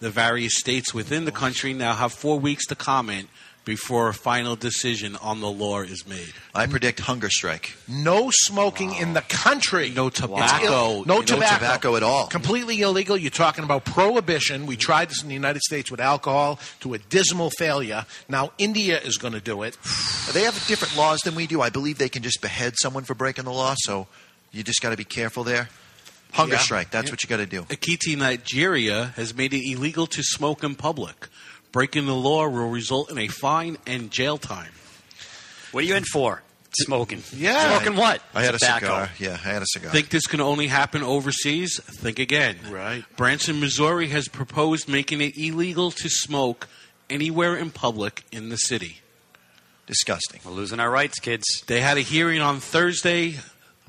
Speaker 17: The various states within the country now have four weeks to comment before a final decision on the law is made.
Speaker 16: I predict hunger strike.
Speaker 15: No smoking in the country. No
Speaker 17: tobacco.
Speaker 15: No,
Speaker 17: No
Speaker 15: tobacco.
Speaker 17: tobacco
Speaker 16: at all.
Speaker 15: Completely illegal. You're talking about prohibition. We tried this in the United States with alcohol to a dismal failure. Now India is going to do it.
Speaker 16: They have different laws than we do. I believe they can just behead someone for breaking the law, so you just got to be careful there. Hunger
Speaker 17: Yeah.
Speaker 16: strike. That's what you got to do.
Speaker 17: Akiti, Nigeria has made it illegal to smoke in public. Breaking the law will result in a fine and jail time.
Speaker 18: What are you in for? Smoking.
Speaker 17: Yeah.
Speaker 18: Smoking what?
Speaker 16: I had
Speaker 18: Tobacco.
Speaker 16: a cigar. Yeah, I had a cigar.
Speaker 17: Think this can only happen overseas? Think again. Right. Branson, Missouri has proposed making it illegal to smoke anywhere in public in the city.
Speaker 16: Disgusting.
Speaker 18: We're losing our rights, kids.
Speaker 17: They had a hearing on Thursday.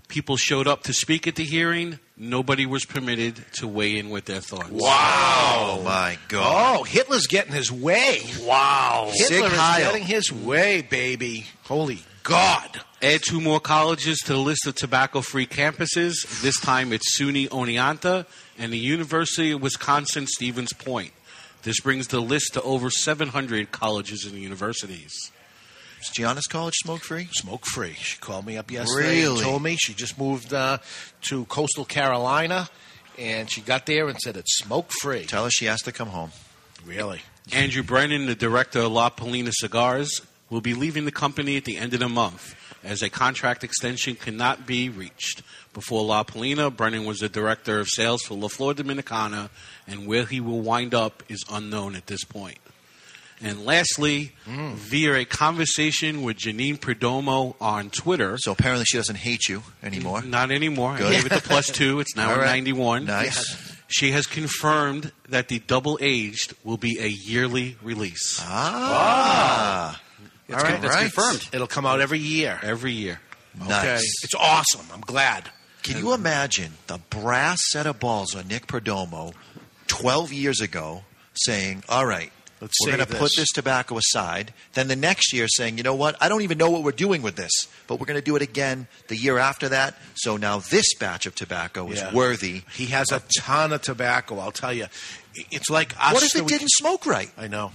Speaker 17: People showed up to speak at the hearing. Nobody was permitted to weigh in with their thoughts.
Speaker 15: Wow.
Speaker 16: Oh, my
Speaker 15: Oh, Hitler's getting his way. Wow. Hitler
Speaker 17: Sieg
Speaker 15: is
Speaker 17: Heil.
Speaker 15: getting his way, baby. Holy
Speaker 17: God. Add two more colleges to the list of tobacco free campuses. This time it's SUNY Oneonta and the University of Wisconsin Stevens Point. This brings the list to over 700 colleges and universities.
Speaker 16: Is Gianna's college smoke free?
Speaker 15: Smoke free. She called me up yesterday and
Speaker 17: Really?
Speaker 15: told me she just moved uh, to coastal Carolina and she got there and said it's smoke free.
Speaker 16: Tell her she has to come home.
Speaker 15: Really?
Speaker 17: Andrew Brennan, the director of La Polina Cigars, will be leaving the company at the end of the month as a contract extension cannot be reached. Before La Polina, Brennan was the director of sales for La Flor Dominicana, and where he will wind up is unknown at this point. And lastly, via a conversation with Janine Perdomo on Twitter.
Speaker 16: So apparently she doesn't hate you anymore.
Speaker 17: Not anymore.
Speaker 16: Good.
Speaker 17: I gave it the plus two. It's now
Speaker 16: All
Speaker 17: a
Speaker 16: right.
Speaker 17: 91.
Speaker 16: Nice.
Speaker 17: She has confirmed that the double aged will be a yearly release.
Speaker 16: Ah.
Speaker 15: It's All con- right. it's confirmed. It'll come out every year.
Speaker 17: Every year.
Speaker 16: Nice.
Speaker 15: It's awesome. I'm glad.
Speaker 16: Can you imagine the brass set of balls on Nick Perdomo 12 years ago saying, all right,
Speaker 15: Let's
Speaker 16: we're
Speaker 15: save
Speaker 16: going to put
Speaker 15: this."
Speaker 16: this tobacco aside. Then the next year saying, you know what, I don't even know what we're doing with this, but we're going to do it again the year after that. So now this batch of tobacco
Speaker 15: Yeah.
Speaker 16: is worthy.
Speaker 15: He has a ton of tobacco, I'll tell you. It's like us.
Speaker 16: What if it
Speaker 15: we-
Speaker 16: didn't smoke right?
Speaker 15: I know.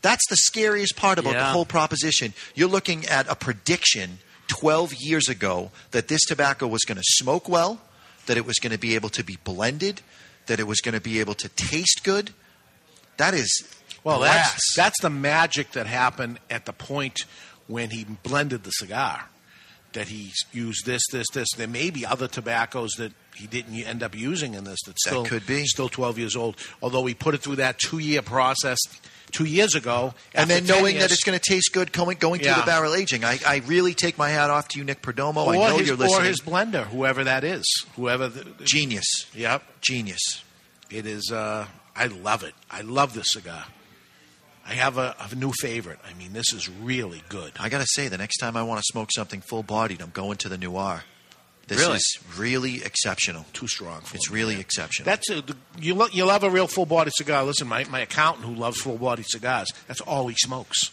Speaker 16: That's the scariest part about the
Speaker 15: Yeah.
Speaker 16: whole proposition. You're looking at a prediction 12 years ago that this tobacco was going to smoke well, that it was going to be able to be blended, that it was going to be able to taste good. That is
Speaker 15: Well,
Speaker 16: brass.
Speaker 15: that's, that's the magic that happened at the point when he blended the cigar. That he used this, this, this. There may be other tobaccos that he didn't end up using in this. That's
Speaker 16: That
Speaker 15: still,
Speaker 16: could
Speaker 15: be still twelve years old. Although we put it through that two year process two years ago,
Speaker 16: and
Speaker 15: after
Speaker 16: then
Speaker 15: 10
Speaker 16: knowing that
Speaker 15: years-
Speaker 16: it's going to taste good going, going through
Speaker 15: Yeah.
Speaker 16: the barrel aging. I, I really take my hat off to you, Nick Perdomo.
Speaker 15: or
Speaker 16: I know
Speaker 15: his,
Speaker 16: you're
Speaker 15: or
Speaker 16: listening.
Speaker 15: his blender, whoever that is, whoever the,
Speaker 16: genius.
Speaker 15: Yep,
Speaker 16: genius.
Speaker 15: It is. Uh, I love it. I love this cigar. I have a, a new favorite. I mean, this is really good.
Speaker 16: I got to say, the next time I want to smoke something full bodied, I'm going to the Noir. This
Speaker 15: Really?
Speaker 16: is really exceptional.
Speaker 15: Too strong for
Speaker 16: It's really exceptional.
Speaker 15: That's a, you. Lo- you love a real full body cigar. Listen, my, my accountant who loves full body cigars. That's all he smokes.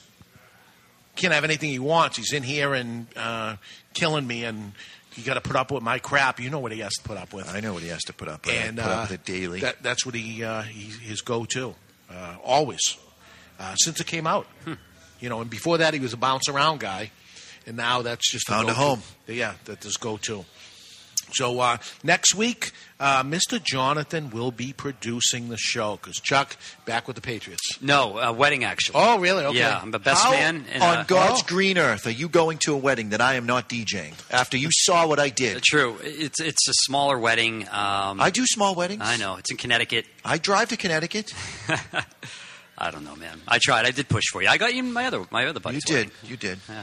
Speaker 15: Can't have anything he wants. He's in here and uh, killing me, and you got to put up with my crap. You know what he has to put up with.
Speaker 16: I know what he has to put up with.
Speaker 15: and
Speaker 16: put up
Speaker 15: uh,
Speaker 16: with it daily.
Speaker 15: That, that's what he, uh, he his go to, uh, always uh, since it came out.
Speaker 18: Hmm.
Speaker 15: You know, and before that he was a bounce around guy, and now that's just the
Speaker 16: Found a
Speaker 15: go-to.
Speaker 16: home.
Speaker 15: Yeah, that his go to. So uh, next week, uh, Mr. Jonathan will be producing the show because Chuck back with the Patriots.
Speaker 18: No, uh, wedding actually.
Speaker 15: Oh, really? Okay.
Speaker 18: Yeah, I'm the best
Speaker 15: How
Speaker 18: man. And,
Speaker 16: on
Speaker 18: uh,
Speaker 16: God's
Speaker 15: oh.
Speaker 16: green earth, are you going to a wedding that I am not DJing after you saw what I did?
Speaker 18: True. It's it's a smaller wedding. Um,
Speaker 16: I do small weddings.
Speaker 18: I know. It's in Connecticut.
Speaker 16: I drive to Connecticut.
Speaker 18: I don't know, man. I tried. I did push for you. I got you in my other my other buddy's
Speaker 16: you did.
Speaker 18: wedding.
Speaker 16: You did.
Speaker 18: Yeah.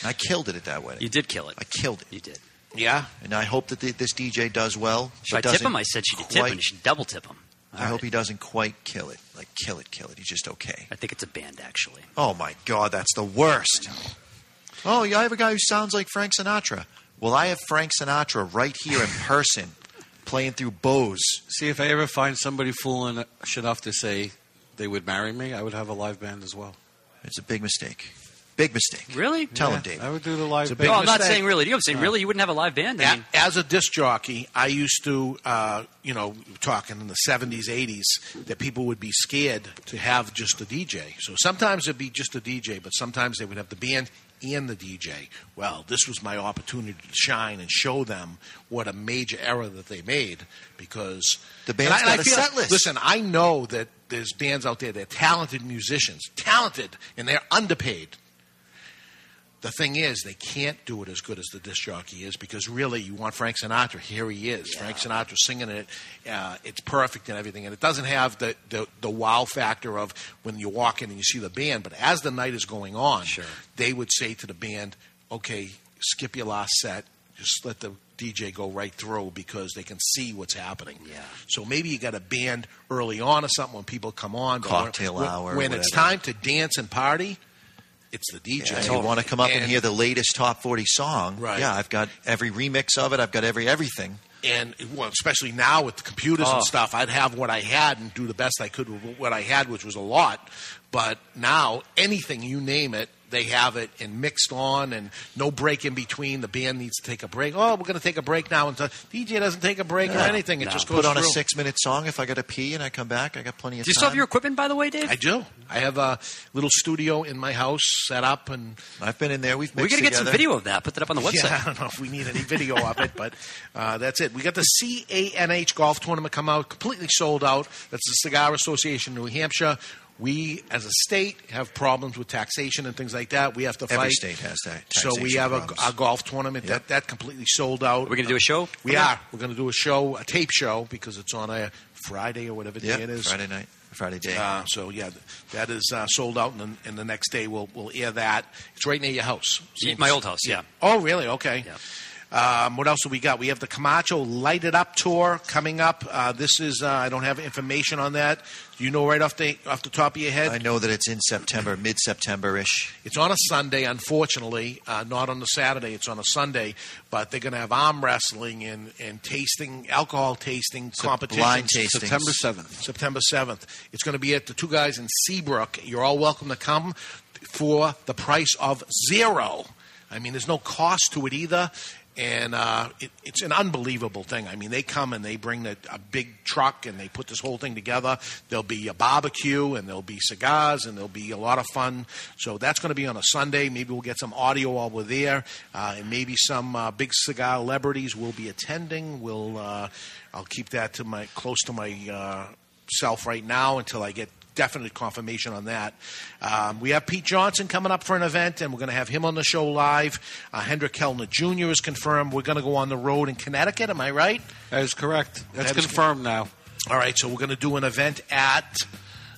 Speaker 16: And I killed it at that wedding.
Speaker 18: You did kill it.
Speaker 16: I killed it.
Speaker 18: You did.
Speaker 15: Yeah.
Speaker 16: And I hope that the, this DJ does well.
Speaker 18: Should I
Speaker 16: but
Speaker 18: tip
Speaker 16: doesn't
Speaker 18: him? I said she could tip him.
Speaker 16: quite-
Speaker 18: You should double tip him.
Speaker 16: I hope he doesn't quite kill it. Like, kill it, kill it. He's just okay.
Speaker 18: I think it's a band, actually.
Speaker 16: Oh, my God. That's the worst. Oh, yeah, I have a guy who sounds like Frank Sinatra. Well, I have Frank Sinatra right here in person playing through Bose.
Speaker 17: See, if I ever find somebody fool enough enough to say they would marry me, I would have a live band as well.
Speaker 16: It's a big mistake. Big mistake.
Speaker 18: Really?
Speaker 16: Tell
Speaker 17: Yeah,
Speaker 16: him, David.
Speaker 17: I would do the live
Speaker 15: It's a
Speaker 17: band. Oh,
Speaker 15: big
Speaker 18: no, I'm not
Speaker 15: mistake.
Speaker 18: saying really. You know, I'm saying
Speaker 15: Uh.
Speaker 18: really. You wouldn't have a live band. I mean,
Speaker 15: A- As a disc jockey, I used to, uh, you know, talking in the 70s, 80s, that people would be scared to have just a DJ. So sometimes it'd be just a DJ, but sometimes they would have the band and the DJ. Well, this was my opportunity to shine and show them what a major error that they made because
Speaker 16: The band's
Speaker 15: and I- and I
Speaker 16: got a
Speaker 15: feel-
Speaker 16: set list.
Speaker 15: Listen, I know that there's bands out there that are talented musicians, talented, and they're underpaid The thing is, they can't do it as good as the disc jockey is because really, you want Frank Sinatra. Here he is, Frank Sinatra singing it. Uh, it's perfect and everything, and it doesn't have the, the the wow factor of when you walk in and you see the band. But as the night is going on, they would say to the band, "Okay, skip your last set. Just let the DJ go right through because they can see what's happening." Yeah. So maybe you got a band early on or something when people come on. but when-
Speaker 16: Cocktail
Speaker 15: when,
Speaker 16: hour,
Speaker 15: When it's
Speaker 16: whatever.
Speaker 15: time to dance and party, it's the DJ.
Speaker 16: Yeah, you want to come up and,
Speaker 15: And-
Speaker 16: hear the latest top 40 song.
Speaker 15: Right.
Speaker 16: Yeah, I've got every remix of it. I've got every everything.
Speaker 15: and well, especially now with the computers
Speaker 16: Oh.
Speaker 15: and stuff, I'd have what I had and do the best I could with what I had, which was a lot. But now, anything you name it, they have it and mixed on, and no break in between. The band needs to take a break. Oh, we're going to take a break now, and so- DJ doesn't take a break or
Speaker 16: Yeah.
Speaker 15: anything. It
Speaker 16: No.
Speaker 15: just goes
Speaker 16: Put on a
Speaker 15: through.
Speaker 16: six minute song if I got to pee and I come back. I got plenty of
Speaker 15: Do you
Speaker 16: time.
Speaker 15: still have your
Speaker 18: equipment, by the way, Dave?
Speaker 15: I do. I have a little studio in my house set up, and
Speaker 16: I've been in there. We've
Speaker 18: We're gonna get some video of that. Put that up on the website.
Speaker 15: Yeah, I don't know if we need any video of it, but uh, that's it. We got the CANH golf tournament come out completely sold out. That's the Cigar Association of New Hampshire. We, as a state, have problems with taxation and things like that. We have to
Speaker 16: Every
Speaker 15: fight.
Speaker 16: state has that.
Speaker 15: So we
Speaker 16: taxation
Speaker 15: have a,
Speaker 16: problems.
Speaker 15: a golf tournament that, that completely sold out.
Speaker 18: We're going to do a show?
Speaker 15: We are. We're going to do a show, a tape show, because it's on a Friday or whatever
Speaker 16: Yeah,
Speaker 15: day it is.
Speaker 16: Friday night, Friday day.
Speaker 15: Uh, so yeah, th- that is uh, sold out, and, then- and the next day we'll we'll air that. It's right near your house.
Speaker 18: Yeah, my old house, yeah.
Speaker 15: Oh, really? Okay. Um, what else do we got? We have the Camacho Light It Up tour coming up. Uh, this is uh, I don't have information on that. Do you know right off the off the top of your head?
Speaker 16: I know that it's in September, mid September ish.
Speaker 15: It's on a Sunday, unfortunately, uh, not on the Saturday. It's on a Sunday, but they're going to have arm wrestling and, and tasting alcohol tasting competitions.
Speaker 16: blind tastings. September 7th.
Speaker 15: September seventh. It's going to be at the two guys in Seabrook. You're all welcome to come for the price of zero. I mean, there's no cost to it either. And uh, it, it's an unbelievable thing. I mean, they come and they bring the, a big truck and they put this whole thing together. There'll be a barbecue and there'll be cigars and there'll be a lot of fun. So that's going to be on a Sunday. Maybe we'll get some audio while we're there, uh, and maybe some uh, big cigar celebrities will be attending. We'll uh, I'll keep that to my close to my uh, self right now until I get definite confirmation on that. Um, we have Pete Johnson coming up for an event, and we're going to have him on the show live. Uh, Hendrik Kellner Jr. is confirmed. We're going to go on the road in Connecticut. Am I right?
Speaker 17: That is correct. That's
Speaker 15: That is-
Speaker 17: confirmed now.
Speaker 15: All right, so we're going to do an event at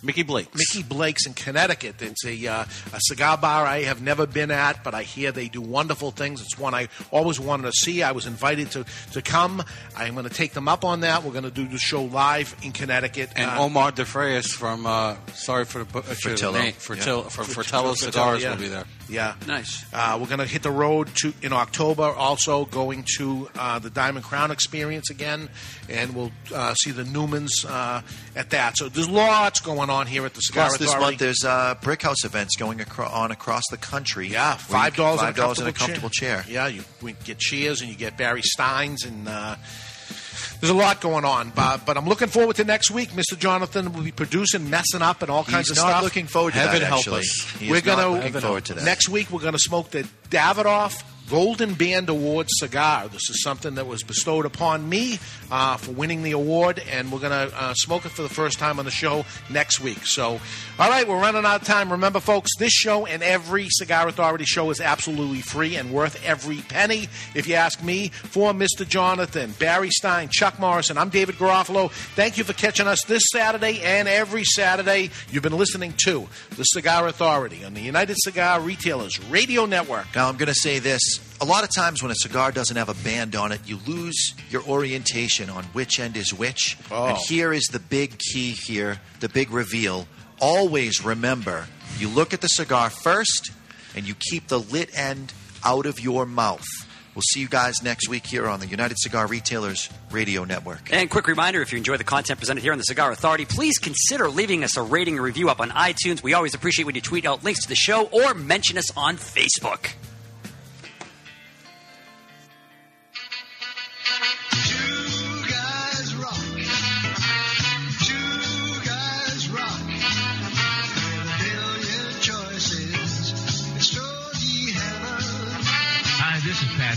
Speaker 15: Mickey Blake's. Mickey Blake's in Connecticut. It's a, uh, a cigar bar I have never been at, but I hear they do wonderful things. It's one I always wanted to see. I was invited to, to come. I'm going to take them up on that. We're going to do the show live in Connecticut.
Speaker 17: And
Speaker 16: Ah.
Speaker 15: Uh,
Speaker 17: Omar DeFreyes from uh, sorry for the butcher
Speaker 15: Fratello.
Speaker 17: name Fertil,
Speaker 15: Yeah.
Speaker 17: from
Speaker 15: Fratello,
Speaker 17: Fratello Cigars
Speaker 15: yeah.
Speaker 17: will be there.
Speaker 15: Yeah,
Speaker 18: nice.
Speaker 15: Uh, we're going to hit the road to in October. Also going to uh, the Diamond Crown Experience again, and we'll uh, see the Newmans uh, at that. So there's lots going on here at the Cigar
Speaker 16: Plus, this
Speaker 15: Authority.
Speaker 16: month there's uh, brick house events going acro- on across the country. Yeah,
Speaker 15: Five dollars,
Speaker 16: Five dollars in a comfortable
Speaker 15: chair.
Speaker 16: chair.
Speaker 15: Yeah, you we get cheers and you get Barry Steins and. Uh, there's a lot going on, but, but I'm looking forward to next week. Mr. Jonathan will be producing, messing up, and all
Speaker 16: He's
Speaker 15: kinds of
Speaker 16: not
Speaker 15: stuff.
Speaker 16: looking forward to
Speaker 15: Heaven
Speaker 16: that,
Speaker 15: help
Speaker 16: actually.
Speaker 15: us.
Speaker 16: He is
Speaker 15: we're
Speaker 16: not
Speaker 15: gonna
Speaker 16: looking forward to that.
Speaker 15: next week. We're going to smoke the Davidoff Golden Band Award cigar. This is something that was bestowed upon me uh, for winning the award, and we're going to uh, smoke it for the first time on the show next week. So, all right, we're running out of time. Remember, folks, this show and every Cigar Authority show is absolutely free and worth every penny, if you ask me. For Mr. Jonathan, Barry Stein, Chuck Morrison, I'm David Garofalo. Thank you for catching us this Saturday and every Saturday. You've been listening to The Cigar Authority on the United Cigar Retailers Radio Network.
Speaker 16: Now, I'm going to say this. A lot of times when a cigar doesn't have a band on it, you lose your orientation on which end is which.
Speaker 15: Oh.
Speaker 16: And here is the big key here, the big reveal. Always remember you look at the cigar first and you keep the lit end out of your mouth. We'll see you guys next week here on the United Cigar Retailers Radio Network.
Speaker 18: And quick reminder if you enjoy the content presented here on the Cigar Authority, please consider leaving us a rating and review up on iTunes. We always appreciate when you tweet out links to the show or mention us on Facebook.
Speaker 39: Hi, this is Pat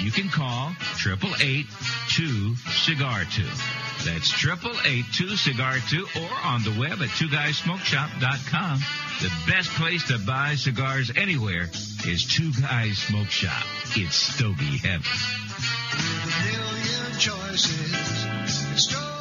Speaker 39: You can call 888-2-CIGAR-2. That's 888-2-CIGAR-2 or on the web at two twoguysmokeshop.com. The best place to buy cigars anywhere is Two Guys Smoke Shop. It's Stogie Heaven.
Speaker 13: Million choices. Stogie